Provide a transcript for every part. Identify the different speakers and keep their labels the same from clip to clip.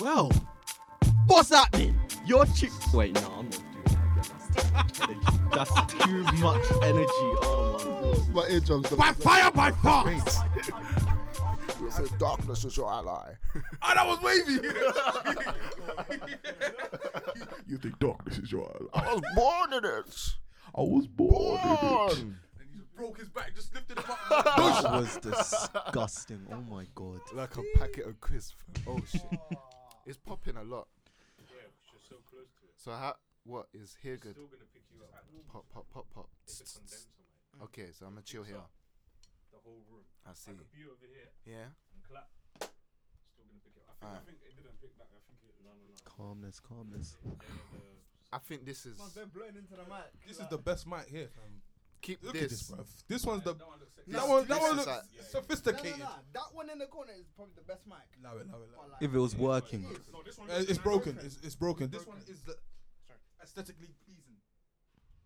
Speaker 1: Well, what's that then? Your chick. Wait, no, I'm not doing that. That's too much energy. Oh my god.
Speaker 2: My eardrums.
Speaker 3: By fire, by force.
Speaker 2: You said darkness is your ally.
Speaker 3: Oh, that was wavy.
Speaker 4: You think darkness is your ally?
Speaker 2: I was born in it.
Speaker 4: I was born. in it.
Speaker 2: Born.
Speaker 3: and he just broke his back, just lifted him up.
Speaker 1: That was disgusting. Oh my god.
Speaker 2: Like a packet of crisp. Oh shit. it's popping a lot. so how? What is here good? Pop, pop, pop, pop. Okay, so I'm gonna chill here.
Speaker 5: The whole room.
Speaker 2: I see.
Speaker 5: Like a view over here
Speaker 2: Yeah.
Speaker 5: and clap. Still gonna pick it up. I think, I
Speaker 2: Alright.
Speaker 5: think it didn't pick back. I think it. No, no, no.
Speaker 1: Calmness, calmness.
Speaker 2: I think this is.
Speaker 3: This is the best mic here, fam.
Speaker 2: Keep
Speaker 3: Look at this,
Speaker 2: this.
Speaker 3: bruv. This one's the.
Speaker 5: That one looks sick.
Speaker 3: That one, that
Speaker 2: this
Speaker 3: one
Speaker 2: is
Speaker 3: looks
Speaker 2: like-
Speaker 3: sophisticated.
Speaker 6: That one in the corner is probably the best mic.
Speaker 3: Love it, love it, love it.
Speaker 1: If it was working.
Speaker 5: No, this one.
Speaker 3: Uh, It's broken. It's, it's broken. This one is the aesthetically pleasing.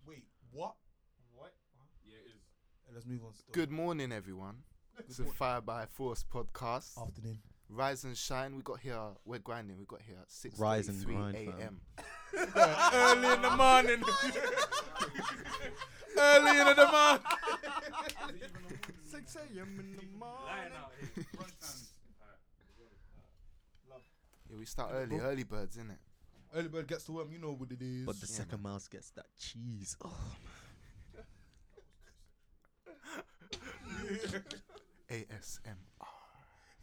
Speaker 3: Wait, what?
Speaker 5: What? Yeah, it is.
Speaker 3: Uh, Let's move on. Still.
Speaker 2: Good morning, everyone. It's a Fire by Force podcast.
Speaker 3: afternoon.
Speaker 2: Rise and shine. We got here. We're grinding. We got here at six
Speaker 1: Rise and grind,
Speaker 2: a.m.
Speaker 3: Early in the morning. Early in the morning.
Speaker 6: 6 a.m. in the morning.
Speaker 5: Lying out here. Brunch time. Alright.
Speaker 2: Yeah, we start early. Early birds, innit?
Speaker 3: Early bird gets the worm. You know what it is.
Speaker 1: But the second mouse gets that cheese. Oh,
Speaker 2: ASM.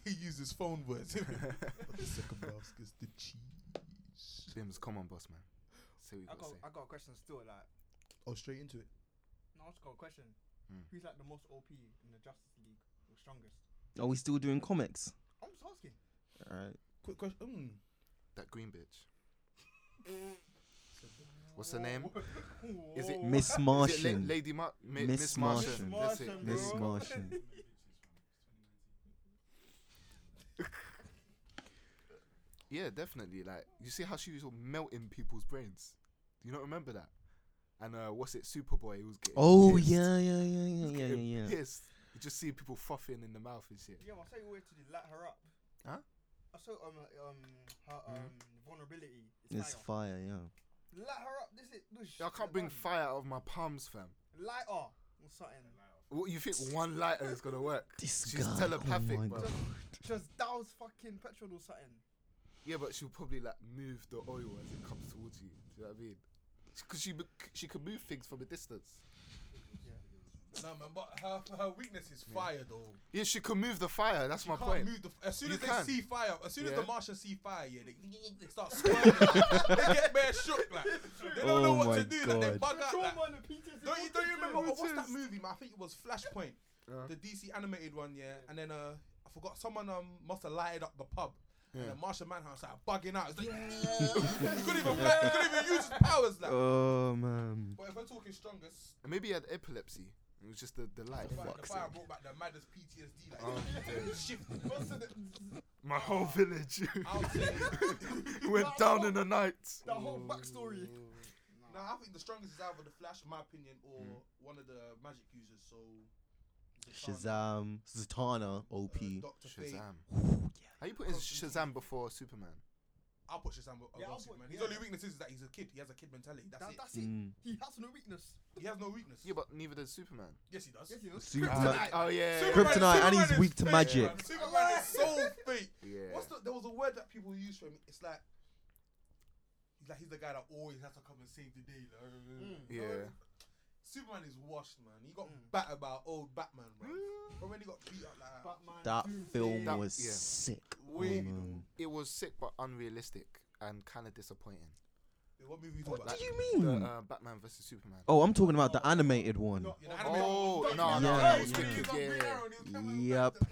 Speaker 3: he uses phone words. but the second mouse gets the cheese.
Speaker 2: Sims, come on, boss man. Say what you
Speaker 6: I
Speaker 2: got to
Speaker 6: got,
Speaker 2: say.
Speaker 6: I got a question still. Like,
Speaker 3: Oh, straight into it.
Speaker 6: no, I just got a question.
Speaker 1: Hmm.
Speaker 6: Who's like the most OP in the Justice League? The strongest?
Speaker 1: are we still doing comics?
Speaker 6: I'm just asking.
Speaker 1: All right.
Speaker 3: Quick question. Mm.
Speaker 2: That green bitch. What's her name? Is it, is
Speaker 1: Miss
Speaker 2: it La-
Speaker 1: Martian.
Speaker 2: Lady Mar- Ma-
Speaker 1: Miss
Speaker 2: Miss Martian?
Speaker 1: Martian.
Speaker 2: That's it.
Speaker 1: Miss Martian.
Speaker 2: Yeah, definitely. Like you see how she was melting people's brains. Do you not remember that? And uh, what's it? Superboy who was getting
Speaker 1: Oh
Speaker 2: pissed.
Speaker 1: yeah, yeah, yeah,
Speaker 2: He was
Speaker 1: yeah, yeah,
Speaker 2: getting
Speaker 1: yeah, yeah.
Speaker 2: pissed. You just see people frothing in the mouth and shit.
Speaker 6: Yeah, I'll tell you what to do. Light her up.
Speaker 2: Huh?
Speaker 6: I saw um, um, her um, vulnerability. It's
Speaker 1: Hmm. It's
Speaker 6: fire.
Speaker 1: fire, yeah.
Speaker 6: Light her up. This is. This
Speaker 2: I can't bring
Speaker 6: fire.
Speaker 2: fire out of my palms, fam.
Speaker 6: Light her. Or something.
Speaker 2: What you think one lighter is gonna work?
Speaker 1: This
Speaker 2: She's
Speaker 1: guy,
Speaker 2: telepathic,
Speaker 1: oh my
Speaker 2: bro.
Speaker 1: God.
Speaker 6: Just douse fucking petrol or something.
Speaker 2: Yeah, but she'll probably like move the oil as it comes towards you. Do you know what I mean? Because she be- she can move things from a distance.
Speaker 3: Nah, man, but her, her weakness is fire, though.
Speaker 2: Yeah, she can move the fire. That's my
Speaker 3: can't
Speaker 2: point.
Speaker 3: move the f- as soon
Speaker 2: You
Speaker 3: as they
Speaker 2: can.
Speaker 3: see fire, as soon as
Speaker 2: Yeah.
Speaker 3: the Martians see fire, yeah, they, they start squirming. like, they get bare shook, like they don't know
Speaker 1: Oh
Speaker 3: what to
Speaker 1: my
Speaker 3: do. Like, they
Speaker 1: God.
Speaker 3: bug out. Like,
Speaker 6: and the PTSD.
Speaker 3: don't you don't you remember oh, what's that
Speaker 2: Witches.
Speaker 3: movie? Man, I think it was Flashpoint,
Speaker 2: Uh.
Speaker 3: the DC animated one, yeah. And then uh, I forgot someone um must have lighted up the pub. And the Martian Manhunt started bugging out. It's like, he couldn't even work, he couldn't even use his powers. Like.
Speaker 1: Oh man.
Speaker 3: But if we're talking strongest,
Speaker 2: And maybe he had epilepsy. It was just the, the light.
Speaker 3: the fire, the fire brought back the maddest PTSD. Like,
Speaker 2: Oh,
Speaker 3: shifted.
Speaker 2: My whole village
Speaker 3: I would say
Speaker 2: went down in the night.
Speaker 6: The whole backstory.
Speaker 3: No, I think the strongest is either the Flash, in my opinion, or
Speaker 1: Hmm.
Speaker 3: one of the magic users. So Zatanna,
Speaker 1: Shazam, Zatanna, OP.
Speaker 3: uh, Doctor Fate.
Speaker 2: Shazam. How you putting Shazam before Superman?
Speaker 3: I'll put Shazam over
Speaker 6: Yeah, I'll put-
Speaker 3: Superman. His
Speaker 6: yeah.
Speaker 3: only weakness is that he's a kid. He has a kid mentality. That's,
Speaker 6: That,
Speaker 3: it.
Speaker 6: that's it.
Speaker 1: Mm.
Speaker 6: He has no weakness.
Speaker 3: He has no weakness.
Speaker 2: Yeah, but neither does Superman.
Speaker 3: yes, he does.
Speaker 6: Yes, he does.
Speaker 1: Superman.
Speaker 2: Oh yeah.
Speaker 3: Superman-
Speaker 1: Kryptonite, and he's
Speaker 3: Superman is
Speaker 1: weak to
Speaker 3: fake,
Speaker 1: magic.
Speaker 3: man. Superman is so fake.
Speaker 2: Yeah.
Speaker 3: What's the, there was a word that people use for him. It's like he's like he's the guy that always has to come and save the day. like,
Speaker 6: Hmm.
Speaker 3: you know?
Speaker 2: Yeah.
Speaker 3: Superman is washed, man. He got
Speaker 5: Mm.
Speaker 3: battered by old Batman, man. From when he got beat up like that.
Speaker 6: Batman.
Speaker 1: That
Speaker 6: Doomsday.
Speaker 1: film
Speaker 2: That-
Speaker 1: was
Speaker 2: yeah.
Speaker 1: sick. Oh,
Speaker 3: Weird.
Speaker 1: man.
Speaker 2: It was sick but unrealistic and kind of disappointing.
Speaker 3: Yeah, What movie you talking about?
Speaker 1: do you
Speaker 2: The,
Speaker 1: mean?
Speaker 2: uh, Batman versus Superman.
Speaker 1: Oh, I'm talking about the animated one.
Speaker 3: Yeah, the anime-
Speaker 2: Oh, no,
Speaker 3: Yeah,
Speaker 2: no, no,
Speaker 1: yeah.
Speaker 2: it was wicked, yeah,
Speaker 1: Yep.
Speaker 2: yeah.
Speaker 6: no,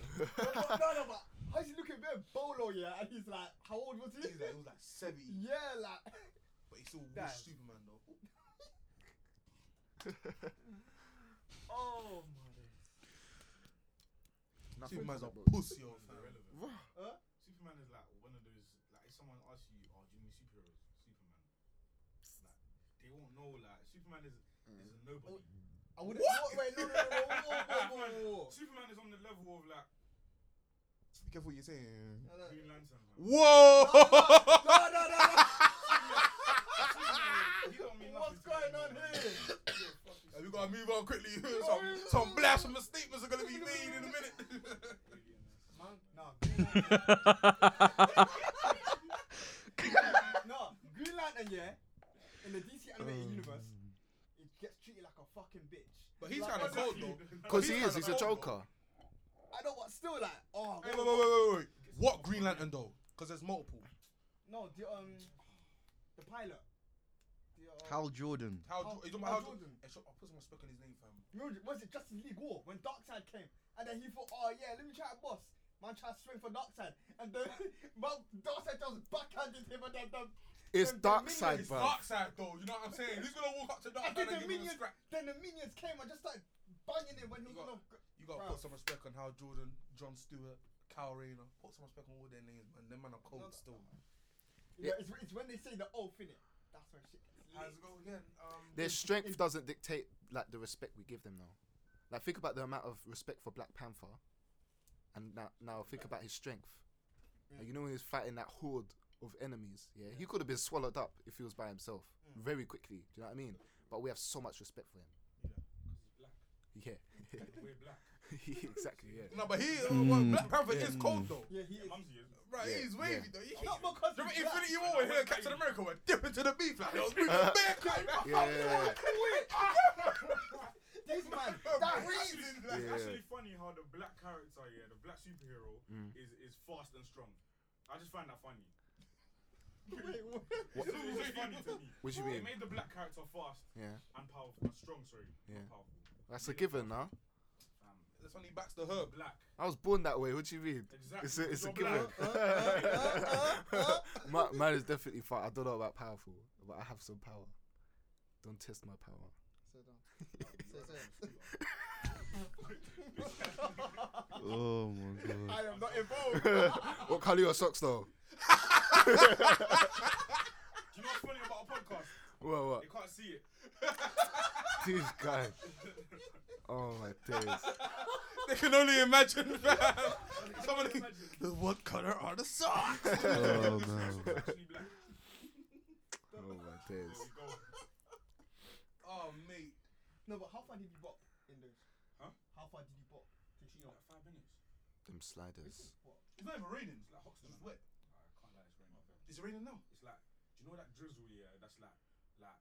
Speaker 6: no, but how's he looking at Bolo, yeah? And he's like, how old was he?
Speaker 3: He's like, he was like 70,
Speaker 6: yeah, like.
Speaker 3: but he still
Speaker 6: Damn.
Speaker 3: was Superman though.
Speaker 6: Oh my days.
Speaker 2: Nothing
Speaker 3: Superman's a
Speaker 2: about it.
Speaker 3: pussy, yo, fam.
Speaker 5: Superman is like one of those. Like, if someone asks you, "Oh, do you mean superheroes?" Superman. Like, they won't know. Like, Superman is
Speaker 2: Mm.
Speaker 5: is a nobody.
Speaker 6: I would
Speaker 3: Oh.
Speaker 6: what? Wait, no, no, no, no, whoa, whoa, whoa, whoa, whoa.
Speaker 5: Superman is on the level of like.
Speaker 3: careful what you're saying.
Speaker 5: Green Lantern. Man.
Speaker 7: No,
Speaker 3: Whoa!
Speaker 7: no, no, no.
Speaker 5: He don't mean nothing
Speaker 7: What's
Speaker 5: to me,
Speaker 7: going on
Speaker 5: man.
Speaker 7: here?
Speaker 3: Yeah, we gotta move on quickly. some some blasphemous statements are gonna be made in a minute.
Speaker 6: Man, nah, Green Lantern. no, Green Lantern, yeah, in the DC
Speaker 1: Um.
Speaker 6: animated universe, it gets treated like a fucking bitch.
Speaker 3: but he's
Speaker 6: Like,
Speaker 3: kind of
Speaker 6: honestly,
Speaker 3: cold though.
Speaker 2: Because he is, he's a
Speaker 3: kinda cold,
Speaker 2: joker.
Speaker 6: I know, but still, like, oh,
Speaker 3: Hey, wait, wait, wait, wait, wait. What Green Lantern though? Because there's multiple.
Speaker 6: no, the um, the pilot. The, uh,
Speaker 1: Hal Jordan.
Speaker 3: How?
Speaker 6: How-
Speaker 3: you talking
Speaker 6: how
Speaker 3: about how?
Speaker 6: Jordan?
Speaker 3: Hey, shut- I'll put some respect on his name, fam.
Speaker 6: remember- was it Justice League War when Darkseid came? And then he thought, oh yeah, let me try to boss. Man tried to swing for Darkseid. And then man, Darkseid just backhanded him and then the
Speaker 2: It's
Speaker 6: then the
Speaker 2: dark
Speaker 6: minions-
Speaker 2: side,
Speaker 3: It's
Speaker 2: bro.
Speaker 3: dark side though. You know what I'm saying? He's gonna walk up to dark
Speaker 6: And
Speaker 3: side
Speaker 6: then
Speaker 3: and
Speaker 6: the
Speaker 3: give him a
Speaker 6: minions
Speaker 3: scrap.
Speaker 6: then the minions came and just started banging him when he was
Speaker 3: You got-
Speaker 6: gonna
Speaker 3: You gotta
Speaker 6: Bruh.
Speaker 3: put some respect on how Jordan, John Stewart, Kyle Rayner. Put some respect on all their names, man. Them man are cold still.
Speaker 6: you know, it's, it's when they say the oath in it. That's when shit gets lit.
Speaker 3: Let's go again. Um,
Speaker 2: Their strength doesn't dictate like the respect we give them though. Like think about the amount of respect for Black Panther, and now now think about his strength. Like, you know when he's fighting that horde of enemies, yeah, he could have been swallowed up if he was by himself very quickly. Do you know what I mean? But we have so much respect for him. Yeah,
Speaker 5: We're black.
Speaker 2: exactly. Yeah.
Speaker 3: No, but he uh, well, Black Panther is cold though.
Speaker 6: Yeah, he is.
Speaker 5: Mumsy is.
Speaker 2: Mm.
Speaker 3: Right,
Speaker 2: Yeah,
Speaker 3: he's
Speaker 2: yeah.
Speaker 3: wavy though. He,
Speaker 6: Not because
Speaker 3: remember
Speaker 6: he's black.
Speaker 3: Infinity War when he and Captain America were dipping to the beef like, yo, bring the bear cut, man.
Speaker 2: Yeah, yeah,
Speaker 6: This man,
Speaker 3: That
Speaker 6: that reason.
Speaker 3: reason,
Speaker 5: It's
Speaker 3: like,
Speaker 2: Yeah. Mm.
Speaker 5: actually funny how the black character, yeah, the black superhero is, is fast and strong. I just find that funny.
Speaker 6: Wait, what?
Speaker 5: It's always just funny to me.
Speaker 2: What do you
Speaker 5: They
Speaker 2: mean?
Speaker 5: made the black character fast
Speaker 2: yeah.
Speaker 5: and powerful. And strong, sorry. not
Speaker 2: Yeah.
Speaker 5: powerful.
Speaker 2: That's a given now.
Speaker 5: Um,
Speaker 3: That's when he backs the herb.
Speaker 5: black.
Speaker 2: I was born that way. What do you mean?
Speaker 5: Exactly.
Speaker 2: It's a, it's a
Speaker 5: You're
Speaker 2: given.
Speaker 5: black.
Speaker 3: Uh,
Speaker 2: Ma- Mine is definitely fine. I don't know about powerful, but I have some power. Don't test my power.
Speaker 1: Oh my god.
Speaker 6: I am not involved.
Speaker 2: what colour your socks though?
Speaker 5: Do you know what's funny about a podcast?
Speaker 2: What what?
Speaker 5: They can't see it.
Speaker 2: These guys. Oh my days.
Speaker 3: They can only imagine, fam. Somebody,
Speaker 5: Imagine.
Speaker 3: what color are the socks?
Speaker 1: Oh
Speaker 5: It's actually black.
Speaker 2: Oh my days.
Speaker 5: There we go.
Speaker 3: oh, mate.
Speaker 6: no, but how far did you bop in those?
Speaker 5: Huh?
Speaker 6: How far did you bop to see
Speaker 5: Like five minutes.
Speaker 2: Them sliders.
Speaker 6: What?
Speaker 3: It's not even raining. It's like Hoxton.
Speaker 5: It's
Speaker 3: It's wet.
Speaker 5: I can't lie, it's raining out there.
Speaker 3: Is it raining now?
Speaker 5: It's like, do you know that drizzle? Yeah, that's like, like,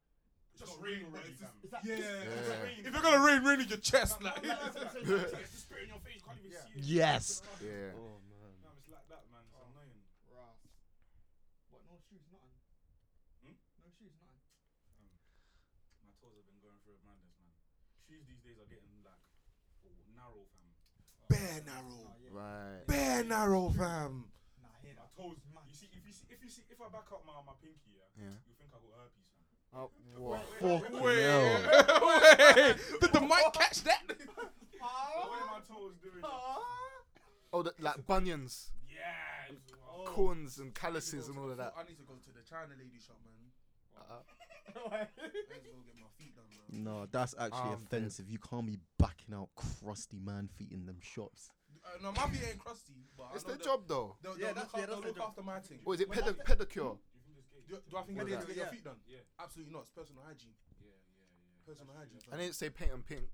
Speaker 5: it's
Speaker 3: Just
Speaker 5: just
Speaker 3: rain
Speaker 5: rain already.
Speaker 3: already,
Speaker 5: fam.
Speaker 6: Is that
Speaker 3: Yeah.
Speaker 5: It's
Speaker 2: Yeah.
Speaker 5: raining.
Speaker 3: If you're gonna rain, rain in your chest,
Speaker 5: Like,
Speaker 3: like.
Speaker 5: it's like- it's just spit in your face, you can't even
Speaker 6: Yeah.
Speaker 5: see it.
Speaker 1: Yes.
Speaker 2: Yeah.
Speaker 1: Oh,
Speaker 5: No, it's like that, man. It's annoying.
Speaker 6: Ras. What? No shoes, nothing.
Speaker 5: Hmm?
Speaker 6: No shoes, nothing.
Speaker 5: My toes have been going through a madness, man. Shoes these days are getting like narrow, fam.
Speaker 3: Bare narrow.
Speaker 6: Oh yeah.
Speaker 2: Right.
Speaker 3: Bare narrow, fam.
Speaker 6: Nah, I hear
Speaker 5: My
Speaker 6: that.
Speaker 5: toes.
Speaker 6: Mad.
Speaker 5: You see, if you see, if you see, if I back up my, my pinky, yeah,
Speaker 2: Yeah.
Speaker 5: you think I got herpes, man.
Speaker 2: Oh, what?
Speaker 1: Fucking
Speaker 3: Wait,
Speaker 1: hell.
Speaker 3: wait. Did the mic catch that?
Speaker 5: But what are my toes doing?
Speaker 6: Ah!
Speaker 2: Oh, the, like bunions,
Speaker 5: Yeah. it's- Oh.
Speaker 2: corns, and calluses, and all of that.
Speaker 3: I need to go to the China lady shop, man. Let's go get my feet done, bro.
Speaker 1: No, that's actually
Speaker 2: Um,
Speaker 1: offensive. You can't be backing out crusty man feet in them shops.
Speaker 3: Uh, no, my feet ain't crusty, but
Speaker 2: It's
Speaker 3: I know
Speaker 2: their job though.
Speaker 3: They'll,
Speaker 6: Yeah,
Speaker 3: they'll,
Speaker 6: that's-
Speaker 3: look,
Speaker 6: yeah,
Speaker 3: after,
Speaker 6: that's
Speaker 3: they'll
Speaker 6: their
Speaker 3: look
Speaker 6: job.
Speaker 3: after my thing.
Speaker 2: Or is it
Speaker 6: When I
Speaker 2: pedi-
Speaker 6: fe-
Speaker 2: pedicure?
Speaker 5: Do you think it's gay?
Speaker 3: Do, do I think I
Speaker 2: What is
Speaker 3: need to get your
Speaker 6: that?
Speaker 3: feet done?
Speaker 5: Yeah.
Speaker 3: Absolutely not. It's personal hygiene.
Speaker 5: Yeah, yeah, yeah.
Speaker 3: Personal hygiene.
Speaker 2: I
Speaker 3: Fam.
Speaker 2: didn't say paint and pink.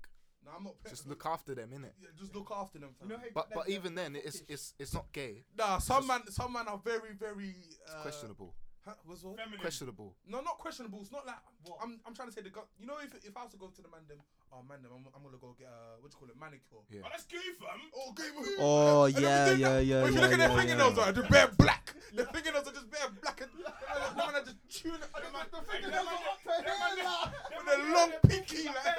Speaker 3: No, I'm not.
Speaker 2: Just
Speaker 3: personal-
Speaker 2: look after them, innit?
Speaker 3: Yeah, just look after them. Fam.
Speaker 6: You know how you
Speaker 2: But
Speaker 6: got
Speaker 2: but
Speaker 6: that-
Speaker 2: even then, it's it's it's not gay.
Speaker 3: nah, some man, some man are very, very. Uh,
Speaker 2: It's questionable.
Speaker 3: Huh, was what?
Speaker 5: Feminine.
Speaker 2: Questionable.
Speaker 3: No, not questionable. It's not like
Speaker 6: What?
Speaker 3: I'm. I'm trying to say the. gu- You know, if if I was to go to the man them, oh man them, I'm, I'm gonna go get uh, what you call it, manicure.
Speaker 2: Yeah.
Speaker 5: Oh, that's gay, fam.
Speaker 3: Oh, game of-
Speaker 1: Oh,
Speaker 3: And then we
Speaker 1: yeah,
Speaker 3: do
Speaker 1: yeah,
Speaker 3: that.
Speaker 1: yeah,
Speaker 3: But if you
Speaker 1: yeah,
Speaker 3: look at
Speaker 1: yeah,
Speaker 3: their fingernails,
Speaker 1: yeah.
Speaker 3: right, they're bare black. Their fingernails are just bare black, and the man are just chewing. it. And the man,
Speaker 6: The
Speaker 3: and
Speaker 6: fingers
Speaker 3: the
Speaker 6: are
Speaker 3: man
Speaker 6: up to here, lah.
Speaker 3: with a long pinky, like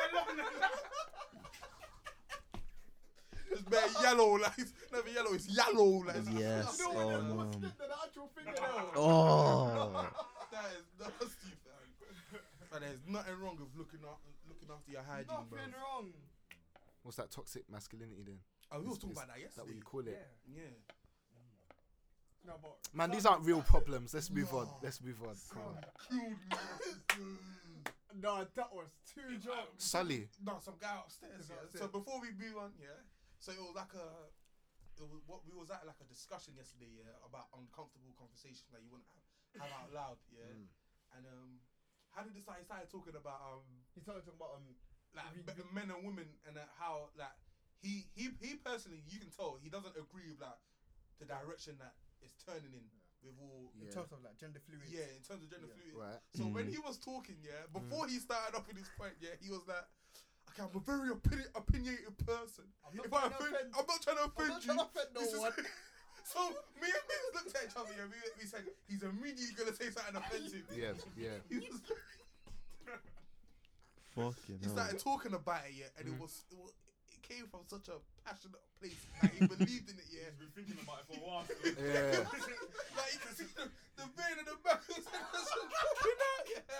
Speaker 3: it's bare yellow, like it's never yellow, it's yellow, like. it's-
Speaker 6: You
Speaker 1: Yes.
Speaker 6: know when
Speaker 1: Oh,
Speaker 6: there's more
Speaker 2: um,
Speaker 1: man.
Speaker 6: skin than the actual fingernail.
Speaker 1: Oh.
Speaker 3: That is nasty, fam. But there's nothing wrong with looking up, looking after your hygiene, bro.
Speaker 6: Nothing wrong.
Speaker 2: What's that toxic masculinity then?
Speaker 3: Oh, we were
Speaker 2: Is-
Speaker 3: talking
Speaker 2: is
Speaker 3: about that
Speaker 2: Is that what
Speaker 3: yesterday.
Speaker 2: you call it?
Speaker 6: Yeah.
Speaker 3: yeah.
Speaker 6: No, but
Speaker 2: Man, these aren't real problems. Let's move on. Let's move on. Come on.
Speaker 6: no, that was two jokes.
Speaker 2: Sully.
Speaker 3: No, some guy upstairs.
Speaker 6: Some guy
Speaker 3: Yeah. So
Speaker 6: upstairs.
Speaker 3: before we move on, yeah. So it was like a, it was, what we was at like a discussion yesterday, yeah, about uncomfortable conversations that you wouldn't have, have out loud, yeah.
Speaker 2: Mm.
Speaker 3: And um, how did this start? He started talking about um,
Speaker 6: He's talking about um.
Speaker 3: like
Speaker 6: Re-
Speaker 3: b- men and women and uh, how like he he he personally you can tell he doesn't agree with like the direction that it's turning in with all
Speaker 6: In
Speaker 2: Yeah.
Speaker 6: terms of like gender fluid.
Speaker 3: yeah in terms of gender fluid.
Speaker 2: Right.
Speaker 3: So when
Speaker 6: Mm.
Speaker 3: he was talking, yeah, before he started off with his point, yeah, he was like. Okay, I'm a very opini- opinionated person.
Speaker 6: I'm not
Speaker 3: if I
Speaker 6: trying to
Speaker 3: offend,
Speaker 6: offend-
Speaker 3: I'm not trying to offend
Speaker 6: not
Speaker 3: you.
Speaker 6: trying to offend no
Speaker 3: This is-
Speaker 6: one.
Speaker 3: so me and Biz looked at each other. Yeah, we, we said he's immediately gonna say something offensive.
Speaker 2: Yes. Yeah.
Speaker 3: He was-
Speaker 8: Fucking
Speaker 3: He
Speaker 8: hell.
Speaker 3: started talking about it, yeah, and
Speaker 6: Mm.
Speaker 3: it was it was- it came from such a passionate place. Like he believed in it, yeah.
Speaker 5: He's been thinking about it for a while. so-
Speaker 2: Yeah.
Speaker 3: like you can see the, the vein in the back of his head was popping out, yeah.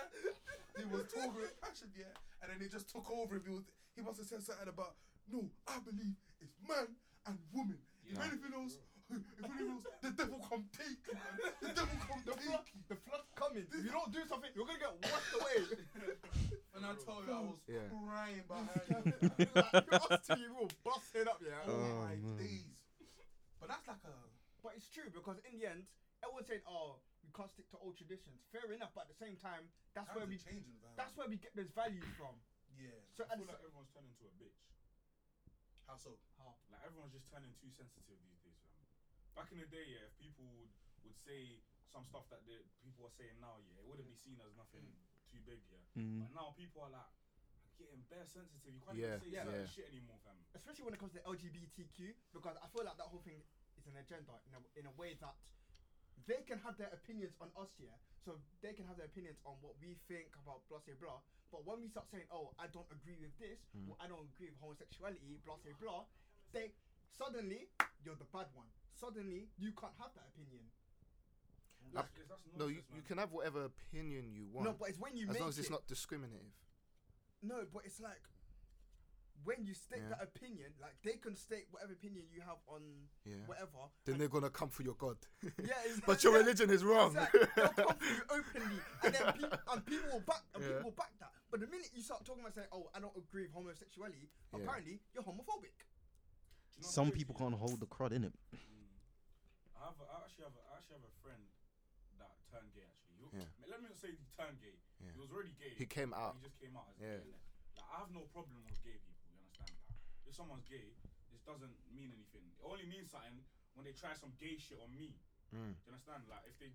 Speaker 3: He was talking with passion, yeah, and then it just took over. Him. He was he must have said something about no, I believe it's man and woman. If anything else, if anything else, the devil come take you. man. The devil come
Speaker 6: The
Speaker 3: take
Speaker 6: flood,
Speaker 3: you.
Speaker 6: the flood coming. If you don't do something, you're gonna get washed away.
Speaker 3: And I told you I was
Speaker 2: Yeah.
Speaker 3: crying behind him.
Speaker 6: like, if us two, you will bust it up, yeah.
Speaker 3: Oh,
Speaker 8: Oh,
Speaker 3: my
Speaker 8: man.
Speaker 3: days. But that's like a
Speaker 6: But it's true because in the end, everyone said, "Oh, we can't stick to old traditions." Fair enough, but at the same time, that's
Speaker 3: that's
Speaker 6: where we
Speaker 3: changing that.
Speaker 6: that's where we get this value from.
Speaker 3: yeah.
Speaker 6: So
Speaker 5: I
Speaker 6: at the,
Speaker 5: feel like everyone's turning into a bitch.
Speaker 3: How so?
Speaker 5: Like everyone's just turning too sensitive these days, fam. Back in the day, yeah, if people would, would say some stuff that the people are saying now, yeah, it wouldn't be seen as nothing too big, yeah.
Speaker 8: Mm.
Speaker 5: But now people are like getting bare sensitive. You can't
Speaker 2: Yeah,
Speaker 5: even say
Speaker 6: yeah.
Speaker 5: certain
Speaker 2: Yeah.
Speaker 5: shit anymore, fam.
Speaker 6: especially when it comes to LGBTQ, because I feel like that whole thing is an agenda in a, in a way that they can have their opinions on us here, so they can have their opinions on what we think about blah say blah. But when we start saying, "Oh, I don't agree with this,"
Speaker 2: Hmm.
Speaker 6: or "I don't agree with homosexuality," blah say blah, they suddenly you're the bad one. Suddenly you can't have that opinion.
Speaker 2: Uh,
Speaker 5: It's- that's
Speaker 2: No, you,
Speaker 5: nonsense,
Speaker 2: you
Speaker 5: man.
Speaker 2: can have whatever opinion you want.
Speaker 6: No, but it's when you
Speaker 2: as
Speaker 6: make
Speaker 2: long as it's
Speaker 6: it.
Speaker 2: not discriminative.
Speaker 6: No, but it's like when you state
Speaker 2: Yeah.
Speaker 6: that opinion, like they can state whatever opinion you have on
Speaker 2: Yeah.
Speaker 6: whatever.
Speaker 2: Then they're gonna come for your god.
Speaker 6: Yeah, it's-
Speaker 2: but your
Speaker 6: yeah.
Speaker 2: religion is wrong.
Speaker 6: Exactly. They'll come for you openly, and then people and people will back and
Speaker 2: Yeah.
Speaker 6: people will back that. But the minute you start talking about saying, "Oh, I don't agree with homosexuality,"
Speaker 2: Yeah.
Speaker 6: apparently you're homophobic.
Speaker 5: Do you know what's
Speaker 8: Some
Speaker 5: crazy,
Speaker 8: people
Speaker 5: yeah?
Speaker 8: can't hold the crud in it.
Speaker 5: Mm. I have a, I actually have a, I actually have a friend that turned gay. Actually, You-
Speaker 2: Yeah.
Speaker 5: ma- let me not say he turned gay.
Speaker 2: Yeah.
Speaker 5: He was already gay.
Speaker 2: He came out.
Speaker 5: He just came out as
Speaker 2: Yeah.
Speaker 5: gay. innit? Like I have no problem with gay people. You understand? Like, if someone's gay, this doesn't mean anything. It only means something when they try some gay shit on me.
Speaker 2: Mm.
Speaker 5: Do you understand? Like if they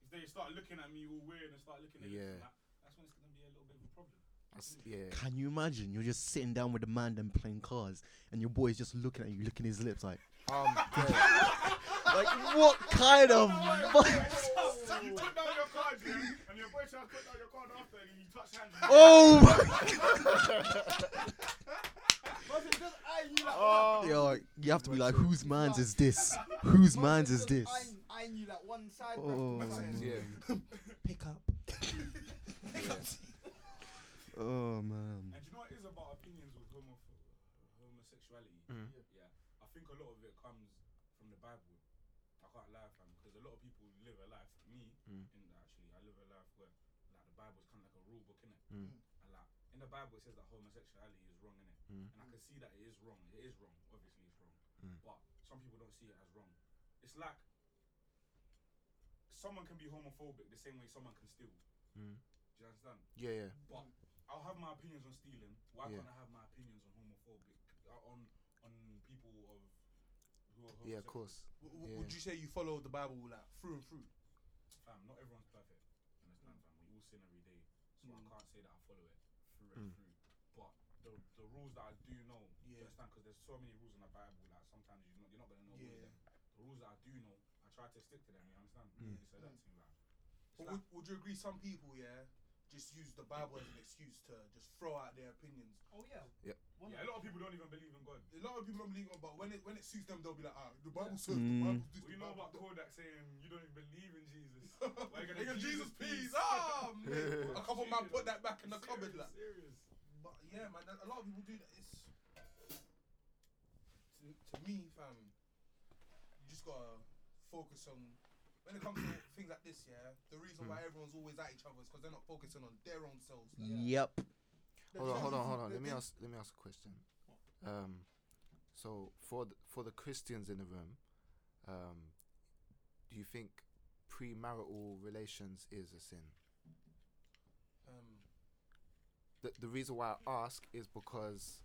Speaker 5: if they start looking at me all weird and start looking at
Speaker 2: Yeah.
Speaker 5: me, like, that's when it's gonna be a little bit of a problem.
Speaker 2: That's- yeah.
Speaker 8: Can you imagine? You're just sitting down with a man and playing cards, and your boy's just looking at you, licking his lips, like,
Speaker 2: Um, yeah.
Speaker 8: like what kind of? vibes?
Speaker 5: you put down your card, yeah, and your boy try to put down your card after, and you touch hands.
Speaker 8: oh my!
Speaker 6: Imagine just eyeing you like,
Speaker 2: Oh.
Speaker 8: Yo, like, you have to be like, whose man's is this? Whose
Speaker 6: one-
Speaker 8: man's is
Speaker 6: just
Speaker 8: this?
Speaker 6: Eyeing, eyeing you like one side. breath
Speaker 8: Oh,
Speaker 6: to the side.
Speaker 2: yeah.
Speaker 8: Pick up. oh man.
Speaker 2: Um,
Speaker 5: And do you know what it is about opinions with homo- homosexuality?
Speaker 2: Mm.
Speaker 5: Yeah. I think a lot of it comes from the Bible. I can't lie, fam, because a lot of people live a life. Me,
Speaker 2: Mm.
Speaker 5: in actually, I live a life where like the Bible's kind of like a rule book, innit?
Speaker 2: Mm.
Speaker 5: And like in the Bible, it says that homosexuality is wrong, innit?
Speaker 2: Mm.
Speaker 5: And I can see that it is wrong. It is wrong. Obviously, it's wrong. But some people don't see it as wrong. It's like someone can be homophobic the same way someone can steal.
Speaker 2: Mm.
Speaker 5: Do you understand?
Speaker 2: Yeah. Yeah.
Speaker 5: But I'll have my opinions on stealing. Why
Speaker 2: Yeah.
Speaker 5: can't I have my opinions on homophobic uh, on on people of who are
Speaker 2: Yeah.
Speaker 5: homosexual?
Speaker 2: Of course.
Speaker 3: W- w-
Speaker 2: Yeah.
Speaker 3: Would you say you follow the Bible like through and through?
Speaker 5: Fam, not everyone's perfect. Understand, fam? We all sin every day, so
Speaker 3: Mm.
Speaker 5: I can't say that I follow it through and
Speaker 2: Mm.
Speaker 5: through. But the the rules that I do know,
Speaker 3: Yeah.
Speaker 5: you understand? Because there's so many rules in the Bible. Like sometimes you're not you're not gonna know all of
Speaker 3: Yeah.
Speaker 5: them. The rules that I do know, I try to stick to them. You understand?
Speaker 2: Mm.
Speaker 5: So that's me, like,
Speaker 3: But would, would you agree some people, yeah, just use the Bible as an excuse to just throw out their opinions?
Speaker 6: Oh yeah.
Speaker 2: Yep.
Speaker 6: One
Speaker 5: yeah, a lot of people don't even believe in God.
Speaker 3: A lot of people don't believe them, but when it when it suits them, they'll be like, ah, the Bible says,
Speaker 8: Mm.
Speaker 3: the Bible says,
Speaker 5: Well, you know about Kodak saying you don't even believe in Jesus. Why you
Speaker 3: Like,
Speaker 5: gonna
Speaker 3: Jesus, Jesus,
Speaker 5: Jesus
Speaker 3: peace.
Speaker 5: peace?
Speaker 3: Ah, man. A couple man
Speaker 5: Serious.
Speaker 3: put that back in the cupboard.
Speaker 5: Serious,
Speaker 3: Like.
Speaker 5: serious.
Speaker 3: But yeah, man, a lot of people do that. It's to, to me, fam. You just gotta focus on when it comes to things like this. Yeah, the reason why everyone's always at each other is because they're not focusing on their own selves.
Speaker 8: Yep.
Speaker 2: Hold on. Hold on. Hold on. Let me ask. Let me ask a question. Um, So for the, for the Christians in the room, um, do you think premarital relations is a sin?
Speaker 3: Um,
Speaker 2: the, the reason why I ask is because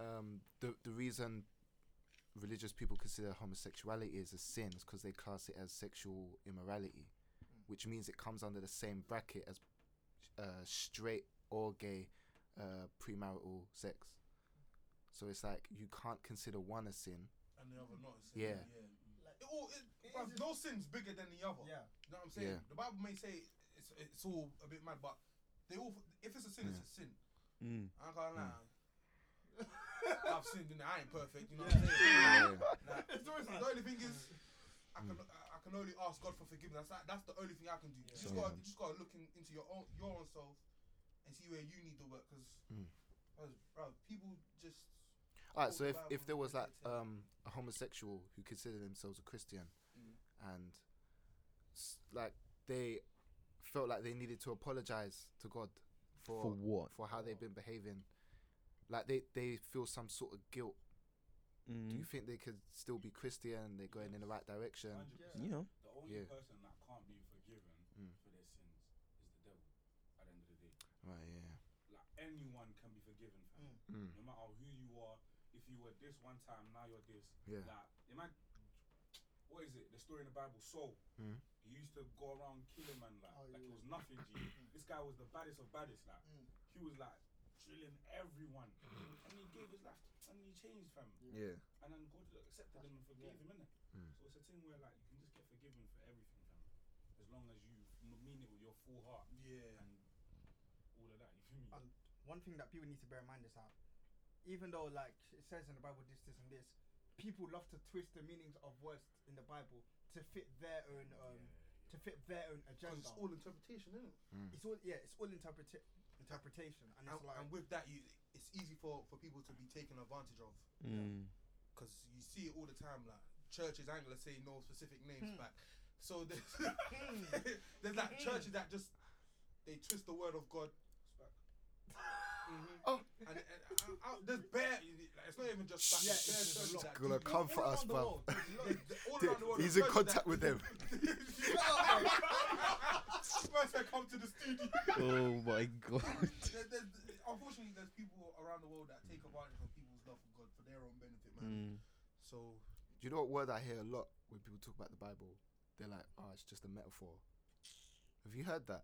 Speaker 2: um, the the reason religious people consider homosexuality as a sin is because they class it as sexual immorality, which means it comes under the same bracket as uh, straight or gay uh, premarital sex. So it's like you can't consider one a sin.
Speaker 3: and the other not. so,
Speaker 2: Yeah.
Speaker 3: It all, it, bruv, no sin's bigger than the other.
Speaker 6: Yeah.
Speaker 3: You know what I'm saying?
Speaker 2: Yeah.
Speaker 3: The Bible may say it's it's all a bit mad, but they all if it's a sin, it's a sin.
Speaker 8: Mm.
Speaker 3: I ain't gonna lie. I've sinned and I ain't perfect, you know what I'm saying? Like, the only thing is I can
Speaker 2: Mm.
Speaker 3: I I can only ask God for forgiveness. That's that's the only thing I can do. You just
Speaker 2: Yeah.
Speaker 3: gotta you just gotta look in, into your own your own self and see where you need the work because
Speaker 2: Mm.
Speaker 3: people just
Speaker 2: Alright, so
Speaker 3: Oh,
Speaker 2: if,
Speaker 3: wow,
Speaker 2: if there was like
Speaker 3: related.
Speaker 2: um, a homosexual who considered themselves a Christian, and s- like they felt like they needed to apologize to God for
Speaker 8: For what?
Speaker 2: for how they've been behaving, like they they feel some sort of guilt. Do you
Speaker 8: Mm.
Speaker 2: think they could still be Christian? They're going in the right direction.
Speaker 5: 100%.
Speaker 8: You know.
Speaker 5: The only
Speaker 2: Yeah.
Speaker 5: person that can't be forgiven
Speaker 2: Mm.
Speaker 5: for their sins is the devil. At the end of the day,
Speaker 2: Right, yeah.
Speaker 5: like anyone can be forgiven, fam.
Speaker 2: Mm,
Speaker 5: No matter who you are, if you were this one time, now you're this.
Speaker 2: yeah.
Speaker 5: Like, imagine, what is it? The story in the Bible, Saul.
Speaker 2: Mm.
Speaker 5: He used to go around killing man like,
Speaker 6: Oh, yeah.
Speaker 5: like
Speaker 6: Hmm.
Speaker 5: it was nothing. G. this guy was the baddest of baddest. Like, he was like drilling everyone, and he gave his life, and he changed, fam.
Speaker 2: Yeah.
Speaker 5: And then God accepted him and forgave him, innit?
Speaker 2: Mm.
Speaker 5: So it's a thing where like you can just get forgiven for everything, fam, as long as you m- mean it with your full heart
Speaker 3: Yeah.
Speaker 5: and all of that. You feel me?
Speaker 6: And one thing that people need to bear in mind is that even though like it says in the Bible this, this and this, people love to twist the meanings of words in the Bible to fit their own um, to fit their own agenda.
Speaker 3: Because it's all interpretation, isn't it?
Speaker 6: It's all- yeah, it's all interpreta- interpretation and
Speaker 3: And,
Speaker 6: it's like
Speaker 3: and with that, you it's easy for, for people to be taken advantage of
Speaker 8: Mm.
Speaker 3: because you see it all the time. Like churches, I ain't gonna say no specific names
Speaker 6: Hmm.
Speaker 3: back. So there's there's like churches that just they twist the word of God. Mm-hmm.
Speaker 2: Oh.
Speaker 3: And, and, and I, I, there's bare. Like, it's not even just back.
Speaker 6: Yeah,
Speaker 3: there's bare
Speaker 6: it's just a
Speaker 3: churches
Speaker 6: lot.
Speaker 3: that do
Speaker 2: Gonna
Speaker 3: it.
Speaker 2: comfort
Speaker 6: All
Speaker 2: us,
Speaker 6: around the
Speaker 2: bruv.
Speaker 6: world, there's loads of
Speaker 3: All around the world,
Speaker 2: He's in
Speaker 3: there's churches
Speaker 2: contact
Speaker 3: that-
Speaker 2: with them.
Speaker 3: First, I come to the studio.
Speaker 8: Oh my god.
Speaker 3: There- there's, unfortunately, there's people around the world that take advantage of people's love for God for their own benefit,
Speaker 8: Mm.
Speaker 3: man. So
Speaker 2: Do you know what word I hear a lot when people talk about the Bible? They're like, oh, it's just a metaphor. Have you heard that?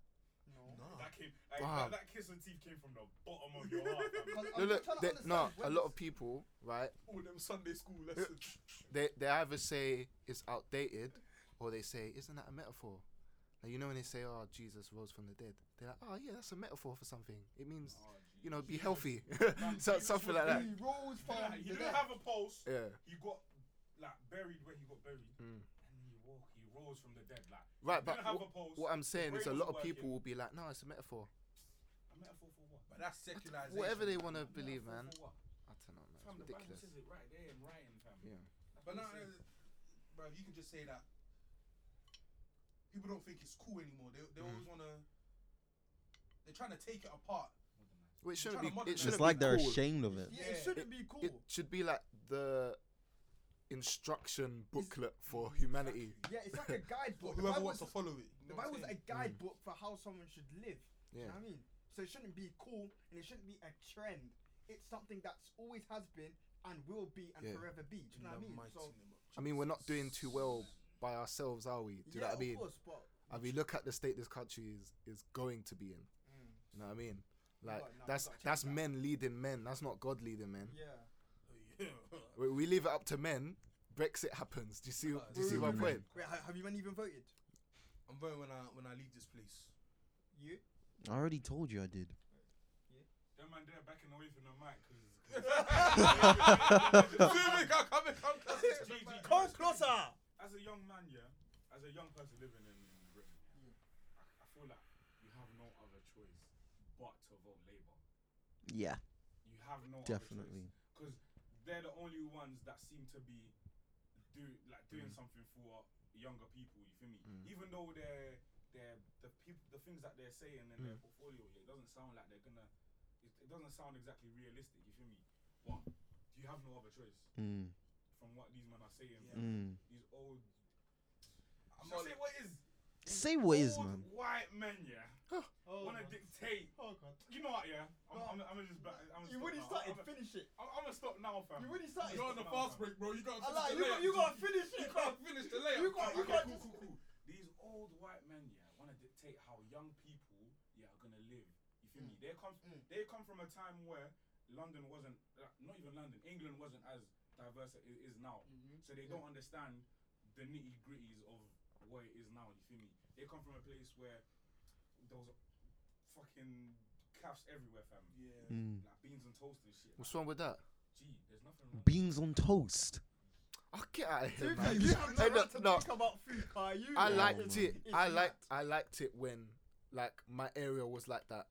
Speaker 6: no.
Speaker 5: That came, like,
Speaker 2: Ah. Wow.
Speaker 5: that, that kiss and teeth came from the bottom of your heart.
Speaker 6: 'Cause
Speaker 5: fam.
Speaker 6: I'm
Speaker 2: No,
Speaker 6: just
Speaker 2: look,
Speaker 6: trying to
Speaker 2: they- no.
Speaker 6: Oh,
Speaker 2: A
Speaker 6: understand when
Speaker 2: lot of
Speaker 6: this-
Speaker 2: people, right?
Speaker 3: all them Sunday school lessons.
Speaker 2: they they either say it's outdated or they say isn't that a metaphor like you know when they say oh jesus rose from the dead they're like oh yeah that's a metaphor for something it means
Speaker 5: Oh,
Speaker 2: you know be healthy so, something like that
Speaker 6: He rolls from
Speaker 5: Like, he
Speaker 6: the dead.
Speaker 5: didn't have a pulse.
Speaker 2: yeah
Speaker 5: He got like buried where he got buried,
Speaker 2: Mm.
Speaker 5: and he woke. He rose from the dead. Like
Speaker 2: right
Speaker 5: he
Speaker 2: but
Speaker 5: didn't have
Speaker 2: wh-
Speaker 5: a pulse.
Speaker 2: what i'm saying is a
Speaker 5: brain
Speaker 2: lot
Speaker 5: wasn't
Speaker 2: of people
Speaker 5: working.
Speaker 2: will be like no it's a metaphor
Speaker 5: A metaphor for what?
Speaker 3: But that's secularization.
Speaker 2: whatever they want to
Speaker 5: Metaphor
Speaker 2: believe
Speaker 5: for
Speaker 2: man
Speaker 5: what?
Speaker 2: i don't know
Speaker 5: Fam,
Speaker 2: man
Speaker 5: the
Speaker 2: it's
Speaker 5: Bible
Speaker 2: ridiculous
Speaker 5: says it right there in writing, fam.
Speaker 2: yeah
Speaker 3: But now, bro, you can just say that people don't think it's cool anymore. They they always wanna. They're trying to take it apart.
Speaker 2: well, it
Speaker 3: You're
Speaker 2: shouldn't
Speaker 3: trying to
Speaker 2: be it
Speaker 3: modernise it.
Speaker 2: shouldn't
Speaker 8: It's
Speaker 2: be
Speaker 8: like they're
Speaker 2: cool.
Speaker 8: ashamed of it.
Speaker 6: Yeah,
Speaker 3: Yeah.
Speaker 6: it shouldn't be cool.
Speaker 2: it should be like the instruction booklet for humanity
Speaker 6: yeah, it's like a
Speaker 3: But
Speaker 6: guidebook. The
Speaker 3: whoever
Speaker 6: Bible's-
Speaker 3: wants to follow it. You
Speaker 6: The
Speaker 3: know what I'm
Speaker 6: Bible's a
Speaker 3: saying?
Speaker 6: guidebook for how someone should live. You
Speaker 2: mm. yeah
Speaker 6: know what I mean? So it shouldn't be cool and it shouldn't be a trend. It's something that's always has been and will be and
Speaker 2: Yeah.
Speaker 6: forever be. Do you
Speaker 3: In
Speaker 6: know what I
Speaker 3: the
Speaker 6: mean?
Speaker 3: mighty
Speaker 6: So,
Speaker 3: name of
Speaker 2: i mean we're not doing
Speaker 3: Jesus.
Speaker 2: too well by ourselves are we do you know what i mean
Speaker 6: Of course, but
Speaker 2: I mean, look Mm. at the state this country is is going to be in.
Speaker 6: Mm,
Speaker 2: You know what I mean? Like
Speaker 6: gotta- no, you
Speaker 2: that's
Speaker 6: gotta change
Speaker 2: that's
Speaker 6: that.
Speaker 2: men leading men. That's not God leading men.
Speaker 6: yeah.
Speaker 2: We, we leave it up to men. Brexit happens. Do you see? Do you see my
Speaker 8: Mm.
Speaker 2: point?
Speaker 6: um, Wait, ha- have you men even voted?
Speaker 3: I'm voting when I when I leave this place.
Speaker 6: You?
Speaker 8: I already told you I did.
Speaker 5: That man there backing away from the mic because
Speaker 3: Come
Speaker 5: as a young man, yeah, as a young person living in Britain, yeah, I, I feel like you have no other choice but to vote Labour.
Speaker 8: Yeah,
Speaker 5: You have no
Speaker 8: definitely.
Speaker 5: because they're the only ones that seem to be do like doing
Speaker 1: Mm.
Speaker 5: something for younger people. You feel me? Even though they're they're the people, the things that they're saying in
Speaker 1: Mm.
Speaker 5: their portfolio, yeah, it doesn't sound like they're gonna. It, it doesn't sound exactly realistic. You feel me? But you have no other choice
Speaker 1: Mm.
Speaker 5: from what these men are saying.
Speaker 1: Mm.
Speaker 5: These old. I'm
Speaker 3: not-
Speaker 5: not say what is.
Speaker 1: Say what is,
Speaker 5: Old
Speaker 1: man.
Speaker 5: White men, yeah,
Speaker 6: Oh,
Speaker 5: want to
Speaker 6: God.
Speaker 5: dictate.
Speaker 6: Oh, God.
Speaker 5: You know what, yeah? I'm,
Speaker 6: No.
Speaker 5: I'm, I'm, gonna just. back- I'm gonna
Speaker 6: You
Speaker 5: stop
Speaker 6: already
Speaker 5: now.
Speaker 6: started.
Speaker 5: I'm, gonna-
Speaker 6: Finish it.
Speaker 5: I'm, I'm gonna stop now, fam.
Speaker 6: You already started.
Speaker 5: You're
Speaker 3: You're on the fast break, bro. You
Speaker 6: I
Speaker 3: gotta finish
Speaker 6: like,
Speaker 3: the
Speaker 6: you, got,
Speaker 3: layup.
Speaker 6: you gotta finish
Speaker 3: You
Speaker 6: it.
Speaker 3: can't finish the layup.
Speaker 6: You can't- you
Speaker 5: Okay,
Speaker 6: can't
Speaker 5: cool,
Speaker 6: just-
Speaker 5: cool, cool. These old white men, yeah, want to dictate how young people, yeah, are gonna live. You feel me? They come,
Speaker 6: Mm.
Speaker 5: they come from a time where London wasn't, uh, not even London, England wasn't as diverse as it is now. So they
Speaker 6: Mm.
Speaker 5: don't understand the nitty gritties of what it is now. You feel me? They come from a place where there was fucking calves everywhere, fam.
Speaker 3: Yeah.
Speaker 1: Mm.
Speaker 5: Like beans and toast and shit.
Speaker 2: What's wrong with that?
Speaker 5: Gee, there's nothing wrong.
Speaker 1: Beans on toast.
Speaker 2: I'll Oh, get out of here,
Speaker 6: You
Speaker 2: man.
Speaker 6: you have no
Speaker 2: Hey,
Speaker 6: right to
Speaker 2: no,
Speaker 6: talk about food, car. You
Speaker 2: I
Speaker 1: Yeah,
Speaker 2: liked
Speaker 1: man.
Speaker 2: it.
Speaker 6: It's
Speaker 2: I
Speaker 6: mad.
Speaker 2: liked. I liked it when, like, my area was like that.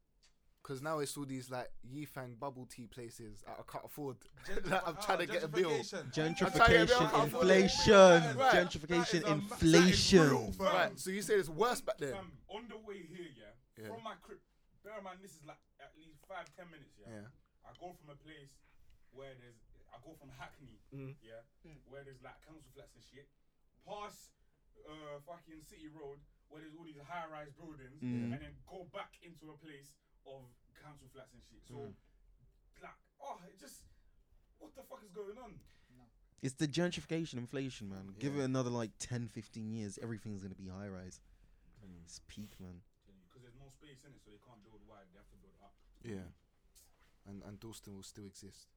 Speaker 2: Cause now it's all these like Yifang bubble tea places that I can't afford. like, I'm trying to
Speaker 6: Ah,
Speaker 2: get
Speaker 3: uh,
Speaker 2: a bill.
Speaker 1: Gentrification,
Speaker 2: Gentrification,
Speaker 1: inflation,
Speaker 2: Right.
Speaker 6: um,
Speaker 1: gentrification, inflation.
Speaker 5: Fam.
Speaker 2: Right. So you said it's worse back then.
Speaker 5: Fam, on the way here, yeah,
Speaker 2: Yeah.
Speaker 5: from my crib, bear in mind this is like at least five, ten minutes, yeah.
Speaker 2: Yeah.
Speaker 5: I go from a place where there's, I go from Hackney,
Speaker 2: Mm.
Speaker 5: yeah, where there's like council flats and shit, past uh, fucking City Road, where there's all these high rise buildings,
Speaker 1: Mm.
Speaker 5: and then go back into a place of council flats and shit. So, like, oh, it just, what the fuck is going on?
Speaker 1: It's the gentrification, inflation, man. Give it another like 10, 15 years, everything's gonna be high rise. It's peak, man.
Speaker 5: Because there's no space in it, so they can't build wide, they have to build up.
Speaker 2: Yeah. And and Dalston will still exist.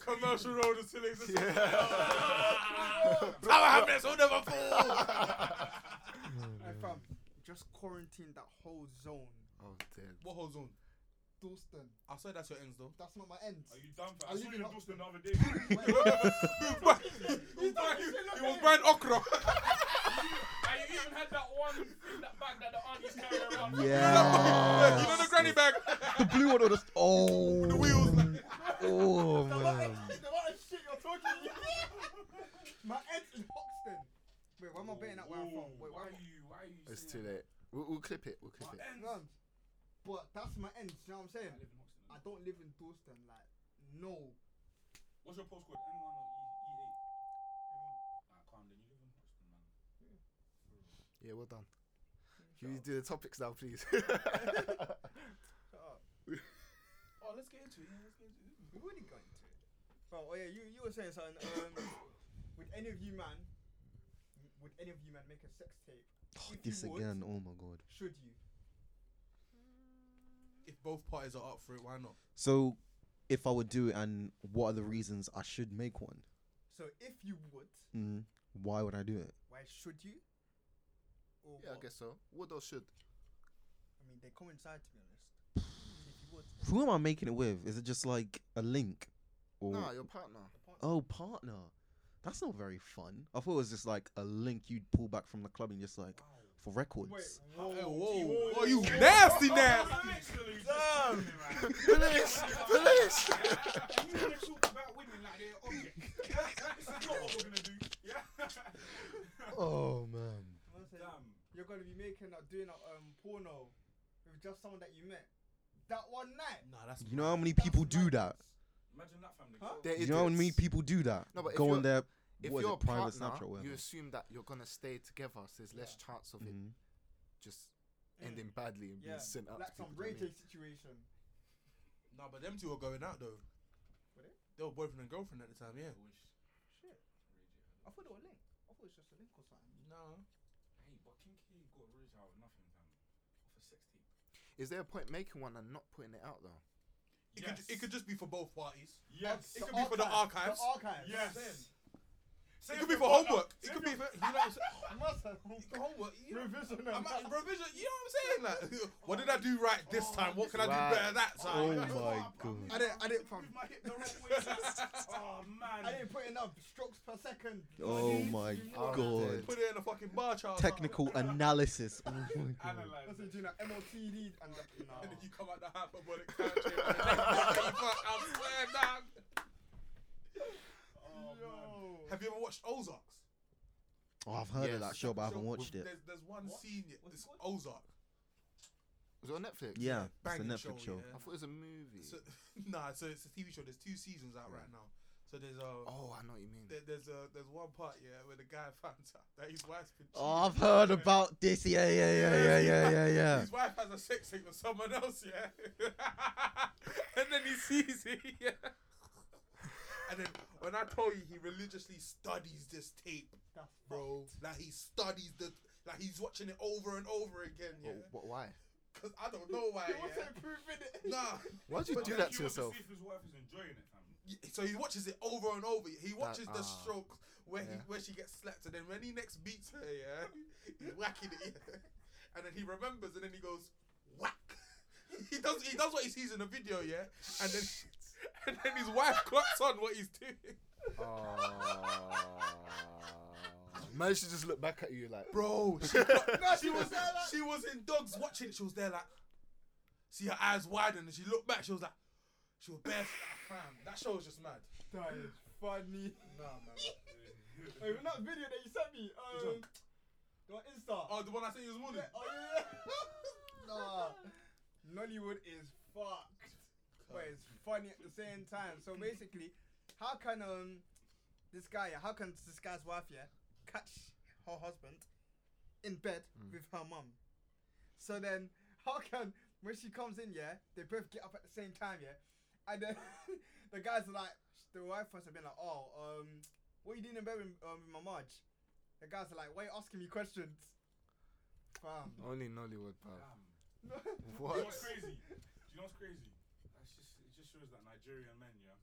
Speaker 5: Commercial road is still exists.
Speaker 6: I found just quarantine that whole zone.
Speaker 2: Oh, dead.
Speaker 3: What whole zone?
Speaker 6: Dalston.
Speaker 3: I said that's your ends though.
Speaker 6: That's not my end.
Speaker 5: Are you done for?
Speaker 6: I
Speaker 5: I
Speaker 6: live
Speaker 5: saw you
Speaker 6: in
Speaker 5: in
Speaker 6: Ho-
Speaker 5: Boston the other day. I
Speaker 3: He was
Speaker 6: at
Speaker 3: buying okra.
Speaker 5: even had that one thing, that bag that the aunties carry around.
Speaker 1: Yeah.
Speaker 3: you know the granny bag.
Speaker 1: the blue one or the oh. The
Speaker 3: wheels.
Speaker 1: oh
Speaker 6: The amount
Speaker 1: man.
Speaker 6: of- the amount of shit you're talking My end is Hoxton. Wait, why am I betting at where I'm from? Wait, why
Speaker 5: why
Speaker 6: am
Speaker 5: are you? Why are you?
Speaker 2: It's too
Speaker 5: saying
Speaker 2: late. We'll, we'll clip it. We'll clip it.
Speaker 5: that?
Speaker 6: I...
Speaker 5: Ends.
Speaker 6: No, But that's my end, you know what I'm
Speaker 5: I
Speaker 6: saying?
Speaker 5: live in Hoxton.
Speaker 6: I don't live in Dalston, like, no.
Speaker 5: What's your postcode? N one or E E eight? Ah, calm down. You live in Hoxton, man.
Speaker 2: Yeah, well done. Can you do the topics now, please?
Speaker 5: Oh, let's get into it. Yeah, let's get into it.
Speaker 6: We've already got into it. Oh, oh yeah, you, you were saying something. Um, would any of you man, would any of you man make a sex tape?
Speaker 1: Oh,
Speaker 6: If you
Speaker 1: this
Speaker 6: would,
Speaker 1: again. Oh my god.
Speaker 6: Should you?
Speaker 3: If both parties are up for it, why not?
Speaker 1: So, if I would do it, and what are the reasons I should make one?
Speaker 6: So if you would,
Speaker 1: Mm. Why would I do it?
Speaker 6: why should you? Or
Speaker 2: yeah, I
Speaker 6: what?
Speaker 2: guess so. Would or should?
Speaker 6: I mean, they coincide to be honest. If you would,
Speaker 1: Who am I making it with? Is it just like a link? Or
Speaker 2: Nah, your partner.
Speaker 1: oh, partner. That's not very fun. I thought it was just like a link you'd pull back from the club and just like for records.
Speaker 3: Whoa, whoa,
Speaker 5: whoa,
Speaker 3: Oh, you
Speaker 5: whoa.
Speaker 3: nasty,
Speaker 5: Damn.
Speaker 3: nasty.
Speaker 2: Police! Police!
Speaker 5: You wanna talk about women like they're objects? This is not what we're gonna do. Yeah.
Speaker 1: Oh man.
Speaker 6: honestly,
Speaker 5: Damn.
Speaker 6: you're gonna be making a doing a um porno with just someone that you met that one night.
Speaker 3: Nah, that's
Speaker 1: You know how many people do that?
Speaker 5: Imagine that family.
Speaker 6: Huh?
Speaker 2: They're
Speaker 1: You know how
Speaker 2: idiots.
Speaker 1: many people do that?
Speaker 2: No, but if
Speaker 1: Go
Speaker 2: you're-
Speaker 1: on their
Speaker 2: If
Speaker 1: what is
Speaker 2: you're
Speaker 1: it,
Speaker 2: a
Speaker 1: private
Speaker 2: partner,
Speaker 1: Snapchat, or whatever.
Speaker 2: you assume that you're gonna stay together, so there's less chance of it
Speaker 1: Mhm.
Speaker 2: just ending badly and
Speaker 6: Yeah,
Speaker 2: being sent out.
Speaker 6: like
Speaker 2: to
Speaker 6: some
Speaker 2: people, do you
Speaker 6: Ray
Speaker 2: know what I
Speaker 6: J
Speaker 2: mean?
Speaker 6: situation.
Speaker 3: Nah, but them two were going out though.
Speaker 6: Were they?
Speaker 3: They were boyfriend and girlfriend at the time, yeah.
Speaker 6: Shit. I thought it was linked. I thought it was just a link or something.
Speaker 3: No.
Speaker 5: Hey, but Kinky got rich out of nothing, fam. Off a sex tape.
Speaker 2: Is there a point making one and not putting it out though?
Speaker 3: It, could, it could just be for both parties.
Speaker 5: Yes.
Speaker 3: It could be for the archives.
Speaker 6: The archives.
Speaker 5: Yes.
Speaker 3: It could be for homework. It could be for you know what
Speaker 6: I
Speaker 3: I'm saying?
Speaker 6: must have
Speaker 3: For homework. You know,
Speaker 6: revision
Speaker 3: I'm
Speaker 6: them.
Speaker 3: at revision. You know what I'm saying? Like, what did I do right this time? What can I
Speaker 2: Oh, Right.
Speaker 3: do better that
Speaker 1: Oh
Speaker 3: time?
Speaker 1: my god.
Speaker 6: I didn't. I didn't.
Speaker 5: Move my hip the wrong way. oh man.
Speaker 6: I didn't put enough strokes per second.
Speaker 1: Oh my
Speaker 2: Oh.
Speaker 1: god.
Speaker 3: Put it in a fucking bar chart.
Speaker 1: Technical analysis. Oh my god.
Speaker 5: Analyze
Speaker 6: That's
Speaker 5: it.
Speaker 6: what you do now. MOTD and the, no.
Speaker 3: And then you come out the hyperbolic couch. and you're like, "Fuck, I'm swear down."
Speaker 5: Oh, man.
Speaker 6: Yo.
Speaker 3: Have you ever watched Ozarks?
Speaker 1: Oh, I've heard of
Speaker 2: Yes.
Speaker 1: that show, but I haven't
Speaker 3: So,
Speaker 1: watched
Speaker 3: with-
Speaker 1: it.
Speaker 3: There's, there's one
Speaker 5: What?
Speaker 3: scene. yeah,
Speaker 5: What's it
Speaker 3: It's
Speaker 5: called?
Speaker 3: Ozark.
Speaker 2: Was it on Netflix?
Speaker 1: Yeah, it's a
Speaker 3: Banging
Speaker 1: Netflix
Speaker 3: show,
Speaker 1: show.
Speaker 3: yeah.
Speaker 2: I thought it was a movie.
Speaker 3: So, nah, so it's a TV show. There's two seasons out right now. So there's a
Speaker 2: oh, I know what you mean.
Speaker 3: there, there's a there's one part yeah where the guy finds out that his wife's been.
Speaker 1: Oh, I've
Speaker 3: cheating.
Speaker 1: heard about this. Yeah, yeah, yeah, yeah, yeah, yeah, yeah.
Speaker 3: His wife has a sex thing with someone else, yeah. and then he sees it, yeah. And then when I told you, he religiously studies this tape,
Speaker 6: That's
Speaker 3: bro. Like he studies the, like he's watching it over and over again, yeah.
Speaker 1: Oh.
Speaker 2: But, but why?
Speaker 3: Cause I don't know why.
Speaker 6: He
Speaker 3: yeah.
Speaker 6: wasn't improving it.
Speaker 3: Nah.
Speaker 2: Why'd you
Speaker 5: But
Speaker 2: do
Speaker 5: then
Speaker 2: that
Speaker 5: he
Speaker 2: to
Speaker 5: wants
Speaker 2: yourself?
Speaker 5: see if his wife is enjoying it, fam.
Speaker 3: So he watches it over and over. He watches the
Speaker 2: ah.
Speaker 3: strokes where he
Speaker 2: Yeah.
Speaker 3: where she gets slapped, and then when he next beats her, yeah, he's whacking it, yeah. and then he remembers, and then he goes whack. He does he does what he sees in the video, yeah, and then and then his wife clocks on what he's doing.
Speaker 2: Ah. Oh. Man, she just look back at you like,
Speaker 3: Bro, she, clock- no, she was she was in dogs watching. it. She was there like, see her eyes widen, and she looked back. She was like, she was bare. Fam, that show was just mad.
Speaker 6: That is funny.
Speaker 3: Nah, man.
Speaker 6: Wait, with that video that you sent me,
Speaker 3: one?
Speaker 6: um, on Insta.
Speaker 3: Oh, the one I sent you this morning.
Speaker 6: yeah, oh yeah. yeah. nah, Nollywood is fucked, but it's funny at the same time. So basically, how can um this guy, yeah, how can this guy's wife, yeah, catch her husband in bed with her mum? So then, how can when she comes in, yeah, they both get up at the same time, yeah, and then the guys are like, the wife must have been like, oh, um, what you doing in bed with, um, with my Marge? The guys are like, why you asking me questions? Fam.
Speaker 2: only Nollywood, bro.
Speaker 5: Damn. You know
Speaker 2: Oh. What?
Speaker 5: what's crazy? Do you know what's crazy? That's just it just shows that Nigerian men, yeah.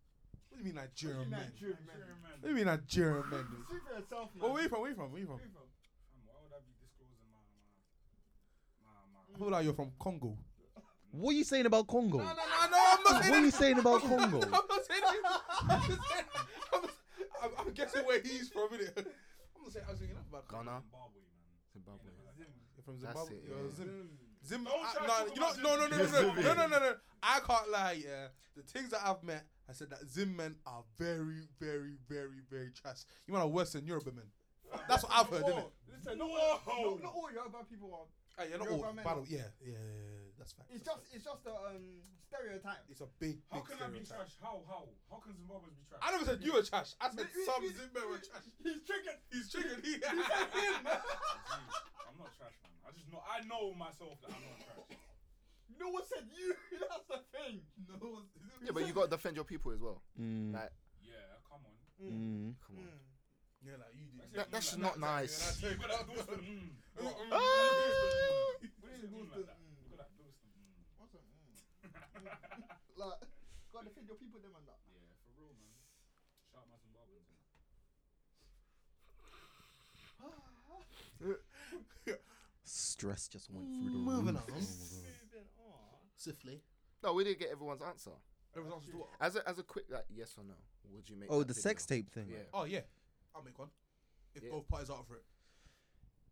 Speaker 3: What do you mean Nigerian men?
Speaker 6: Nigerian
Speaker 5: Nigerian men.
Speaker 3: What do you mean Nigerian men?
Speaker 6: See for yourself, man.
Speaker 3: Well, Oh, where you from? Where you from? Where you from?
Speaker 6: Where you from?
Speaker 5: Fam, why would I be disclosing my my my my?
Speaker 3: People like you're from Congo.
Speaker 1: What are you saying about Congo?
Speaker 3: No, no, no, no, I'm
Speaker 1: What
Speaker 3: not saying
Speaker 1: are you
Speaker 3: that.
Speaker 1: saying about
Speaker 3: I'm
Speaker 1: Congo?
Speaker 3: not saying that. I'm just saying. I'm, just- I'm, I'm guessing where he's from, innit? I'm not saying. I was thinking about Congo.
Speaker 2: Ghana,
Speaker 5: Zimbabwe, man.
Speaker 2: Zimbabwe.
Speaker 3: You're from
Speaker 2: That's
Speaker 3: Zimbabwe.
Speaker 2: it,
Speaker 3: You're
Speaker 2: yeah.
Speaker 3: Zim.
Speaker 6: Mm.
Speaker 3: Zim.
Speaker 5: Don't
Speaker 3: I-
Speaker 5: try
Speaker 3: nah,
Speaker 5: to talk
Speaker 3: you know,
Speaker 5: about
Speaker 3: no, no, no, no, no,
Speaker 2: Zimbabwe.
Speaker 3: no, no, no, no. I can't lie. Yeah, the things that I've met, I said that Zim men are very, very, very, very trash. You man are worse than Yoruba men. That's what I've heard, innit?
Speaker 6: Whoa, Listen, not
Speaker 5: Whoa.
Speaker 6: all, not, not all Yoruba people are.
Speaker 3: Hey, you're not
Speaker 6: Yoruba
Speaker 3: all
Speaker 6: men.
Speaker 3: battle. Yeah, yeah, yeah, yeah. That's fact.
Speaker 6: It's
Speaker 3: that's
Speaker 6: just, it's just a um stereotype.
Speaker 3: fact. it's a big,
Speaker 5: How
Speaker 3: big
Speaker 5: can I be
Speaker 3: stereotype.
Speaker 5: trash? How how how can Zimbabweans be trash?
Speaker 3: I never said you were trash. I said
Speaker 6: We- we-
Speaker 3: some
Speaker 6: we-
Speaker 3: Zimmer were trash.
Speaker 6: He's triggered.
Speaker 3: He's triggered. He,
Speaker 5: Jeez, I'm not trash, man. I just know I know myself that I'm not trash.
Speaker 6: No one said you. That's the thing.
Speaker 3: no,
Speaker 2: Yeah, but you gotta defend your people as well.
Speaker 1: Mm,
Speaker 2: Like,
Speaker 5: Yeah, come on.
Speaker 1: mm.
Speaker 2: come
Speaker 6: Hmm.
Speaker 2: on.
Speaker 3: yeah, like you did.
Speaker 2: That, that's just not nice.
Speaker 5: You got that Dawson. Mm.
Speaker 3: What?
Speaker 2: Ah!
Speaker 5: Mm. What is it mean like that? You got that Dawson. Mm.
Speaker 6: What's up? Like, gotta defend your people, them and that.
Speaker 5: Yeah, for real, man. Shout out my Zimbabweans. man.
Speaker 1: Stress just went through the
Speaker 3: Moving
Speaker 1: roof.
Speaker 3: on.
Speaker 1: Oh my God.
Speaker 6: Moving on.
Speaker 3: Swiftly.
Speaker 2: No, we didn't get everyone's answer.
Speaker 3: Everyone's answer to what?
Speaker 2: As a, as a quick like yes or no, would you make?
Speaker 1: Oh,
Speaker 2: that
Speaker 1: the
Speaker 2: video?
Speaker 1: sex tape thing.
Speaker 2: Yeah.
Speaker 3: Oh yeah, I'll make one. If
Speaker 2: Yeah.
Speaker 3: both parties are up for it.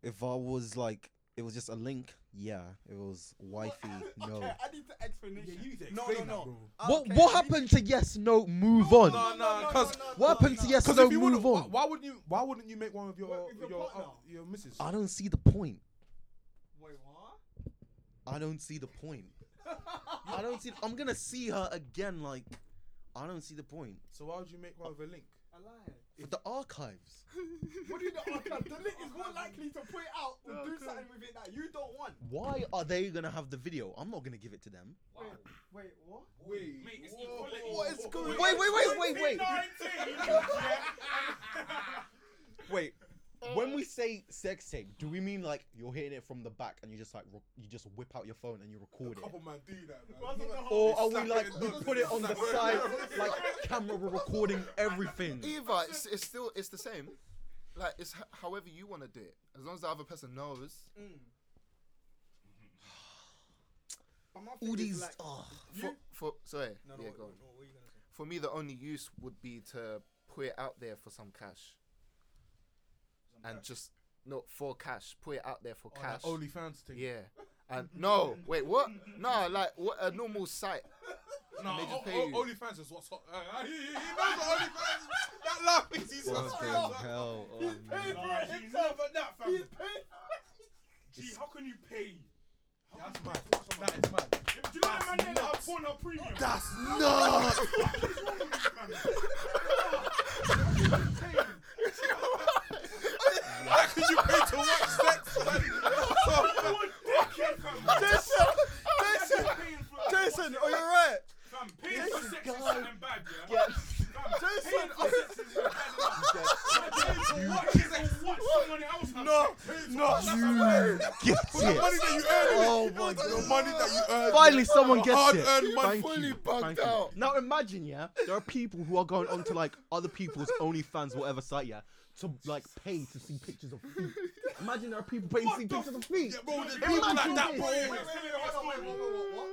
Speaker 1: If I was like, it was just a link. Yeah. If It was wifey. No.
Speaker 6: Okay, I need the explanation.
Speaker 3: need to
Speaker 6: no, no,
Speaker 3: explain
Speaker 6: no.
Speaker 3: that, bro.
Speaker 6: Ah,
Speaker 1: What
Speaker 6: okay,
Speaker 1: What
Speaker 6: I need-
Speaker 1: happened to yes? No. Move
Speaker 6: No,
Speaker 1: on.
Speaker 3: No, no,
Speaker 6: no,
Speaker 3: cause-
Speaker 6: no,
Speaker 1: what
Speaker 6: no,
Speaker 1: happened
Speaker 6: no.
Speaker 1: to yes?
Speaker 3: Because
Speaker 1: No.
Speaker 3: if you wouldn't,
Speaker 1: Move
Speaker 3: why,
Speaker 1: on.
Speaker 3: why wouldn't you? Why wouldn't you make one with your
Speaker 6: What, with
Speaker 3: your
Speaker 6: your
Speaker 3: your,
Speaker 6: partner?
Speaker 3: uh, your missus?
Speaker 1: I don't see the point.
Speaker 6: Wait, what?
Speaker 1: I don't see the point. I don't see. I'm gonna see her again. Like, I don't see the point.
Speaker 3: So why would you make one with a link?
Speaker 6: A lie.
Speaker 1: If the archives.
Speaker 6: What do Oh, you know? Okay, the link is more likely to point out or do something with it that you don't want.
Speaker 1: Why are they gonna have the video? I'm not gonna give it to them.
Speaker 5: Wow.
Speaker 6: Wait, what?
Speaker 3: Wait,
Speaker 5: Mate, it's equality.
Speaker 3: What is
Speaker 1: Wait,
Speaker 3: going?
Speaker 1: wait, wait, wait, wait.
Speaker 5: 19, yeah.
Speaker 1: Wait. When we say sex tape, do we mean like you're hitting it from the back and you just like rec- you just whip out your phone and you record it?
Speaker 3: Couple man do that, man.
Speaker 6: Wasn't the whole-
Speaker 1: Or are
Speaker 3: Slap
Speaker 1: we
Speaker 3: it
Speaker 1: like
Speaker 3: in
Speaker 1: we
Speaker 3: the-
Speaker 1: put it on the
Speaker 3: slap it in
Speaker 1: side,
Speaker 3: the-
Speaker 1: like camera, we're recording everything?
Speaker 2: Either it's, it's still it's the same. Like it's h- however you want to do it. As long as the other person knows.
Speaker 6: But my
Speaker 1: All
Speaker 6: thing is,
Speaker 1: these.
Speaker 6: like-
Speaker 1: Oh.
Speaker 2: For, for sorry,
Speaker 6: No, no,
Speaker 2: yeah,
Speaker 6: what,
Speaker 2: go on.
Speaker 6: what were you gonna say?
Speaker 2: For me, the only use would be to put it out there for some cash, and just no for cash. Put it out there for cash.
Speaker 3: Oh, Only fans thing.
Speaker 2: yeah. And no, wait, what? No, like what a normal site.
Speaker 3: No, oh,
Speaker 2: They just
Speaker 3: o-
Speaker 2: pay
Speaker 3: o-
Speaker 2: you.
Speaker 3: OnlyFans is what's hot. Uh, he, he he knows
Speaker 1: oh,
Speaker 3: what OnlyFans. That laugh is he's what's hot.
Speaker 1: hell. oh,
Speaker 6: Pay for it
Speaker 5: Nah, you
Speaker 6: himself.
Speaker 5: never- nah, fam.
Speaker 6: He's paid.
Speaker 5: Gee, how can you pay? How
Speaker 3: That's
Speaker 5: can you
Speaker 3: mad.
Speaker 5: force someone
Speaker 3: That
Speaker 5: to What? Someone else has
Speaker 3: No,
Speaker 5: sex. Hey,
Speaker 3: no,
Speaker 5: that's
Speaker 3: you
Speaker 5: a-
Speaker 8: Get
Speaker 3: the money
Speaker 8: it. Oh my
Speaker 3: that you earn. innit? the money that you earn.
Speaker 1: Finally, someone
Speaker 3: Your
Speaker 1: gets it.
Speaker 3: Hard-earned money.
Speaker 1: Thank
Speaker 2: fully
Speaker 1: you.
Speaker 2: bugged
Speaker 1: Thank you.
Speaker 2: out.
Speaker 1: Now imagine, yeah, there are people who are going onto like other people's OnlyFans, whatever site, yeah, to like pay to see pictures of feet. Imagine there are people paying to see pictures of feet.
Speaker 3: Yeah, bro, there's
Speaker 1: Imagine
Speaker 3: people like that,
Speaker 1: this.
Speaker 3: bro.
Speaker 5: Wait, wait, wait,
Speaker 3: Yeah,
Speaker 5: wait, wait, hold on, wait, wait, wait.
Speaker 6: what?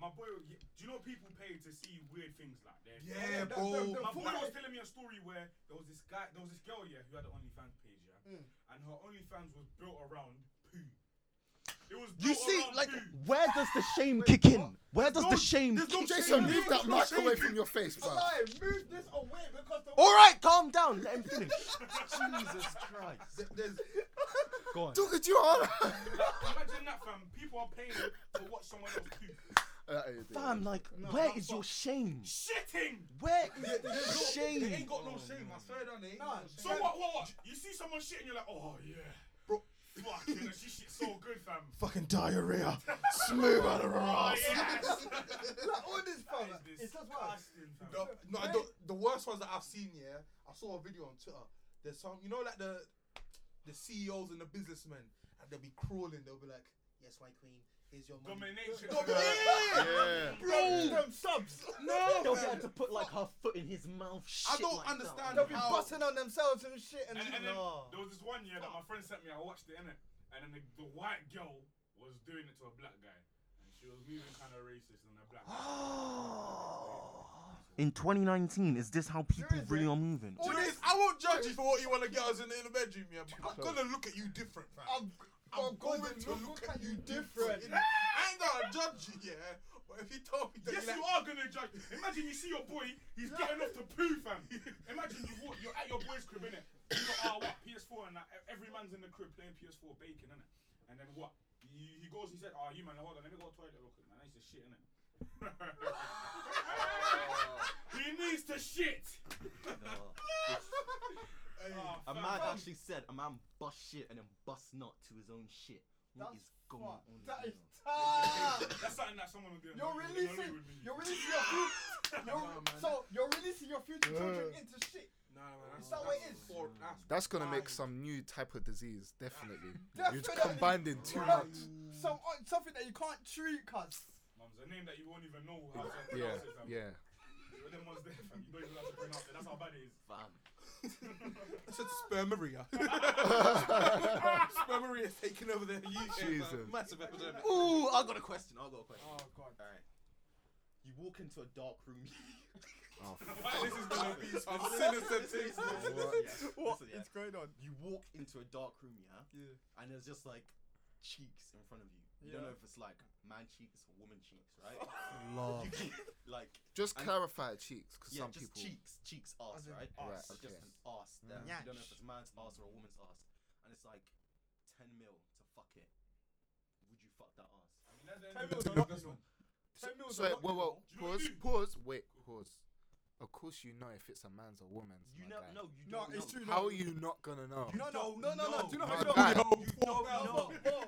Speaker 5: My boy, do you know people pay to see weird things like that?
Speaker 3: Yeah,
Speaker 5: That-
Speaker 3: bro.
Speaker 5: that- My
Speaker 6: Full-
Speaker 5: boy was telling me a story where there was this guy, there was this girl, yeah, who had an OnlyFans page, yeah,
Speaker 6: Mm.
Speaker 5: and her OnlyFans was built around poo. It was
Speaker 1: You
Speaker 5: built
Speaker 1: see,
Speaker 5: around
Speaker 1: like,
Speaker 5: poo.
Speaker 1: where does the shame kick in? Where does the
Speaker 3: no-
Speaker 1: shame?
Speaker 3: there's no
Speaker 1: kick
Speaker 3: shame.
Speaker 1: in?
Speaker 2: Jason, leave that
Speaker 3: No
Speaker 2: mic
Speaker 3: shame.
Speaker 2: away from your face, bro.
Speaker 6: Alive, move this away because the.
Speaker 1: All right, calm down. Let him finish. Jesus Christ.
Speaker 3: There- There's
Speaker 1: Go on.
Speaker 2: Look at you, all.
Speaker 5: Like, imagine that, fam. People are paying to watch someone else poo.
Speaker 1: Fam, like, where is your shame?
Speaker 5: Shitting.
Speaker 1: Where
Speaker 3: there's no-
Speaker 1: is
Speaker 3: They
Speaker 1: shame?
Speaker 3: ain't got no shame. I swear down, they ain't
Speaker 6: Nah,
Speaker 3: got no
Speaker 5: So
Speaker 3: shame.
Speaker 5: what? What? What? You see someone shitting, you're like, oh yeah,
Speaker 3: Bro.
Speaker 5: Fuck, you know, she shit so good, fam.
Speaker 3: Fucking diarrhea. Smooth out of her
Speaker 5: Oh
Speaker 3: ass.
Speaker 5: yes.
Speaker 6: Like all this, fam.
Speaker 5: That is
Speaker 6: It's just wild.
Speaker 5: disgusting, fam.
Speaker 3: The, no,
Speaker 6: Right.
Speaker 3: the, the worst ones that I've seen, yeah, I saw a video on Twitter. There's some, you know, like the the CEOs and the businessmen, and they'll be crawling. They'll be like, "Yes, white queen, here's your money."
Speaker 5: Domination.
Speaker 3: Yeah,
Speaker 2: Yeah.
Speaker 3: bro.
Speaker 6: Them subs.
Speaker 1: They'll
Speaker 3: No,
Speaker 1: be able
Speaker 3: man.
Speaker 1: to put like her foot in his mouth.
Speaker 3: I
Speaker 1: Shit
Speaker 3: don't
Speaker 1: like that.
Speaker 3: understand
Speaker 6: They'll be
Speaker 3: How?
Speaker 6: busting on themselves and shit. And,
Speaker 5: And, and then
Speaker 6: Nah.
Speaker 5: there was this one year that my friend sent me. I watched it in it, and then the, the white girl was doing it to a black guy, and she was moving kind of racist and a black.
Speaker 8: In 2019, is this how people
Speaker 6: Seriously?
Speaker 8: really are moving?
Speaker 3: Do you know this? I won't judge you for what you want to get us in the, in the bedroom, yeah. But I'm gonna look at you different, fam.
Speaker 6: I'm,
Speaker 3: I'm, going, to look, at you different. I ain't gonna judge you, yeah. But if you tell me that
Speaker 5: Yes,
Speaker 3: you
Speaker 5: you are gonna judge. Imagine you see your boy, he's getting off the poo, fam. Imagine you walk, you're at your boy's crib, innit? You got, ah, what, PS4, and that, e-, every man's in the crib playing PS4, baking, innit? And then what? He, he goes, he said, ah, you man, hold on, let me go to the toilet real quick, man. I need to shit, innit? he needs to shit! Ah,
Speaker 1: A
Speaker 5: fam.
Speaker 1: man actually said a man bust shit and then bust not to his own shit. What is
Speaker 6: That's
Speaker 1: going
Speaker 6: fucked.
Speaker 1: on?
Speaker 6: That
Speaker 1: here?
Speaker 6: is time.
Speaker 5: That's something that someone would do.
Speaker 6: You're releasing. You're releasing your future. You're,
Speaker 3: Nah, man.
Speaker 6: so you're releasing your future children into shit.
Speaker 3: Nah, man,
Speaker 6: Is that what it is?
Speaker 3: for- that's
Speaker 2: That's gonna make
Speaker 3: wild.
Speaker 2: some new type of disease, definitely. You've
Speaker 6: Definitely.
Speaker 2: combined in too
Speaker 6: Right.
Speaker 2: much.
Speaker 6: Some uh, something that you can't treat, cause
Speaker 5: Mum's a name that you won't even know how to
Speaker 2: Yeah,
Speaker 5: pronounce it, fam.
Speaker 2: yeah.
Speaker 5: You're the ones there, fam. You don't even know how to pronounce it. That's how bad it is.
Speaker 1: Fam.
Speaker 3: It's a spermaria. spermaria is taking over the UK. man.
Speaker 2: Jesus.
Speaker 3: Massive epidemic.
Speaker 1: Ooh, I got a question. I got a question.
Speaker 6: oh god.
Speaker 1: You walk into a dark room.
Speaker 2: Oh,
Speaker 5: Why this is gonna be
Speaker 3: Some sinister things.
Speaker 1: Listen,
Speaker 2: What?
Speaker 1: yeah, listen, yeah.
Speaker 6: going on?
Speaker 1: You walk into a dark room, yeah,
Speaker 6: Yeah.
Speaker 1: and there's just like cheeks in front of you. You don't know if it's like man cheeks or woman cheeks, right?
Speaker 6: Oh.
Speaker 1: You keep, like
Speaker 2: just
Speaker 1: And-
Speaker 2: clarify cheeks, because
Speaker 1: yeah,
Speaker 2: some
Speaker 1: just
Speaker 2: people.
Speaker 1: cheeks, cheeks, ass,
Speaker 6: As in Mm.
Speaker 1: right?
Speaker 2: Right,
Speaker 1: It's
Speaker 2: okay.
Speaker 1: Just an ass. There.
Speaker 6: Yeah.
Speaker 1: You don't know if it's a man's ass or a woman's ass, and it's like ten mil to fuck it. Would you fuck that ass?
Speaker 2: So, so whoa, whoa,
Speaker 5: Do you know what
Speaker 2: pause,
Speaker 5: I do?
Speaker 2: pause, wait, pause. Of course, you know if it's a man's or woman's.
Speaker 1: You
Speaker 2: my
Speaker 1: know,
Speaker 2: guy.
Speaker 1: no, you
Speaker 6: No,
Speaker 1: don't.
Speaker 6: it's
Speaker 1: know.
Speaker 6: true.
Speaker 2: How are you not gonna know?
Speaker 6: No,
Speaker 1: don't
Speaker 6: no, no, no, no.
Speaker 1: know.
Speaker 6: Do you know
Speaker 2: My
Speaker 6: how you
Speaker 2: guy.
Speaker 6: know?
Speaker 1: don't
Speaker 6: No,
Speaker 1: know.
Speaker 6: no.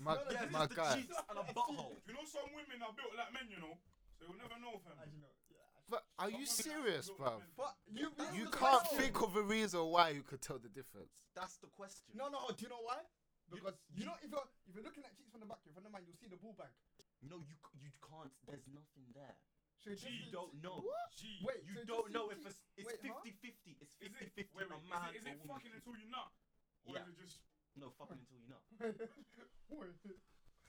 Speaker 2: My,
Speaker 6: No, no,
Speaker 1: Yeah, it's just
Speaker 2: my
Speaker 1: the
Speaker 2: guy.
Speaker 1: cheeks and a butthole.
Speaker 5: You know some women are built like men, you know, so you'll never know, fam.
Speaker 6: As you know, yeah.
Speaker 2: But are you serious, bruv?
Speaker 6: But you,
Speaker 2: You
Speaker 6: the
Speaker 2: can't
Speaker 6: question.
Speaker 2: think of a reason why you could tell the difference.
Speaker 1: That's the question.
Speaker 6: No, no. Do you know why? Because you know if you're if you're looking at cheeks from the back, you're from the man, you'll see the ball bag.
Speaker 1: no, you c- you can't. There's nothing there.
Speaker 6: So it
Speaker 5: Gee,
Speaker 6: just-
Speaker 1: You don't know.
Speaker 5: Gee,
Speaker 6: Wait,
Speaker 1: You
Speaker 6: so it
Speaker 1: don't
Speaker 6: just
Speaker 1: know if
Speaker 6: seems-
Speaker 1: it's it's
Speaker 6: wait,
Speaker 1: 50
Speaker 6: huh?
Speaker 1: 50. It's
Speaker 5: is
Speaker 1: 50
Speaker 5: it,
Speaker 1: 50
Speaker 5: wait, wait,
Speaker 1: a man
Speaker 5: is it, is
Speaker 1: or
Speaker 5: it
Speaker 1: woman.
Speaker 5: fucking until you're not? Or
Speaker 1: Yeah.
Speaker 5: is it just.
Speaker 1: No fucking until you know.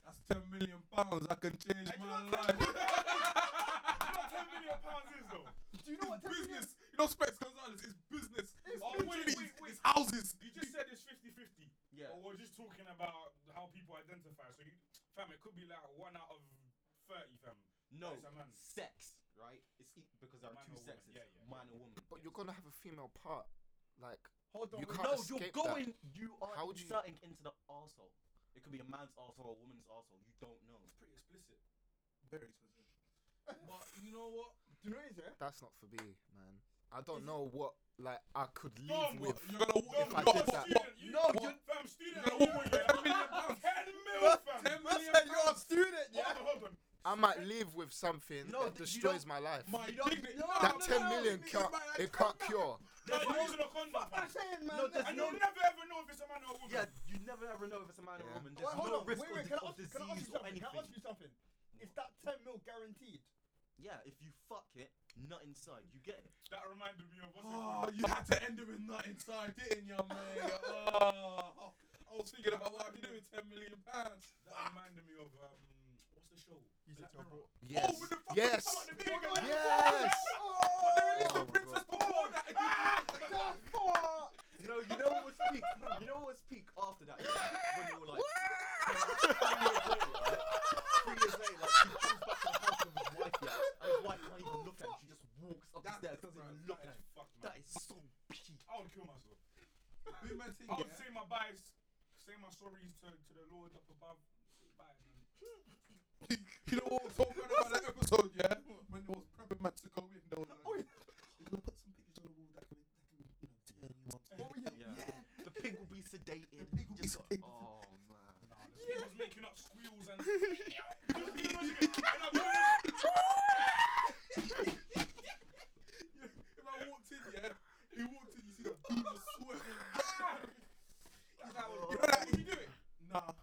Speaker 3: That's 10 million pounds. I can change
Speaker 5: Hey, do you
Speaker 3: my
Speaker 5: know
Speaker 3: life.
Speaker 5: what 10 million pounds is, though?
Speaker 6: Do you know what?
Speaker 3: It's
Speaker 6: tells you?
Speaker 3: business. You know, Specs Gonzalez, it's business. It's
Speaker 5: Oh, wait, wait,
Speaker 3: opportunities.
Speaker 5: wait.
Speaker 3: It's houses.
Speaker 5: You just said it's 50 50.
Speaker 1: Yeah.
Speaker 5: Or we're just talking about how people identify. So, you, fam, it could be like one out of 30, fam.
Speaker 1: No.
Speaker 5: It's a man.
Speaker 1: Sex, right? It's e- because there are
Speaker 5: Man
Speaker 1: two
Speaker 5: or woman,
Speaker 1: sexes.
Speaker 5: yeah, yeah,
Speaker 1: Man or woman.
Speaker 2: But
Speaker 1: yeah.
Speaker 2: you're gonna have a female part. Like,
Speaker 6: Hold on.
Speaker 2: You
Speaker 6: wait.
Speaker 2: can't-
Speaker 1: no, you're
Speaker 2: escape that.
Speaker 1: going. You are
Speaker 2: How would you-
Speaker 1: inserting into the arsehole. It could be a man's arsehole or a woman's arsehole. You don't know.
Speaker 5: It's pretty explicit.
Speaker 3: Very expensive. But you know what?
Speaker 6: Do you know what it is? Yeah.
Speaker 2: that's not for me, man. I don't know what, like, I could leave
Speaker 5: Dom,
Speaker 2: with.
Speaker 3: You're gonna walk
Speaker 5: Dom,
Speaker 2: If I
Speaker 5: you're
Speaker 2: did
Speaker 5: a
Speaker 2: that-
Speaker 5: student, you-
Speaker 6: No,
Speaker 5: what?
Speaker 6: you-
Speaker 5: fam, student,
Speaker 3: you're
Speaker 5: you
Speaker 3: all-
Speaker 5: went 10 million pounds. 10 mil, fam.
Speaker 6: That's that you're a student, yeah.
Speaker 5: Hold on, hold on.
Speaker 2: I might live with something
Speaker 1: No,
Speaker 2: that
Speaker 1: th- you
Speaker 2: destroys my life.
Speaker 3: My
Speaker 6: You don't-
Speaker 3: dignity.
Speaker 6: no,
Speaker 2: that
Speaker 6: no,
Speaker 2: ten
Speaker 6: no,
Speaker 2: million
Speaker 6: no,
Speaker 2: can't,
Speaker 6: man,
Speaker 2: it can't cure.
Speaker 5: There's no using a condom.
Speaker 6: I'm saying, man.
Speaker 1: No,
Speaker 6: that's-
Speaker 1: there's
Speaker 5: And you'll never ever know if it's a man or a woman.
Speaker 1: Yeah, you never ever know if it's a man or a woman.
Speaker 6: Wait,
Speaker 1: There's
Speaker 6: hold
Speaker 1: no
Speaker 6: on.
Speaker 1: risk
Speaker 6: wait,
Speaker 1: of
Speaker 6: wait,
Speaker 1: di-
Speaker 6: can I
Speaker 1: of
Speaker 6: ask, can I ask
Speaker 1: disease
Speaker 6: you
Speaker 1: or
Speaker 6: something? Can I ask
Speaker 1: anything.
Speaker 6: you something? Is that 10 mil guaranteed?
Speaker 1: Yeah, if you fuck it, nut inside, you get it.
Speaker 5: That reminded me of what's
Speaker 3: Oh,
Speaker 5: it called?
Speaker 3: you had to end it with nut inside, didn't you, man? Oh, I was thinking about what I'd be doing with 10 million pounds.
Speaker 5: That reminded me of um, what's the show? Black Mirror.
Speaker 2: Yes.
Speaker 3: Oh,
Speaker 2: Yes.
Speaker 3: with the fucking come out the big guy.
Speaker 2: Yes.
Speaker 3: Oh, they released
Speaker 2: Oh
Speaker 3: the
Speaker 2: my
Speaker 3: Princess Paul. Ah,
Speaker 1: No, you know what was peak? You know what was peak after that? When you were like, three years later, right? Three years later, like, he comes back to the house with his wife, yeah, and his wife can't even look at him, she just walks up the
Speaker 3: That-
Speaker 1: stairs, doesn't
Speaker 3: bro,
Speaker 1: even
Speaker 5: That
Speaker 1: look at
Speaker 5: is
Speaker 1: him.
Speaker 5: fucked, man.
Speaker 1: That is so peak.
Speaker 5: I would kill myself.
Speaker 3: Big man thing,
Speaker 5: I would
Speaker 3: yeah.
Speaker 5: say my buys, say my sorries to, to the Lord up above. Say bye, man.
Speaker 3: You know what was so funny about that episode, yeah? When it was prepping man to go in, they were like, oh, yeah. put some pictures on the wall that can, that can you know, turn you on. to it."
Speaker 1: Yeah. The pig will be sedated.
Speaker 3: The pig will be
Speaker 1: just-
Speaker 3: sedated.
Speaker 1: Oh man.
Speaker 5: Nah, the yeah. was making up squeals and. and I was-
Speaker 3: If I walked in, yeah, he walked in, you see the dude was sweating. He's like, "Oh, you're right, you do it? Nah.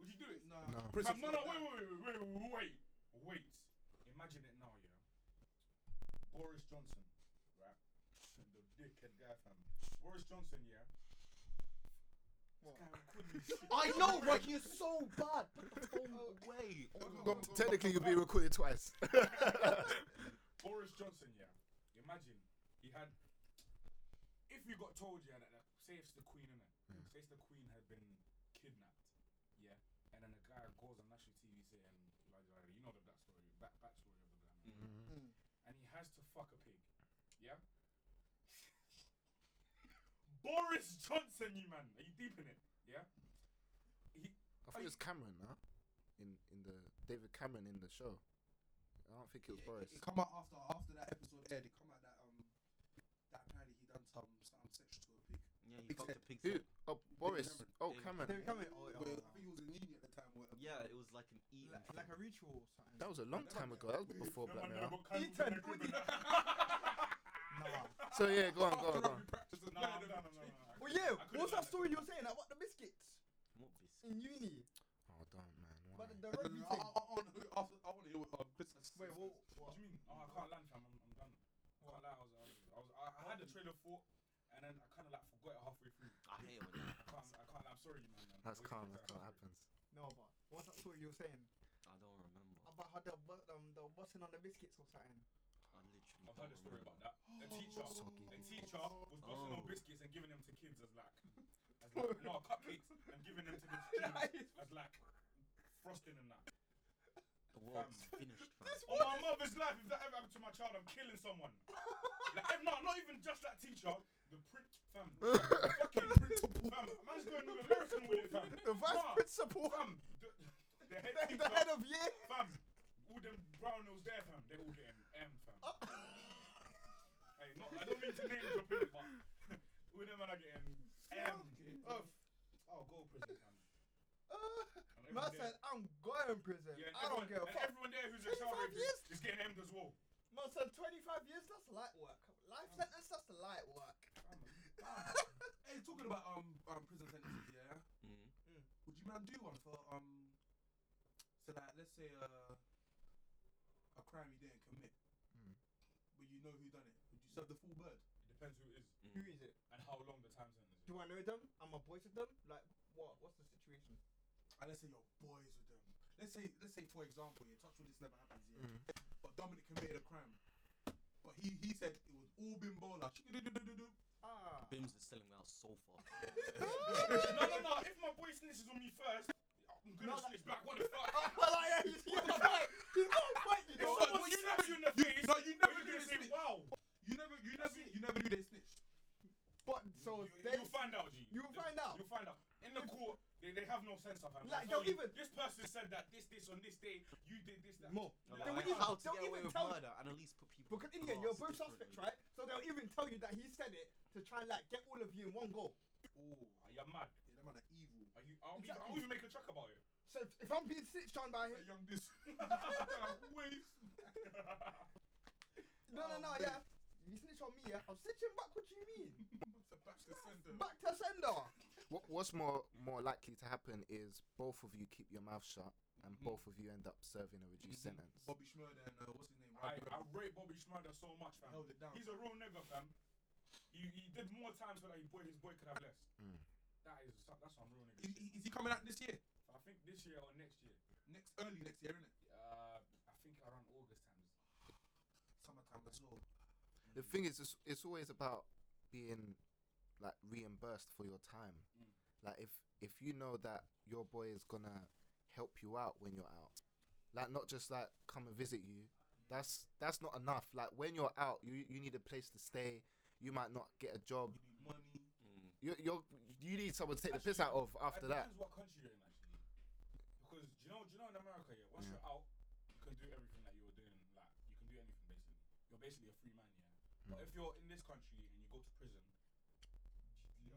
Speaker 5: Would you do it?
Speaker 3: Nah.
Speaker 2: No.
Speaker 3: Princess
Speaker 5: Fam, no, no,
Speaker 3: Paul.
Speaker 5: wait, wait, wait, wait, wait, wait, wait. Imagine it now, yeah. Boris Johnson, right? The dickhead guy, fam. Boris Johnson, yeah. This guy recording his shit.
Speaker 1: I know, right? You're so bad. Put the phone away. Oh,
Speaker 3: Go,
Speaker 2: Well,
Speaker 3: go, go,
Speaker 2: Technically,
Speaker 3: go,
Speaker 2: you'll be
Speaker 3: go.
Speaker 2: recorded twice.
Speaker 5: Boris Johnson, yeah. Imagine he had. If you got told, yeah, that, that say it's the Queen, innit?
Speaker 2: Hmm.
Speaker 5: Say it's the Queen had been kidnapped, yeah, and then the guy goes on national TV saying, like, like, you know the that story, back backstory of the black man,
Speaker 2: Mm-hmm.
Speaker 6: Hmm.
Speaker 5: and he has to fuck a pig, yeah. Boris Johnson, you man, are you deep in it? Yeah. He,
Speaker 2: I think it was Cameron, huh? In in the David Cameron in the show. I don't think it was Boris.
Speaker 3: It come out after after that episode aired. It come out that um that apparently he done some something sexual to a pig.
Speaker 1: Yeah, you fucked a pig's
Speaker 2: Who?
Speaker 1: head.
Speaker 2: Oh, Boris. Oh,
Speaker 1: Cameron.
Speaker 2: Cameron.
Speaker 3: Well, I think he was a nini at the time. Where,
Speaker 1: Yeah, it was like an eating.
Speaker 6: Like,
Speaker 1: thing.
Speaker 6: like a ritual or something.
Speaker 2: That was a long time ago. That was before
Speaker 5: that
Speaker 2: Black
Speaker 5: man never
Speaker 2: Mirror.
Speaker 5: got
Speaker 6: Ethan,
Speaker 5: cancelled in a
Speaker 6: what do
Speaker 5: crib,
Speaker 6: you-
Speaker 5: innit?
Speaker 6: Nah.
Speaker 2: So yeah, go on, go on,
Speaker 3: After
Speaker 2: go on.
Speaker 3: that, we practiced the
Speaker 5: No,
Speaker 3: plan of
Speaker 5: no, no,
Speaker 3: the
Speaker 5: no,
Speaker 3: tree.
Speaker 5: no.
Speaker 6: Well, yeah,
Speaker 5: I could've
Speaker 6: what's
Speaker 5: done
Speaker 6: that story you were saying about the biscuits
Speaker 1: What biscuit?
Speaker 6: in uni?
Speaker 2: Oh, don't man.
Speaker 6: About the,
Speaker 2: why?
Speaker 6: the rugby
Speaker 3: And then I,
Speaker 6: thing.
Speaker 3: I, I want to after I want to hear what uh, business.
Speaker 6: Wait, what?
Speaker 5: What do you mean? Oh, I can't land, fam. I'm, I'm done. I can't lie. I was, I was, I was, I, I had the trailer for, and then I kind of like forgot it halfway through.
Speaker 1: I hate it when that
Speaker 5: I can't, I can't lie. I'm sorry, man. man.
Speaker 2: That's
Speaker 5: Wasted
Speaker 2: calm.
Speaker 5: time,
Speaker 2: That's calm.
Speaker 5: sorry.
Speaker 2: Happens.
Speaker 6: No, but what's that story you were saying
Speaker 1: I don't remember.
Speaker 6: about how the bu- um the busting on the biscuits or something?
Speaker 1: I literally.
Speaker 5: I've heard
Speaker 1: don't
Speaker 5: a story
Speaker 1: remember.
Speaker 5: about that. A
Speaker 6: Oh.
Speaker 5: teacher,
Speaker 2: Soggy.
Speaker 5: a teacher was busting on
Speaker 1: Oh.
Speaker 5: biscuits and giving them to kids as like, as like no cupcakes and giving them to the students as like frosting and that.
Speaker 1: The world's finished, fam.
Speaker 5: On my mother's life, if that ever happened to my child, I'm killing someone. Like, if not, not even just that teacher, the print fam. fucking principal. Fam, man's going to American with it, fam.
Speaker 6: The vice
Speaker 5: Nah,
Speaker 6: principal,
Speaker 5: Fam, the, the head
Speaker 6: the,
Speaker 5: teacher,
Speaker 6: the head of year.
Speaker 5: fam, all them brown nose there, fam, they all getting M, fam. hey, not, I don't mean to name drop it, but all them man are getting M. Oh, oh, go prison, fam. And
Speaker 6: Man
Speaker 5: everyone there-
Speaker 6: said, I'm going prison.
Speaker 5: yeah, and
Speaker 6: I don't give a
Speaker 5: everyone- and
Speaker 6: fuck.
Speaker 5: Everyone there who's a child
Speaker 6: 25 years?
Speaker 5: rapist is getting M'd as well.
Speaker 6: Man said, 25 years, that's light work. Life
Speaker 5: Mm.
Speaker 6: sentence, that's light work.
Speaker 3: Hey, talking about um, um prison sentences, yeah.
Speaker 1: Mhm.
Speaker 3: Would you man do one for um, so like let's say uh, a crime you didn't commit,
Speaker 2: Mm.
Speaker 3: but you know who done it? Would you serve the full bird?
Speaker 5: It depends who it is
Speaker 6: Who is it?
Speaker 5: and how long the time sentence is.
Speaker 6: Do I know them? Am I boys with them? Like, what? What's the situation?
Speaker 3: And let's say your boys with them. Let's say let's say for example, yeah, touch wood, this never happens, yeah.
Speaker 2: Mm.
Speaker 3: But Dominic committed a crime, but he he said it was all bimbola.
Speaker 6: Ah.
Speaker 1: Bims is selling out so far.
Speaker 5: no, no, no. If my boy snitches on me first, I'm
Speaker 6: No,
Speaker 5: gonna
Speaker 6: like-
Speaker 5: snitch back. What the fuck?
Speaker 6: well, like, yeah, he's, he's not right. He's not right, you
Speaker 5: If
Speaker 6: know.
Speaker 3: not-
Speaker 5: someone
Speaker 3: well, you
Speaker 5: slaps you in the
Speaker 3: you-
Speaker 5: face,
Speaker 3: no, you
Speaker 5: you're
Speaker 3: never
Speaker 5: gonna
Speaker 3: do
Speaker 5: say,
Speaker 3: this.
Speaker 5: Wow.
Speaker 3: You never you never you never knew they snitched.
Speaker 6: But so
Speaker 5: You-
Speaker 6: they,
Speaker 5: You'll find out, G.
Speaker 6: You'll find out.
Speaker 5: You'll find out. In the court, they, they have no sense of him.
Speaker 6: Like,
Speaker 5: They'll
Speaker 6: they'll
Speaker 5: tell you,
Speaker 6: even-
Speaker 5: This person said that this, this, on this day, you did this, that.
Speaker 6: More.
Speaker 1: No,
Speaker 6: They
Speaker 1: like,
Speaker 6: wouldn't even-
Speaker 1: how to
Speaker 6: they'll
Speaker 1: get
Speaker 6: even
Speaker 1: away with
Speaker 6: tell-
Speaker 1: murder and at least put people.
Speaker 6: because in the end you're
Speaker 1: class
Speaker 6: both suspects,
Speaker 1: differently.
Speaker 6: right? So they'll even tell you that he said it to try and like get all of you in one go.
Speaker 3: Oh,
Speaker 5: Are you mad?
Speaker 3: yeah, that man are evil.
Speaker 5: Are you, I'll,
Speaker 6: Exactly.
Speaker 5: even, I'll even make a track about it.
Speaker 6: So if- if I'm being snitched on by him,
Speaker 3: That young dis. Waste.
Speaker 6: Oh, no, no, no, yeah. you snitch on me, yeah, I'll snitch him back. What do you mean?
Speaker 3: Back to sender.
Speaker 6: Back to sender.
Speaker 2: What, what's more more likely to happen is both of you keep your mouth shut and both of you end up serving a reduced sentence.
Speaker 3: Bobby Schmurder and uh, what's his name?
Speaker 5: I, I rate Bobby Schmurder so much, fam.
Speaker 3: held it down.
Speaker 5: He's a real nigga, fam. He, he did more time so that his boy, his boy could have less.
Speaker 2: Mm.
Speaker 5: That is some- that's some real nigga.
Speaker 3: Is,
Speaker 5: shit.
Speaker 3: is he coming out this year?
Speaker 5: I think this year or next year.
Speaker 3: Next early next year, isn't it?
Speaker 5: Uh, I think around August time.
Speaker 3: Summertime as well.
Speaker 2: The thing is, it's, it's always about being like reimbursed for your time.
Speaker 5: Mm.
Speaker 2: Like if if you know that your boy is gonna help you out when you're out, like not just like come and visit you. That's that's not enough. Like when you're out, you you need a place to stay. You might not get a job.
Speaker 3: You need money.
Speaker 2: You you you need someone to take the piss
Speaker 5: Actually,
Speaker 2: out of after
Speaker 5: it
Speaker 2: that.
Speaker 5: Depends what country you're in, actually. Because do you know, do you know, in America, yeah, once you're out, you can do everything that you were doing. Like you can do anything basically. You're basically a free man, yeah. But
Speaker 2: Hmm.
Speaker 5: if you're in this country and you go to prison,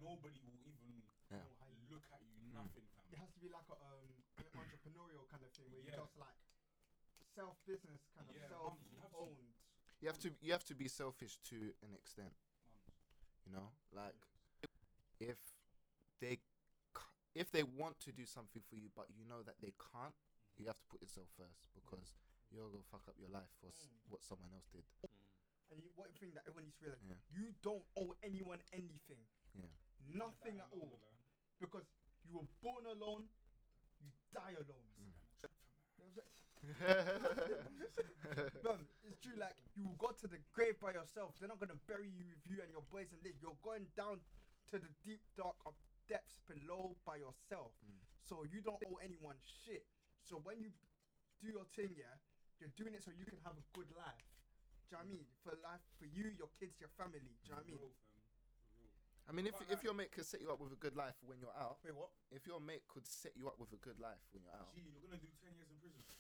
Speaker 5: nobody will even
Speaker 2: Yeah.
Speaker 5: look at you. Nothing, fam.
Speaker 6: It has to be like a um, an entrepreneurial kind of thing where you
Speaker 5: Yeah.
Speaker 6: just like self business kind of
Speaker 5: Yeah,
Speaker 6: self
Speaker 5: mums, you have to.
Speaker 6: owned.
Speaker 2: You have to you have to be selfish to an extent. You know, like if they c- if they want to do something for you, but you know that they can't, you have to put yourself first because you're gonna fuck up your life for s-
Speaker 6: Mm.
Speaker 2: what someone else did.
Speaker 6: And you, one thing that everyone needs to realize,
Speaker 2: Yeah.
Speaker 6: you don't owe anyone anything.
Speaker 2: Yeah.
Speaker 6: Nothing at all. Because you were born alone, you die alone.
Speaker 3: Mm.
Speaker 6: You know what I'm saying? Bruv, it's true. Like you will go to the grave by yourself. They're not gonna bury you with you and your boys and this. You're going down to the deep dark of depths below by yourself.
Speaker 3: Mm.
Speaker 6: So you don't owe anyone shit. So when you do your thing, yeah, you're doing it so you can have a good life. Do you know what I mean? For life, for you, your kids, your family. Do you know what I mean?
Speaker 5: Real, fam. Real.
Speaker 2: I mean, if
Speaker 5: But like-
Speaker 2: if your mate could set you up with a good life when you're out,
Speaker 6: Wait, what?
Speaker 2: if your mate could set you up with a good life when you're out.
Speaker 5: Gee, you're gonna do ten years in prison. For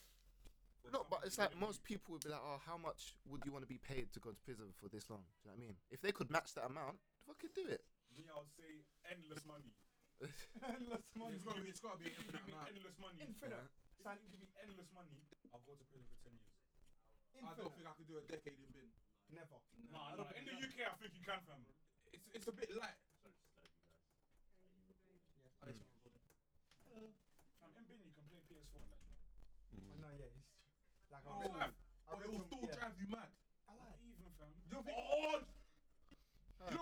Speaker 2: Oh. No, but
Speaker 5: something
Speaker 2: it's
Speaker 5: you
Speaker 2: like
Speaker 5: didn't
Speaker 2: most
Speaker 5: do.
Speaker 2: people would be like, "Oh, how much would you want to be paid to go to prison for this long?" Do you know what I mean? If they could match that amount, fucking do it.
Speaker 5: Me, I would say endless money.
Speaker 6: Endless money.
Speaker 3: It's gotta be, it's gotta be an
Speaker 5: If you
Speaker 3: infinite
Speaker 5: give me
Speaker 3: amount.
Speaker 5: endless money,
Speaker 6: Infinite.
Speaker 5: if you give me endless money, I'll go to prison for ten years.
Speaker 3: Uh-huh. I don't Mm. think
Speaker 6: Infinite.
Speaker 3: I could do a decade in bin.
Speaker 6: Never.
Speaker 5: Nah, nah, in the UK, I think you can, fam.
Speaker 3: It's, it's a bit light.
Speaker 5: Fam, in bin, you can play PS4. Like,
Speaker 6: Oh, no, yeah. It's like
Speaker 3: Oh,
Speaker 6: I read,
Speaker 3: man.
Speaker 6: I
Speaker 3: But
Speaker 6: read
Speaker 3: it will
Speaker 6: some-
Speaker 3: still
Speaker 6: yeah.
Speaker 3: drive you
Speaker 6: I
Speaker 3: mad.
Speaker 5: not
Speaker 6: lied.
Speaker 5: even, fam.
Speaker 3: You don't think? You
Speaker 5: Oh,
Speaker 3: don't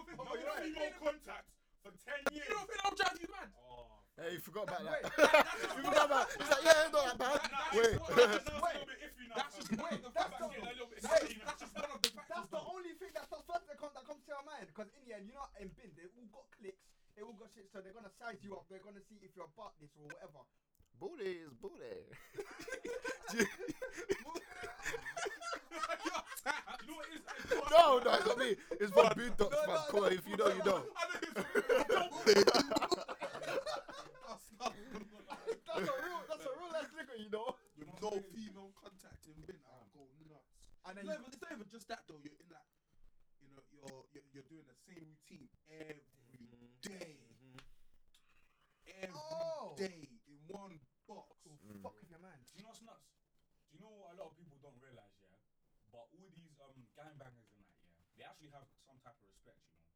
Speaker 3: think?
Speaker 6: Oh,
Speaker 3: no,
Speaker 5: no
Speaker 3: you don't think?
Speaker 5: female contact for 10 years.
Speaker 3: You don't think I'll drive you mad?
Speaker 5: Oh,
Speaker 2: Hey, you forgot about
Speaker 6: Wait,
Speaker 2: that.
Speaker 3: That's
Speaker 2: you
Speaker 3: just-
Speaker 2: forgot about. It's like, yeah, no, that bad.
Speaker 5: Nah,
Speaker 2: Wait.
Speaker 5: that's what- that's a little bit iffy now,
Speaker 3: That's
Speaker 5: fam.
Speaker 3: just one of the
Speaker 6: That's
Speaker 3: factors.
Speaker 6: the-
Speaker 5: Yeah, a little bit
Speaker 3: That's
Speaker 5: iffy,
Speaker 3: just- that's
Speaker 5: man.
Speaker 3: just one of the factors.
Speaker 6: That's the
Speaker 3: though.
Speaker 6: only thing that's the first that, come, that comes to your mind. Because in the end, you know, in bin, they all got clicks. They all got shit. So they're gonna size you up. They're gonna see if you're about this or whatever.
Speaker 2: Booty is booty.
Speaker 5: You know what it is? I don't-
Speaker 2: no, no, it's not me. It's from Boot Docs,
Speaker 6: No,
Speaker 2: man.
Speaker 6: no,
Speaker 2: Come on,
Speaker 6: no.
Speaker 2: if you know, you know.
Speaker 3: That's not-
Speaker 6: that's a real, that's a real ass nigga, you know.
Speaker 3: No female contact in bin. I'll Ah, go nuts.
Speaker 6: And then
Speaker 3: No,
Speaker 6: you-
Speaker 3: but it's not even just that though. You're in that, you know, you're you're, you're doing the same routine every
Speaker 8: Mm-hmm.
Speaker 3: day. Every day
Speaker 6: Oh.
Speaker 3: in one box.
Speaker 6: Oh, fuck with your man.
Speaker 5: Do you know what's nuts? Do you know what a lot of people don't realize, yeah? But all these um gangbangers and that, yeah, they actually have some type of respect, you know.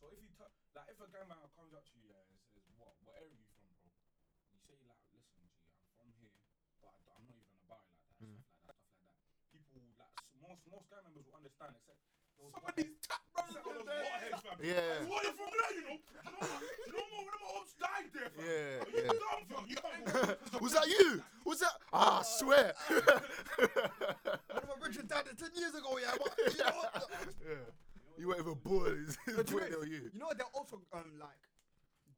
Speaker 5: So if you t- like, if a gangbanger comes up to you yeah, and says, "What? What area are you from, bro?" And you say, "Like, listen, G, I'm from here, but I d- I'm not even about it like that,
Speaker 2: Mm.
Speaker 5: stuff like that, stuff like that." People will, like s- most most gang members will understand, except those
Speaker 3: Some of
Speaker 5: white-
Speaker 3: these tap brothers
Speaker 5: except
Speaker 3: on
Speaker 5: for
Speaker 3: the
Speaker 5: those watheads, fam.
Speaker 2: Yeah.
Speaker 5: What are you from there, you know? No, no more, no more, ops died there, fam.
Speaker 2: Yeah,
Speaker 5: Are you
Speaker 2: yeah.
Speaker 5: dumb, fam? You can't go.
Speaker 2: Was that you? Was that? Ah, I swear.
Speaker 6: Whatever Richard died ten years ago, yeah. But you know, what?
Speaker 2: yeah. You weren't even born. It's it's born on you.
Speaker 6: you know they'll also um like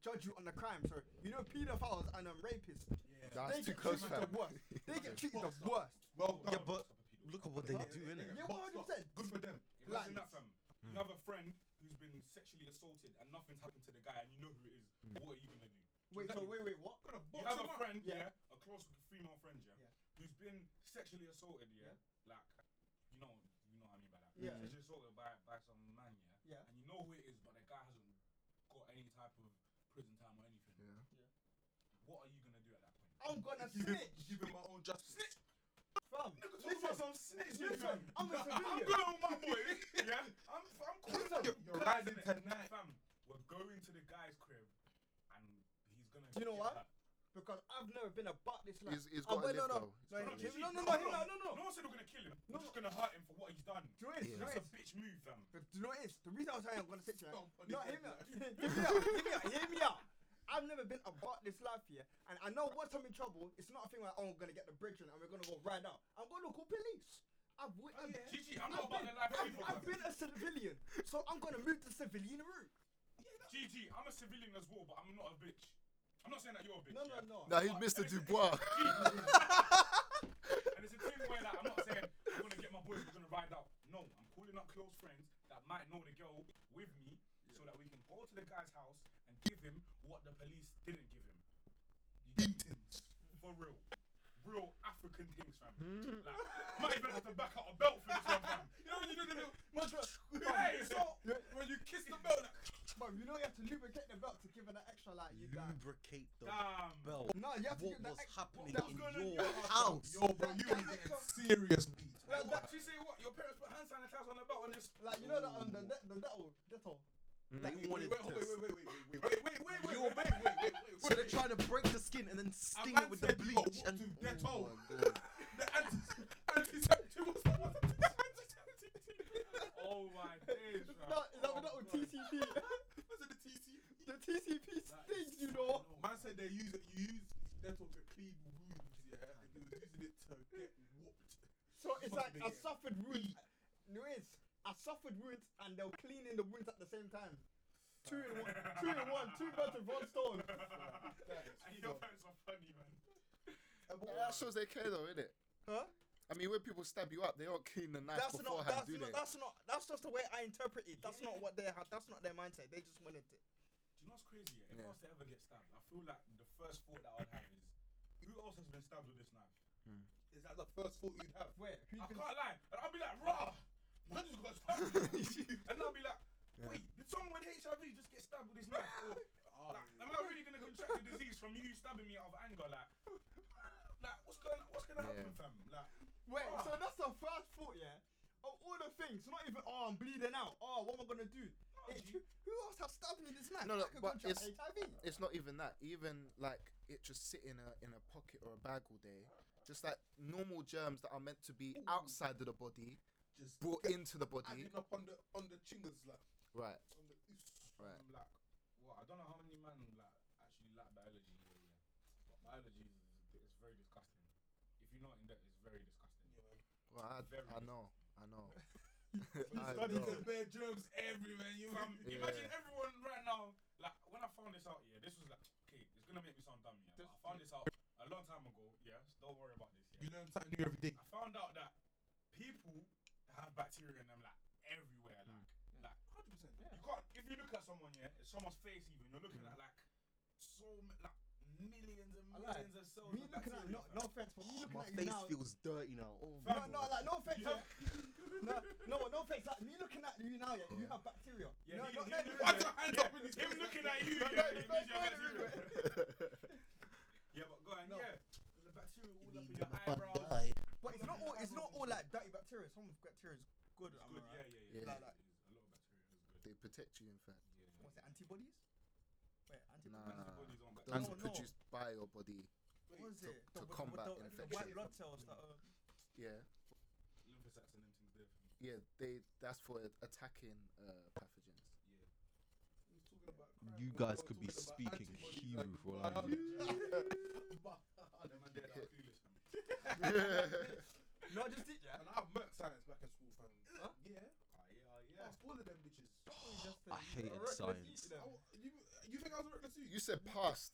Speaker 6: judge you on the crime. So you know, pedophiles and um rapists, they
Speaker 2: That's too
Speaker 6: get
Speaker 2: close,
Speaker 6: treated
Speaker 2: fam.
Speaker 6: the worst. They get treated the worst.
Speaker 3: Well
Speaker 8: Yeah,
Speaker 3: done.
Speaker 8: but look at what they do,
Speaker 3: Yeah,
Speaker 8: innit?
Speaker 6: Yeah,
Speaker 3: box,
Speaker 6: 100%.
Speaker 3: Good for them.
Speaker 5: Imagine
Speaker 6: Like-
Speaker 5: that, fam. You have a friend who's been sexually assaulted and nothing's happened to the guy, and you know who it is. What are you gonna do?
Speaker 6: Wait, so wait, wait, what?
Speaker 3: Gotta
Speaker 5: You
Speaker 3: box
Speaker 5: have
Speaker 3: them
Speaker 5: a
Speaker 3: up.
Speaker 5: friend,
Speaker 6: Yeah.
Speaker 5: yeah, a close female friend, yeah,
Speaker 6: Yeah.
Speaker 5: who's been sexually assaulted, yeah, like, you know, you know what I mean by that.
Speaker 6: Yeah.
Speaker 5: Sexually assaulted by by some man, yeah,
Speaker 6: Yeah.
Speaker 5: and you know who it is, but the guy hasn't got any type of prison time or anything.
Speaker 2: Yeah.
Speaker 5: What are you gonna do at that point?
Speaker 6: I'm gonna
Speaker 3: Give him,
Speaker 6: snitch,
Speaker 3: give him my own justice.
Speaker 6: fam.
Speaker 5: Talk about some snitch,
Speaker 6: Listen,
Speaker 5: fam.
Speaker 6: I'm a
Speaker 5: I'm
Speaker 6: civilian.
Speaker 5: going with my boy. yeah, I'm You're,
Speaker 3: You're
Speaker 5: right,
Speaker 3: rising
Speaker 5: innit?
Speaker 3: tonight.
Speaker 5: Fam, we're going to the guy's crib, and he's gonna.
Speaker 6: Do you know
Speaker 5: get
Speaker 6: what?
Speaker 5: that.
Speaker 6: Because I've never been about this life.
Speaker 2: He's- he's
Speaker 6: And
Speaker 2: gotta
Speaker 6: when-
Speaker 2: live, though.
Speaker 6: no, no,
Speaker 2: He's
Speaker 6: no,
Speaker 2: gotta
Speaker 6: he- no, no,
Speaker 5: live.
Speaker 6: no, he- no, no, no.
Speaker 5: No one said we're gonna kill him. We're just gonna hurt him for what he's done.
Speaker 6: Do it, do
Speaker 5: That's
Speaker 6: it.
Speaker 5: a bitch move, fam.
Speaker 6: The- Do you know what it is? The reason I was saying I'm gonna sit here.
Speaker 3: Stomp on
Speaker 6: No,
Speaker 3: his
Speaker 6: hear me
Speaker 3: head,
Speaker 6: out. Hear me out. Hear me out. Hear me out. I've never been about this life here, and I know once I'm in trouble, it's not a thing like, oh, I'm gonna get the bridge and we're gonna go right now. I'm gonna call police. I've witnessed.
Speaker 5: Gigi, I'm not about the life
Speaker 6: I've,
Speaker 5: of people.
Speaker 6: I've been a civilian, so I'm gonna move the civilian route.
Speaker 5: GG, I'm a civilian as well, but I'm not a bitch. I'm not saying that you're a bitch.
Speaker 6: No, no,
Speaker 5: yeah?
Speaker 6: no.
Speaker 2: Nah, he's Mr.
Speaker 5: But-
Speaker 2: Dubois.
Speaker 5: and it's a thing where like, I'm not saying I'm gonna get my boys, we're gonna ride out. No, I'm calling up close friends that might know the girl with me, so that we can go to the guy's house and give him what the police didn't give him. You get me? for real, real African things, fam. like, might even have to back out a belt for this one, fam. You know when you do the little, hey, so when you kiss the belt, like,
Speaker 6: But you know you have to lubricate the belt to give it an extra like you got.
Speaker 8: Lubricate the
Speaker 5: damn.
Speaker 8: belt.
Speaker 6: No, you have to
Speaker 8: What
Speaker 6: give that
Speaker 8: was
Speaker 6: extra.
Speaker 8: happening
Speaker 6: that was
Speaker 5: going
Speaker 8: in your
Speaker 5: on in your
Speaker 8: house?
Speaker 3: Yo, bro, you was getting serious beat.
Speaker 6: Like that,
Speaker 5: She say what? Your parents put hand sanitizer on the belt and just.
Speaker 6: like
Speaker 8: Oh.
Speaker 6: you know that on the de- the dettol, dettol.
Speaker 8: Like,
Speaker 2: Mm-hmm.
Speaker 8: you wanted
Speaker 3: Wait,
Speaker 8: to-
Speaker 3: wait, wait, wait, wait, wait, wait, wait, wait, wait, wait, wait, wait, wait, wait.
Speaker 8: So they're trying to break the skin and then sting it
Speaker 3: man
Speaker 8: with the
Speaker 3: said you got
Speaker 8: bleach and
Speaker 3: to get
Speaker 2: Oh
Speaker 3: old.
Speaker 2: my God.
Speaker 3: The anti- antiseptic was the one.
Speaker 5: Oh my days,
Speaker 6: No,
Speaker 5: fam.
Speaker 6: like
Speaker 5: Oh,
Speaker 6: that on
Speaker 5: God.
Speaker 6: TCP.
Speaker 3: Was it the TC?
Speaker 6: the TCP
Speaker 5: That
Speaker 6: stings,
Speaker 5: is
Speaker 6: you know.
Speaker 5: so
Speaker 3: Man said they use it. You use dental to clean wounds. Yeah, and he was using it to get whooped.
Speaker 6: So it's like
Speaker 3: Fucking
Speaker 6: I
Speaker 3: hell.
Speaker 6: suffered wounds. No, it's I suffered wounds and they were cleaning the wounds at the same time. Two in one, two in one, two birds with one stone.
Speaker 5: And your parents are funny, man.
Speaker 2: Well, that shows they care, though, innit?
Speaker 6: Huh?
Speaker 2: I mean, when people stab you up, they don't clean the knife
Speaker 6: That's not.
Speaker 2: beforehand,
Speaker 6: That's
Speaker 2: do they?
Speaker 6: not. That's not. That's just the way I interpret it. That's not what they had. That's not their mindset. They just wanted it.
Speaker 5: Do you know what's crazy? Yeah? If
Speaker 2: Yeah.
Speaker 5: I was to ever get stabbed, I feel like the first thought that I would have is, who else has been stabbed with this knife?
Speaker 3: Is that the first thought you'd have?
Speaker 6: Where? Who's
Speaker 5: I
Speaker 6: been?
Speaker 5: can't lie. And I'll be like, rah, man just got stabbed. and I'll be like, wait, did someone with HIV just get stabbed with this knife? Or, like, am I really gonna contract the disease from you stabbing me out of anger? Like, like what's going? What's gonna happen, fam? Like,
Speaker 6: Wait.
Speaker 5: Ah.
Speaker 6: So that's the first thought, yeah. Of all the things, not even. Oh, I'm bleeding out. Oh, what am I gonna do?
Speaker 5: no,
Speaker 6: It's
Speaker 5: G.
Speaker 6: who, who else has stabbed me this night?
Speaker 2: No, no,
Speaker 6: I could
Speaker 2: but
Speaker 6: contract
Speaker 2: it's-
Speaker 6: HIV.
Speaker 2: it's not even that. Even like it just sit in a in a pocket or a bag all day. Just like normal germs that are meant to be outside of the body
Speaker 3: Just
Speaker 2: brought
Speaker 3: get
Speaker 2: into the body.
Speaker 3: adding up on the on the chingers like
Speaker 2: Right.
Speaker 3: on the.
Speaker 2: Right.
Speaker 5: I'm like, well, I don't know how many men like actually like biology, yeah, yeah. but biology is, is very disgusting. If you're not in that, it's very disgusting.
Speaker 2: Well,
Speaker 5: Very
Speaker 2: I, I
Speaker 5: good.
Speaker 2: know. I know. I
Speaker 3: Study
Speaker 2: know.
Speaker 3: the bare germs everywhere. You
Speaker 5: Um,
Speaker 3: man.
Speaker 5: Imagine everyone right now, like when I found this out, yeah, this was like, okay, it's gonna make me sound dumb, yeah. But I found this out a long time ago, yeah. So don't worry about this.
Speaker 3: You
Speaker 5: Yeah.
Speaker 3: learn something new every day.
Speaker 5: I found out that people have bacteria in them, like everywhere,
Speaker 6: Hmm.
Speaker 5: like, like
Speaker 3: Hundred percent.
Speaker 5: You can't. If you look at someone, yeah, it's someone's face. Even you're looking at like so ma- like millions and
Speaker 6: Hmm. I like-
Speaker 5: millions of cells.
Speaker 6: Me
Speaker 5: of
Speaker 6: looking at
Speaker 5: bacteria,
Speaker 6: no,
Speaker 5: fam.
Speaker 6: no offense, but me looking
Speaker 8: My
Speaker 6: at you
Speaker 8: face
Speaker 6: now.
Speaker 8: feels dirty now. Oh,
Speaker 6: No,
Speaker 8: my
Speaker 6: no,
Speaker 8: God.
Speaker 6: like no offense.
Speaker 5: Yeah.
Speaker 6: yeah. no, no, no offense. Like me looking at you now, yeah, you have bacteria.
Speaker 5: Yeah,
Speaker 6: no,
Speaker 5: he-
Speaker 6: no,
Speaker 5: he-
Speaker 6: no,
Speaker 5: he-
Speaker 6: no,
Speaker 3: Why your
Speaker 5: Why do your
Speaker 3: hand
Speaker 5: Yeah,
Speaker 3: up in his
Speaker 5: him looking at you,
Speaker 6: No,
Speaker 5: yeah,
Speaker 6: no,
Speaker 5: it
Speaker 6: no,
Speaker 5: means you
Speaker 6: no,
Speaker 5: have
Speaker 6: no,
Speaker 5: bacteria.
Speaker 6: no.
Speaker 5: Yeah, but go on.
Speaker 6: No.
Speaker 5: Yeah, the bacteria all up in
Speaker 8: Leave
Speaker 5: your
Speaker 8: my
Speaker 5: eyebrows. It's
Speaker 8: body.
Speaker 6: But it's not all. It's not all like dirty bacteria. Some of bacteria is good. am I
Speaker 5: good.
Speaker 6: right?
Speaker 5: Yeah, yeah, yeah.
Speaker 2: Yeah.
Speaker 5: Like,
Speaker 6: Like that.
Speaker 5: it is. A lot of bacteria is good.
Speaker 2: They protect you, in fact.
Speaker 5: Yeah.
Speaker 6: What's it? Antibodies? Wait, antibodies.
Speaker 2: Nah.
Speaker 5: Antibodies on bacteria.
Speaker 2: That's
Speaker 6: No, no.
Speaker 2: produced by your body.
Speaker 6: What was
Speaker 2: to-
Speaker 6: it?
Speaker 2: to
Speaker 6: with- with
Speaker 2: combat
Speaker 6: the, The
Speaker 2: infection.
Speaker 6: white blood cells that are.
Speaker 2: Yeah.
Speaker 5: Lymphocytes and them things there.
Speaker 2: Yeah. They. That's for attacking uh, pathogens.
Speaker 8: You guys could be speaking Hebrew for all I know.
Speaker 5: Oh, them and there that are clueless, fam.
Speaker 6: No, just it, yeah.
Speaker 3: And I've met science back in school, fam.
Speaker 6: Huh?
Speaker 3: Yeah,
Speaker 5: Ah, yeah, yeah.
Speaker 3: asked all of them bitches.
Speaker 8: I hated science.
Speaker 3: I w- you, you think I was a reckless youth?
Speaker 2: You said past.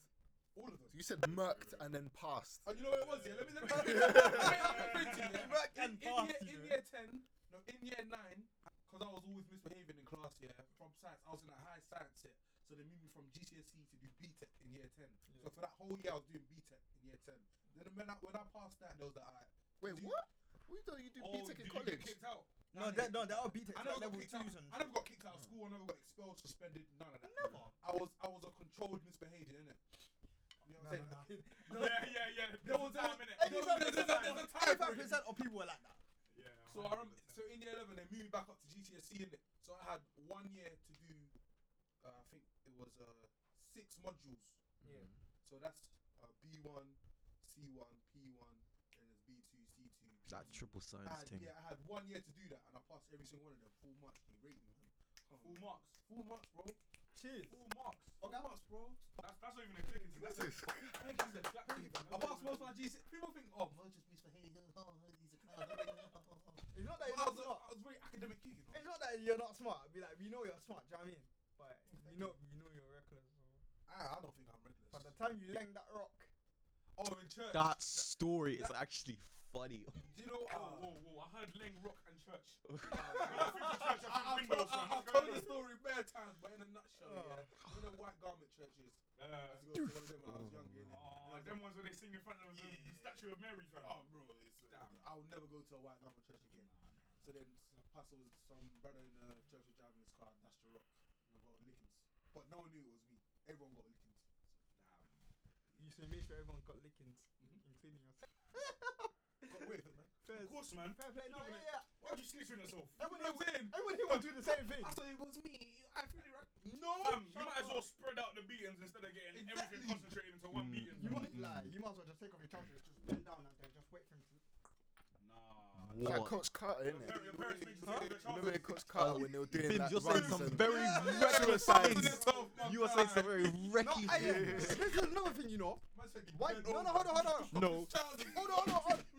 Speaker 3: All of them.
Speaker 2: You said murked and then past.
Speaker 3: And Oh, you know what it was? Yeah, let me let me.
Speaker 6: Work and
Speaker 3: in, in,
Speaker 6: pass,
Speaker 3: year,
Speaker 6: you
Speaker 3: in
Speaker 6: know.
Speaker 3: year ten, no, in year nine, because I was always misbehaving in class. Yeah, from science, I was in a high science set, so they moved me from GCSE E to do BTEC in year ten. So for that whole year, I was doing BTEC in year ten. Then when I when I passed that, there was that. Like,
Speaker 2: Wait,
Speaker 3: Do you-
Speaker 2: what? We thought you do
Speaker 5: Oh,
Speaker 2: BTEC
Speaker 5: did
Speaker 2: in
Speaker 5: you get
Speaker 2: college.
Speaker 5: kicked out?
Speaker 6: No, that no, that are beat it.
Speaker 3: I
Speaker 6: That
Speaker 3: never, got
Speaker 6: level
Speaker 3: kicked out.
Speaker 6: twos and.
Speaker 3: I never got kicked out of school. I never got expelled, suspended, none of that. Never. I was I was a controlled misbehavior, innit? You know what I'm saying?
Speaker 5: Yeah, yeah, yeah.
Speaker 3: There was a-
Speaker 5: time in it.
Speaker 3: There was- there was- there was a time
Speaker 6: Eighty-five
Speaker 3: frame.
Speaker 6: percent of people were like that.
Speaker 5: Yeah.
Speaker 3: So I remember, so so in year eleven they moved back up to GCSE in it. So I had one year to do. Uh, I think it was uh, six modules.
Speaker 6: Yeah.
Speaker 3: So that's uh, B one, C one, P one, and there's B two, C two.
Speaker 8: That triple
Speaker 3: I
Speaker 8: science
Speaker 3: had,
Speaker 8: thing.
Speaker 3: Ah, yeah, I had one year to do that, and I passed every single one of them. Full marks. They rate me, man. Come on.
Speaker 5: Full marks.
Speaker 3: Full marks, bro.
Speaker 6: Cheers.
Speaker 5: Full marks.
Speaker 3: Full marks, bro.
Speaker 5: That's, that's not even a click. That's a, I think he's a jack thing.
Speaker 3: I passed most of my GC. People think, oh, Mo just misbehaving. Oh, he's a clown.
Speaker 6: It's not that
Speaker 3: I
Speaker 6: you're not
Speaker 3: was,
Speaker 6: smart.
Speaker 3: I was very academic kid, you know.
Speaker 6: It's not that you're not smart. Be like, we know you're smart. Do you know what I mean? But you know, you know you're reckless. So.
Speaker 3: Ah, I, I don't think I'm reckless.
Speaker 6: By the time you lang that rock,
Speaker 3: Oh, in church.
Speaker 8: That story is actually funny.
Speaker 3: Do you know?
Speaker 5: Whoa,
Speaker 3: Uh,
Speaker 5: whoa, whoa. I heard Leng Rock and Church.
Speaker 3: I, I've, told, I, I've told the story bare times, but in a nutshell,
Speaker 6: Oh.
Speaker 3: yeah. You know, white garment churches. I
Speaker 5: Uh,
Speaker 3: used to go to one of them when I was younger. innit?
Speaker 5: oh, them ones where they sing in front of the
Speaker 3: Yeah.
Speaker 5: statue of Mary, fam.
Speaker 3: Oh, bro, it's, damn, I will never go to a white garment church again. So then, some pastor was some brother in the church was driving his car, dashed the rock, and I got lickings. But no one knew it was me. Everyone got lickings. Damn.
Speaker 6: you should make sure everyone got lickings, including yourself.
Speaker 3: Mm-hmm. Got away with it, man.
Speaker 6: First.
Speaker 5: Of course, man.
Speaker 6: Fair play. No,
Speaker 5: Yeah,
Speaker 6: yeah, yeah.
Speaker 5: Why would you snitch on yourself?
Speaker 6: Everyone,
Speaker 3: You know what I'm saying?
Speaker 6: everyone here will do the same thing.
Speaker 3: I thought it was me. I feel it right. No!
Speaker 5: Fam, Um, you might as well spread out the beatings instead of getting everything
Speaker 3: Exactly.
Speaker 5: concentrated into one
Speaker 8: Mm.
Speaker 5: beating.
Speaker 6: You
Speaker 5: fam.
Speaker 6: might lie. You might as well just take off your trousers, just bend down and then just wait for him to.
Speaker 5: Nah.
Speaker 2: It's Like
Speaker 8: What?
Speaker 2: Coach Carter, innit?
Speaker 5: Your parents make you take off your
Speaker 2: Remember
Speaker 5: trousers.
Speaker 2: Coach Carter when they were doing
Speaker 8: Bim,
Speaker 2: that
Speaker 8: you're saying
Speaker 2: runs
Speaker 8: some
Speaker 2: and-
Speaker 8: very
Speaker 3: Yeah.
Speaker 8: reckless things.
Speaker 3: Yourself, no,
Speaker 8: You are saying some
Speaker 3: man.
Speaker 8: very
Speaker 6: No,
Speaker 8: recce
Speaker 6: I,
Speaker 8: things.
Speaker 6: this is another thing, you know.
Speaker 3: Man said you
Speaker 6: Why? No,
Speaker 3: bent
Speaker 6: no,
Speaker 3: over.
Speaker 6: hold on, hold on.
Speaker 8: No,
Speaker 3: Charles,
Speaker 6: Hold on, hold on, hold on.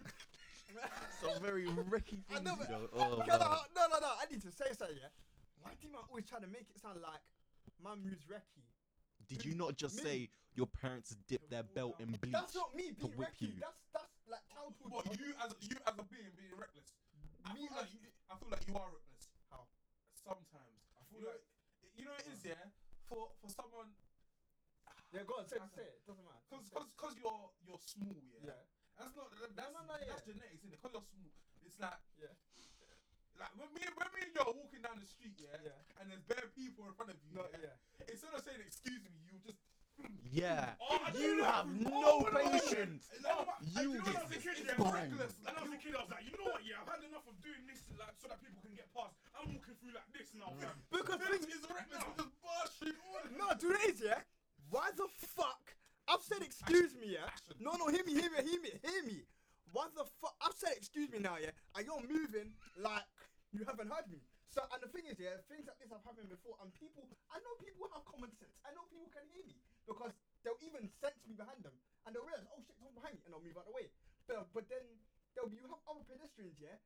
Speaker 8: some very recce
Speaker 6: I
Speaker 8: things.
Speaker 6: know,
Speaker 8: You
Speaker 6: but-
Speaker 8: know. Oh,
Speaker 6: no, no,
Speaker 8: man.
Speaker 6: no, no, no. I need to say something, yeah. Why do man always try to make it sound like man moves recce?
Speaker 8: Did you not just
Speaker 6: Me?
Speaker 8: say your parents dip their belt in bleach?
Speaker 6: That's not me being
Speaker 8: whip
Speaker 6: recce.
Speaker 8: you.
Speaker 6: That's that's like childhood.
Speaker 3: What you as you as a being being reckless? I
Speaker 6: Me
Speaker 3: feel like you, I feel like you are reckless.
Speaker 6: How?
Speaker 3: Sometimes I feel
Speaker 5: You know-
Speaker 3: like you know what it is, yeah. For for someone,
Speaker 6: Yeah, go on, say, it, say it. Doesn't matter.
Speaker 3: cause cause cause you're you're small, yeah.
Speaker 6: yeah,
Speaker 3: That's not that- that's
Speaker 6: no, no, yeah.
Speaker 3: that's genetics, isn't it? Cause you're small. It's like
Speaker 6: Yeah.
Speaker 3: Like when me when me and you are walking down the street, yeah,
Speaker 6: yeah.
Speaker 3: and there's bare people in front of
Speaker 6: No,
Speaker 3: you, yeah?
Speaker 6: yeah.
Speaker 3: Instead of saying excuse me, you just
Speaker 8: Yeah.
Speaker 5: Oh, I
Speaker 8: You
Speaker 5: do that.
Speaker 8: have no patience.
Speaker 3: It's like,
Speaker 5: Oh,
Speaker 3: and
Speaker 8: you get
Speaker 3: know what I was a kid,
Speaker 5: it's
Speaker 3: yeah,
Speaker 8: bombed.
Speaker 3: reckless.
Speaker 5: And
Speaker 3: Like,
Speaker 5: I was
Speaker 3: you-
Speaker 5: a kid, I was like, you know what, yeah, I've had enough of doing this like, so that people can get past. I'm walking through like this now, fam.
Speaker 6: Because
Speaker 3: Vince
Speaker 6: things-
Speaker 3: is reckless with his bar street all
Speaker 6: No, do this, yeah. Why the fuck? I've said excuse me, yeah. No, no, hear me, hear me, hear me, hear me. Why the fuck? I've said excuse me now, yeah. And you're moving like you haven't heard me. So, and the thing is, yeah, things like this have happened before, and people, I know people have common sense. I know people can hear me because they'll even sense me behind them, and they'll realize, oh shit, someone's behind me, and they'll move out of the way. But, but then there'll be you have other pedestrians, yeah,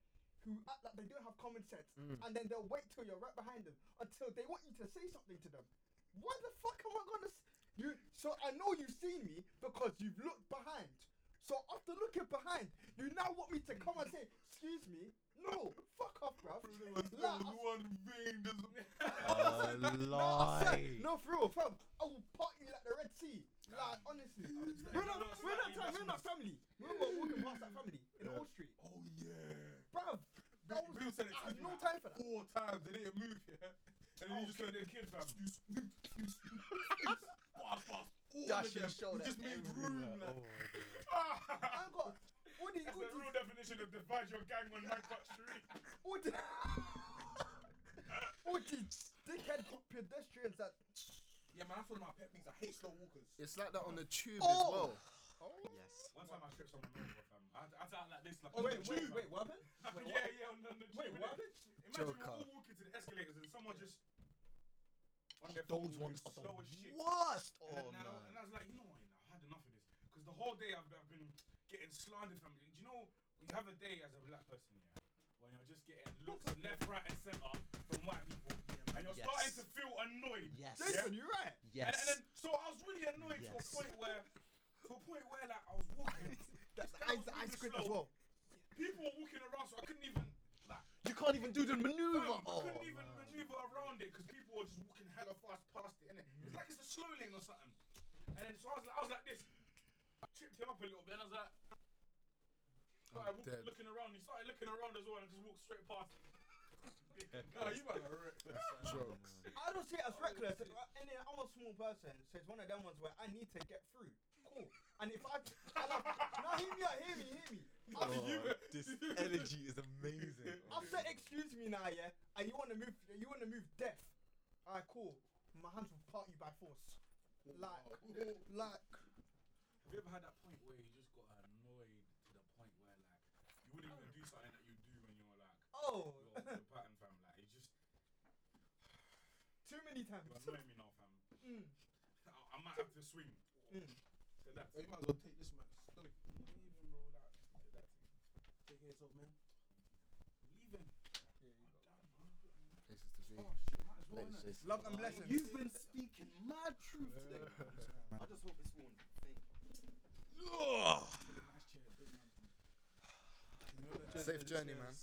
Speaker 6: who act like they don't have common sense,
Speaker 8: Mm.
Speaker 6: and then they'll wait till you're right behind them until they want you to say something to them. Why the fuck am I gonna? S- you so I know you've seen me because you've looked behind. So after looking behind, you now want me to come and say, "Excuse me, no, fuck off, bruv. Like, I-
Speaker 3: one thing doesn't.
Speaker 8: A
Speaker 6: no, I
Speaker 8: lie.
Speaker 6: said- no, for real, fam. I will part you like the Red Sea. Like honestly, we're not, we're not, time, we're not family. Remember walking past that family in Old Street,
Speaker 3: Oh yeah.
Speaker 6: bruv. That was,
Speaker 3: Bill said it
Speaker 6: I have no time for that.
Speaker 3: four times. They didn't move yeah. And then you just went,
Speaker 5: the kid, fam.
Speaker 3: excuse me, excuse me. Bars, bars. All
Speaker 8: That
Speaker 3: of
Speaker 8: should
Speaker 3: them.
Speaker 8: show
Speaker 3: We
Speaker 8: that
Speaker 3: just made
Speaker 8: everything,
Speaker 3: room.
Speaker 8: like,
Speaker 3: Like, oh.
Speaker 2: Oh.
Speaker 6: I
Speaker 5: Ah! That's
Speaker 6: got all the
Speaker 5: the real definition of divide your gang when man got street.
Speaker 6: all the all the dickhead pedestrians that
Speaker 3: Yeah, man, that's one of my pet peeves. I hate slow walkers.
Speaker 2: It's like that on the tube
Speaker 6: Oh.
Speaker 2: as well.
Speaker 8: Yes.
Speaker 5: One time I stripped someone over, fam. I had to- I had to act like this, like.
Speaker 3: Oh,
Speaker 5: on the
Speaker 3: wait,
Speaker 5: tube,
Speaker 3: wait,
Speaker 5: fam.
Speaker 6: what happened?
Speaker 5: yeah, yeah, on, on the
Speaker 6: wait,
Speaker 5: tube,
Speaker 6: what?
Speaker 5: innit? Imagine
Speaker 2: Joker.
Speaker 5: we're all walking to the escalators and someone just. On their phone
Speaker 8: Those ones are
Speaker 5: moving slow as shit.
Speaker 8: the worst. Oh
Speaker 5: and, then now,
Speaker 8: man.
Speaker 5: and I was like, you know what, you know, I've had enough of this. Because the whole day I've, I've been getting slandered from Do you know, you have a day as a black person, yeah, when you're just getting looks left, right, and centre from white people. And you're
Speaker 8: Yes.
Speaker 5: starting to feel annoyed.
Speaker 8: Yes.
Speaker 6: Listen, you're right.
Speaker 8: Yes.
Speaker 5: And, and then, so I was really annoyed to a
Speaker 8: Yes.
Speaker 5: point where, to a point where like I was walking.
Speaker 6: That's
Speaker 5: this
Speaker 6: the
Speaker 5: guy
Speaker 6: ice,
Speaker 5: was
Speaker 6: the ice
Speaker 5: moving
Speaker 6: cream as well.
Speaker 5: slow, People were walking around, so I couldn't even. Like,
Speaker 8: You can't even do the maneuver.
Speaker 5: I
Speaker 8: Oh,
Speaker 5: couldn't even maneuver around it because people were just walking hella fast past it, and it's like it's a slow lane or something. And then so I was like, I was like this. I tripped him up a little bit, and I was like. I walked,
Speaker 2: dead.
Speaker 5: looking around, he started looking around as well, and just walked straight past.
Speaker 3: Nah, you might have wrecked this.
Speaker 2: Jokes.
Speaker 6: I don't see it as
Speaker 3: Oh,
Speaker 6: reckless. uh, And then I'm a small person, so it's one of them ones where I need to get through. Cool. And if I, and I now hear me out, hear me, hear me.
Speaker 8: Oh, this energy is amazing.
Speaker 6: I've said excuse now, yeah, and you want to move, you want to move death. Alright, cool. My hands will part you by force. Like, like.
Speaker 5: Have you ever had that point where you just got annoyed to the point where like you wouldn't even do something that you do when you're like
Speaker 6: Oh.
Speaker 5: you're the pattern fam like you just
Speaker 6: Too many times.
Speaker 5: you're annoying me now fam.
Speaker 6: Mm.
Speaker 5: I, I might have to swing.
Speaker 6: Mm.
Speaker 5: To that.
Speaker 3: Hey, you might as well take this man. Look,
Speaker 5: Leave him bro like to that.
Speaker 3: Take it yourself, man.
Speaker 5: Leave him.
Speaker 2: This is the thing.
Speaker 5: Oh shit, might as well. innit?
Speaker 6: Love and blessings.
Speaker 1: You've been speaking my truth today. I just hope it's one thing.
Speaker 5: Nice chair, big man.
Speaker 2: Safe journey, man.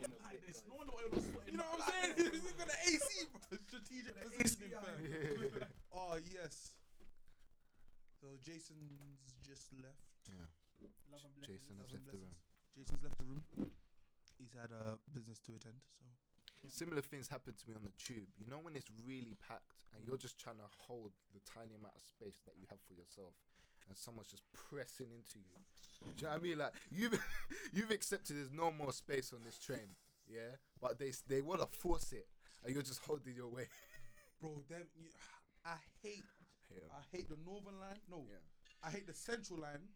Speaker 5: Yeah, like this. No wonder why you're sweating.
Speaker 3: You know what I'm saying? He's got the AC, bro. Strategic positioning, fam. Oh, yes. So Jason's just left.
Speaker 5: Love and blessings.
Speaker 2: Jason has left the room.
Speaker 3: Jason's left the room. He's had a business to attend, so.
Speaker 2: Similar things happened to me on the tube. You know when it's really packed and you're just trying to hold the tiny amount of space that you have for yourself, and someone's just pressing into you. Do you know what I mean? Like you've you've accepted there's no more space on this train, yeah. But they s- they want to force it, and you're just holding your way.
Speaker 3: Bro, them, you, I hate, I hate the Northern Line. No,
Speaker 2: Yeah.
Speaker 3: I hate the Central Line.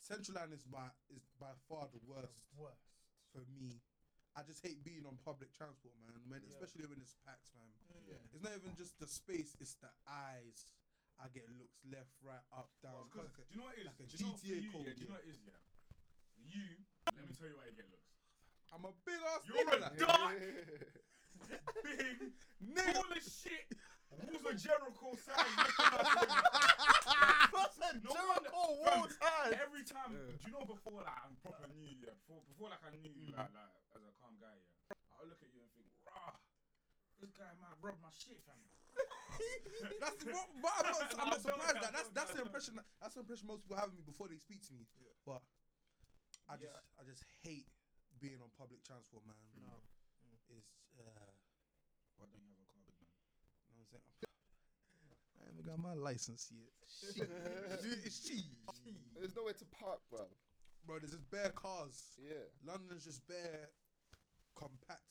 Speaker 3: Central Line is my is by far the worst
Speaker 6: Worst.
Speaker 3: for me. I just hate being on public transport, man. When, Especially when it's packed, man. It's not even just the space; it's the eyes. I get looks left, right, up, down.
Speaker 5: Well, 'cause
Speaker 3: Like a-
Speaker 5: do you know what it
Speaker 3: like
Speaker 5: is?
Speaker 3: a
Speaker 5: do you know
Speaker 3: GTA
Speaker 5: for you,
Speaker 3: code,
Speaker 5: Yeah, do you
Speaker 3: yeah.
Speaker 5: know what it is? Yeah. You. Let me tell you why you get looks.
Speaker 3: I'm a big ass
Speaker 5: You're
Speaker 3: nigga.
Speaker 5: a
Speaker 3: like.
Speaker 5: dark, big, full of shit. Walls of Jericho size. No wonder- fam, Every time, do you know before like I'm proper new, yeah. Before, before like I knew you,
Speaker 3: Mm.
Speaker 5: like, like as a calm guy, yeah. I look at you and think, rah, this guy might rob my shit, fam.
Speaker 3: That's what, but I'm not, I'm
Speaker 5: I don't
Speaker 3: not surprised
Speaker 5: know,
Speaker 3: that
Speaker 5: I
Speaker 3: that's
Speaker 5: don't
Speaker 3: that's the
Speaker 5: know.
Speaker 3: impression that, that's the impression most people have of me before they speak to me. But I just
Speaker 5: Yeah.
Speaker 3: I just hate being on public transport, man. No,
Speaker 2: Mm.
Speaker 3: it's uh,
Speaker 5: Why don't you have a car, big man?
Speaker 3: you know what I'm saying. I haven't got my license yet. Shit. Shit.
Speaker 2: There's nowhere to park, bro.
Speaker 3: Bro, there's just bare cars.
Speaker 2: Yeah.
Speaker 3: London's just bare compact.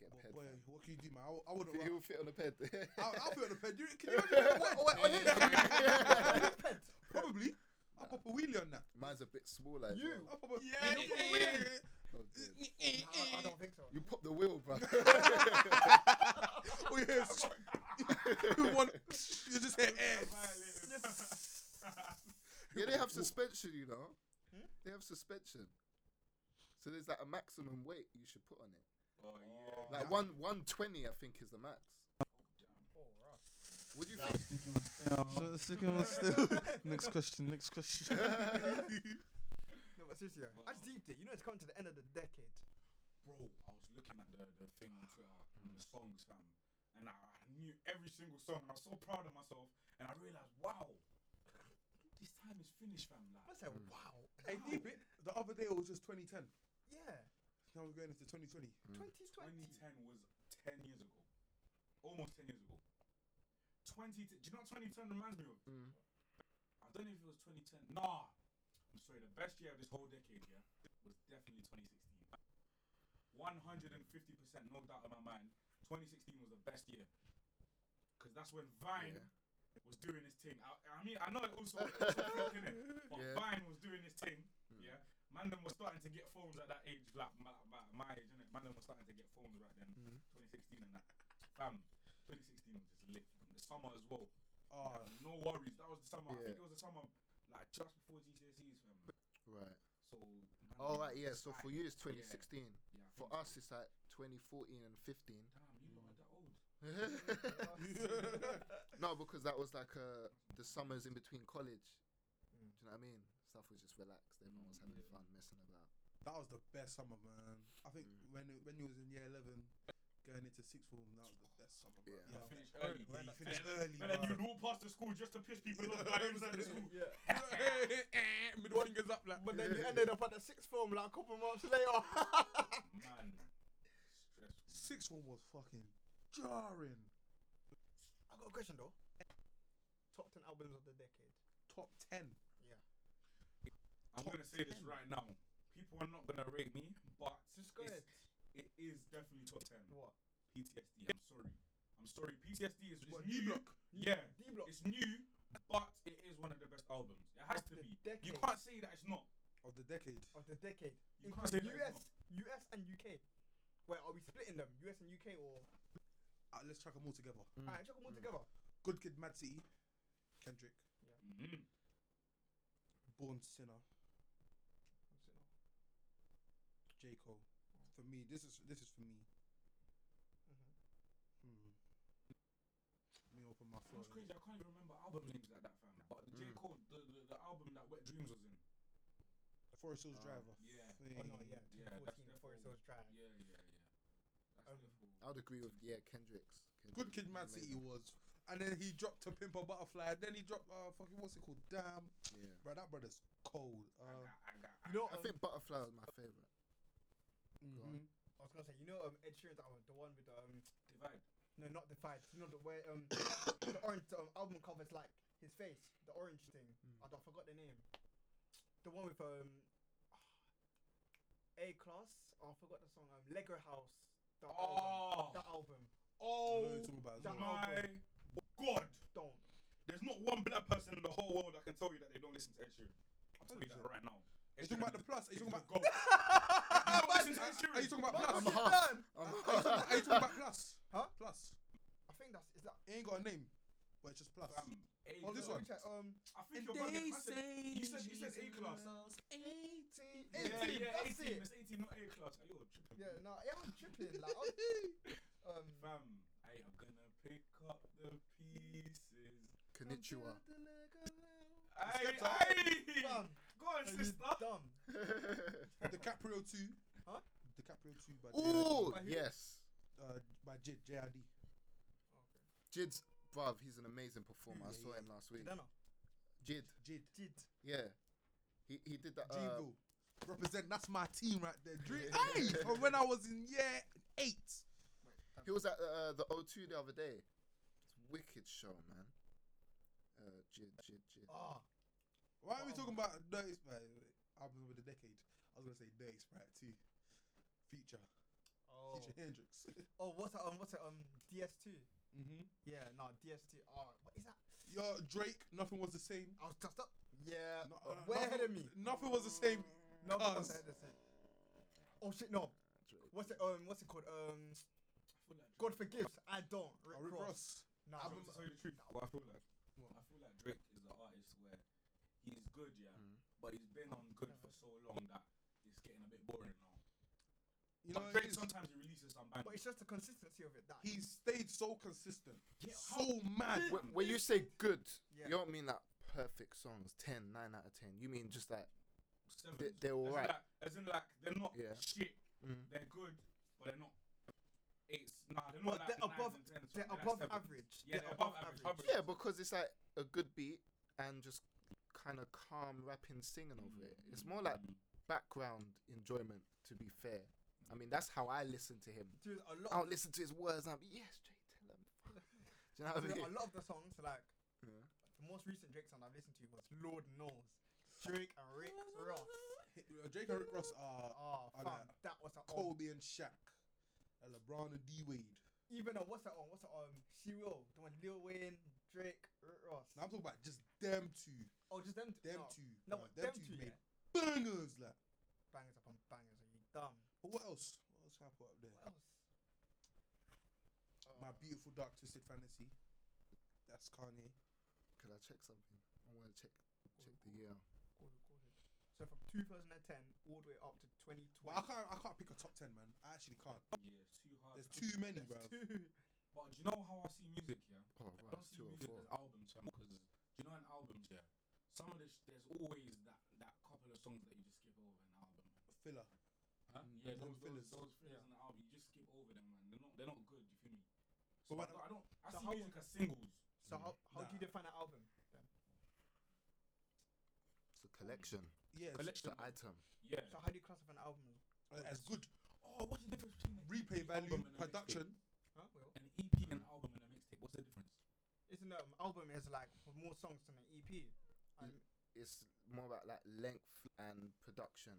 Speaker 2: Get
Speaker 3: But
Speaker 2: a ped.
Speaker 3: boy,
Speaker 2: fam.
Speaker 3: what can you do, man? I, I wouldn't.
Speaker 2: He'll fit on the ped.
Speaker 3: I'll, I'll be on the ped. You- Can you imagine?
Speaker 6: Oh,
Speaker 3: what- what- Probably. I'll pop a wheelie on that.
Speaker 2: Mine's a bit smaller. as well.
Speaker 3: I'll pop a,
Speaker 5: Yeah,
Speaker 3: I'll pop a
Speaker 5: yeah,
Speaker 3: wheelie.
Speaker 2: Oh, dear.
Speaker 6: I, I don't think so.
Speaker 2: You pop the wheel, bro.
Speaker 3: Oh yes. One, you just hit air.
Speaker 2: Yeah, they have suspension, you know. They have suspension. So there's like a maximum weight you should put on it.
Speaker 5: Oh yeah.
Speaker 2: Like one one twenty, I think, is the max. What do you think?
Speaker 8: So, second one still. next question. Next question.
Speaker 6: No, but seriously, yeah. I just deeped it. You know, it's coming to the end of the decade.
Speaker 5: bro, I was looking at the, the thing on Twitter, and the songs, fam, and I, I knew every single song, and I was so proud of myself, and I realized, wow, this time is finished, fam.
Speaker 6: Mm. I
Speaker 5: Like,
Speaker 6: said, wow.
Speaker 3: Hey, deep it. The other day it was just 2010.
Speaker 6: Yeah.
Speaker 3: Now we're going into 2020.
Speaker 6: Mm. 2020.
Speaker 5: 2010 was 10 years ago, almost 10 years ago. 20, do you know what 2010 reminds me of?
Speaker 2: Mm.
Speaker 5: I don't know if it was 2010. Nah, I'm sorry, the best year of this whole decade, yeah, was definitely 2016. 150%, no doubt in my mind, 2016 was the best year. Because that's when Vine was doing his thing. I, I mean, I know it also, it also fake, innit? But
Speaker 2: Yeah. Mm.
Speaker 5: Vine was doing his thing, yeah. Man, them was starting to get phones at that age, like my, my, my age, innit? Man, them was starting to get phones right then,
Speaker 2: Mm.
Speaker 5: 2016 and that. Fam, 2016 was just lit. The summer as well.
Speaker 3: Oh,
Speaker 5: No worries, that was the summer. I
Speaker 2: Ah. Yeah.
Speaker 5: think it was the summer, like just before GCSEs, fam.
Speaker 2: Right.
Speaker 5: So. man,
Speaker 2: All right. Yeah. So
Speaker 5: I-
Speaker 2: for you, it's
Speaker 5: yeah,
Speaker 2: 2016.
Speaker 5: yeah, I
Speaker 2: For
Speaker 5: think
Speaker 2: us, it's like 2014 and 15.
Speaker 5: so. Damn, you lot are that old.
Speaker 2: no, because that was like uh, the summers in between college. Do you know what I mean? Stuff was just relaxed. Everyone was having fun, messing about.
Speaker 3: that was the best summer, man. I think when it, when you was in year 11, going into sixth form, that was the best summer. Man.
Speaker 2: Yeah.
Speaker 5: I finished early.
Speaker 3: Yeah, you
Speaker 5: man.
Speaker 3: finished early.
Speaker 5: And then you
Speaker 3: man.
Speaker 5: walk past the school just to piss people off while inside the school.
Speaker 3: Middle fingers up, like.
Speaker 6: But then you ended up at the sixth form like a couple months later.
Speaker 5: Man, stressful.
Speaker 3: Sixth one was fucking jarring.
Speaker 6: I got a question though. Top ten albums of the decade.
Speaker 3: Top 10.
Speaker 5: I'm gonna say this right now. People are not gonna rate me, but
Speaker 6: Just go
Speaker 5: it's,
Speaker 6: ahead.
Speaker 5: It is definitely top ten.
Speaker 6: What?
Speaker 5: PTSD. I'm sorry. I'm sorry. PTSD is
Speaker 9: What,
Speaker 5: it's new.
Speaker 9: D-Block?
Speaker 5: Yeah,
Speaker 6: D block.
Speaker 5: it's new, but it is one of the best albums. It has to
Speaker 6: The
Speaker 5: be.
Speaker 6: decade
Speaker 5: You can't say that it's not.
Speaker 3: of the decade. Uh,
Speaker 6: of the decade.
Speaker 5: You
Speaker 6: Inclu-
Speaker 5: can't say that it's
Speaker 6: US, US and UK. Wait, are we splitting them? US and UK or?
Speaker 3: Uh, let's chuck them all together.
Speaker 6: Alright, chuck them all together.
Speaker 3: Good Kid, Mad City, Kendrick,
Speaker 6: Mm-hmm.
Speaker 5: Mhm.
Speaker 3: Born Sinner, J Cole. For me, this is this is for me.
Speaker 6: Mm-hmm.
Speaker 3: Hmm. Let me open my
Speaker 5: It was
Speaker 3: phone.
Speaker 5: crazy. I can't even remember album names like that, fam. But the J
Speaker 6: Mm.
Speaker 5: Cole, the, the the album that Wet Dreams was in.
Speaker 3: Forest Hills Driver.
Speaker 5: Yeah.
Speaker 6: Oh no, yeah,
Speaker 5: Yeah, that's
Speaker 6: 2014
Speaker 5: their
Speaker 6: Forest
Speaker 5: fault.
Speaker 6: Hills Drive.
Speaker 5: Yeah, yeah, yeah.
Speaker 6: Um,
Speaker 5: That's their fault.
Speaker 2: I'd agree with yeah, Kendrick's.
Speaker 3: Good
Speaker 2: Kendrick's
Speaker 3: Kid, Mad
Speaker 2: amazing.
Speaker 3: City was. And then he dropped to Pimp a Butterfly. And then he dropped, uh, fucking, what's it called? Damn.
Speaker 2: Yeah.
Speaker 3: Bro, that brother's cold. Uh,
Speaker 5: I got-
Speaker 6: You know,
Speaker 2: I
Speaker 6: um,
Speaker 2: think Butterfly was my favorite. Go on.
Speaker 3: mhm.
Speaker 6: I was gonna say, you know, um, Ed Sheeran's album, the one with um,
Speaker 5: Divide.
Speaker 6: no, not the fight, you know, the where um, the orange um, album covers like his face, the orange thing. I,
Speaker 5: Hmm.
Speaker 6: don't, I forgot the name. The one with um, A Class. Oh, I forgot the song. Um, Lego House. That album.
Speaker 5: Oh,
Speaker 6: That album.
Speaker 3: I know
Speaker 5: oh
Speaker 3: what you're talking about as
Speaker 6: that-
Speaker 3: well.
Speaker 5: my God!
Speaker 6: Don't.
Speaker 5: There's not one black person in the whole world that can tell you that they don't listen to Ed Sheeran. I'm telling you that right now.
Speaker 3: Are you talking about the plus? Are you talking about
Speaker 5: God?
Speaker 3: Are
Speaker 5: listen to Ed
Speaker 3: you talking about
Speaker 2: I'm
Speaker 3: plus?
Speaker 5: Oh.
Speaker 2: half. I'm
Speaker 3: Are you talking about plus?
Speaker 6: Huh?
Speaker 3: Plus.
Speaker 6: I think that's is that.
Speaker 3: It ain't got a name, but it's just plus.
Speaker 5: Fam, A-
Speaker 3: Oh, this
Speaker 6: Let
Speaker 3: one.
Speaker 6: me check, Um,
Speaker 5: I think you're bugging. I said- you said you said A class. Yeah, yeah,
Speaker 6: that's it.
Speaker 5: 18. It's 18, not A class. Are you all tripping?
Speaker 6: Yeah, no, yeah, I'm tripping. Like, I was, um,
Speaker 5: Fam, I am gonna pick up the pieces.
Speaker 2: Konnichiwa.
Speaker 5: Aye,
Speaker 3: Skepta.
Speaker 5: aye.
Speaker 6: fam,
Speaker 5: Go on,
Speaker 6: are you
Speaker 5: sister.
Speaker 6: dumb.
Speaker 3: DiCaprio 2.
Speaker 6: Huh?
Speaker 3: DiCaprio 2 by
Speaker 2: Ooh,
Speaker 6: By who?
Speaker 2: yes.
Speaker 3: JID. Uh, by JID. JID.
Speaker 2: Jid's bruv, he's an amazing performer. I
Speaker 3: Yeah,
Speaker 2: saw
Speaker 3: yeah.
Speaker 2: him last week.
Speaker 6: Dunno.
Speaker 2: Jid,
Speaker 3: JID.
Speaker 6: Did.
Speaker 2: yeah. He he did that. Uh,
Speaker 3: Jingle. Represent. That's my team right there. Dream. Hey! From when I was in year 8.
Speaker 2: he was at uh, the O2 the other day. It's a wicked show, man. Uh, Jid, Jid, Jid.
Speaker 6: Ah,
Speaker 3: Why are we
Speaker 6: Wow.
Speaker 3: talking about Dirty Sprite? Album of the decade. I was going to say Dirty Sprite 2. Feature.
Speaker 6: oh.
Speaker 3: Feature Hendrix.
Speaker 6: Oh, what's it? Um, what's it? Um, DS2.
Speaker 3: mm-hmm.
Speaker 6: Yeah, no, DS2. Oh, what is that?
Speaker 3: Yo, Drake, nothing was the same.
Speaker 6: I was just up. Yeah.
Speaker 3: No-
Speaker 6: uh,
Speaker 3: uh,
Speaker 6: way
Speaker 3: nothing-
Speaker 6: ahead of me. Uh,
Speaker 3: Nothing was the same.
Speaker 6: No, but what's
Speaker 3: us.
Speaker 6: ahead of me. Oh shit, no. What's it? Um, what's it called? Um, God forgives. I don't. Rick,
Speaker 3: Oh, Rick
Speaker 6: Ross.
Speaker 3: Ross.
Speaker 6: Nah,
Speaker 5: I'm
Speaker 6: I'm-
Speaker 5: gonna tell you the truth. What I feel like. I feel like Drake is an artist where he's good, yeah,
Speaker 2: Mm.
Speaker 5: but he's been on good for so long that it's getting a bit boring now.
Speaker 3: You know,
Speaker 5: but
Speaker 3: what it
Speaker 5: Drake
Speaker 3: is?
Speaker 5: sometimes he releases some bangers.
Speaker 6: but it's just the consistency of it. That
Speaker 3: he stayed so consistent,
Speaker 5: Yeah,
Speaker 3: so mad.
Speaker 2: Wh- When you say good,
Speaker 6: Yeah.
Speaker 2: you don't mean like perfect songs, 10, 9 out of 10. You mean just like,
Speaker 5: Sevens.
Speaker 2: they- they're
Speaker 5: As in
Speaker 2: alright.
Speaker 5: like- As in, like, they're not
Speaker 2: Yeah.
Speaker 5: shit.
Speaker 2: Mhm.
Speaker 5: They're good, but they're not. It's nah, they're
Speaker 6: But
Speaker 5: not like
Speaker 6: they're
Speaker 5: the nines
Speaker 6: above-
Speaker 5: and tens,
Speaker 6: they're
Speaker 5: like
Speaker 6: above
Speaker 5: sevens.
Speaker 6: average.
Speaker 5: Yeah, they're above average. average.
Speaker 2: yeah, because it's like a good beat and just kind of calm rapping, singing over it. It's more like background enjoyment, to be fair. I mean, that's how I listen to him.
Speaker 6: dude, a lot.
Speaker 2: I don't listen to his words. I'm yes, Jay, tell him. Do you know
Speaker 6: of,
Speaker 2: what I
Speaker 6: a
Speaker 2: mean?
Speaker 6: lot of the songs, like
Speaker 2: Yeah.
Speaker 6: the most recent Drake song I've listened to was Lord Knows, Drake and Rick Ross.
Speaker 3: Uh, Drake and Rick Ross are
Speaker 6: Oh, fam,
Speaker 3: I know.
Speaker 6: that was a old.
Speaker 3: Kobe and Shaq, and LeBron and D Wade.
Speaker 6: Even on what's that on? What's that on? She will. The one Lil Wayne, Drake, Rick Ross.
Speaker 3: Now I'm talking about just them two,
Speaker 6: Oh, just them. Two.
Speaker 3: them
Speaker 6: no.
Speaker 3: two,
Speaker 6: No,
Speaker 3: bruh,
Speaker 6: but them two,
Speaker 3: made
Speaker 6: yeah.
Speaker 3: bangers, like.
Speaker 6: Bangers upon bangers. Are you dumb?
Speaker 3: But what else? What else can I put up there?
Speaker 6: What else? uh,
Speaker 3: My beautiful dark twisted fantasy. That's Kanye.
Speaker 2: Could I check something? I want to check check the year.
Speaker 6: Go ahead, go ahead. So from 2010 all the way up to 2020.
Speaker 3: But I can't. I can't pick a top ten, man. I actually can't.
Speaker 5: Yeah, it's too hard.
Speaker 3: There's too many, bro.
Speaker 5: But do you know how I see music? Yeah.
Speaker 2: Oh,
Speaker 5: I
Speaker 2: right,
Speaker 5: don't
Speaker 2: it's
Speaker 5: see
Speaker 2: two or
Speaker 5: music
Speaker 2: four.
Speaker 5: as albums, because you know an album, yeah. Some of the sh- there's always that that couple of songs that you just skip over an album.
Speaker 3: Filler.
Speaker 5: Huh?
Speaker 3: Mm,
Speaker 5: Yeah,
Speaker 3: them
Speaker 5: those fillers,
Speaker 3: fillers.
Speaker 5: those fillers in the album, you just skip over them, man. They're not they're not good. You feel me? So
Speaker 3: But what-
Speaker 5: I don't, I don't. I
Speaker 6: so
Speaker 5: see
Speaker 6: how-
Speaker 5: music as singles.
Speaker 6: So how, how do you
Speaker 3: Nah.
Speaker 6: define an album? then?
Speaker 2: It's a collection.
Speaker 3: Yeah. it's-
Speaker 2: It's an item.
Speaker 5: Yeah.
Speaker 6: So how do you classify an album?
Speaker 3: uh, As good
Speaker 5: oh, what's the difference between an
Speaker 3: replay
Speaker 5: EP
Speaker 3: value,
Speaker 5: album and a
Speaker 3: production.
Speaker 6: Huh? Will?
Speaker 5: mixtape? An EP and an album and a mixtape. What's the difference?
Speaker 6: Isn't an um, album is like more songs than an EP? And
Speaker 2: It's more about like length and production.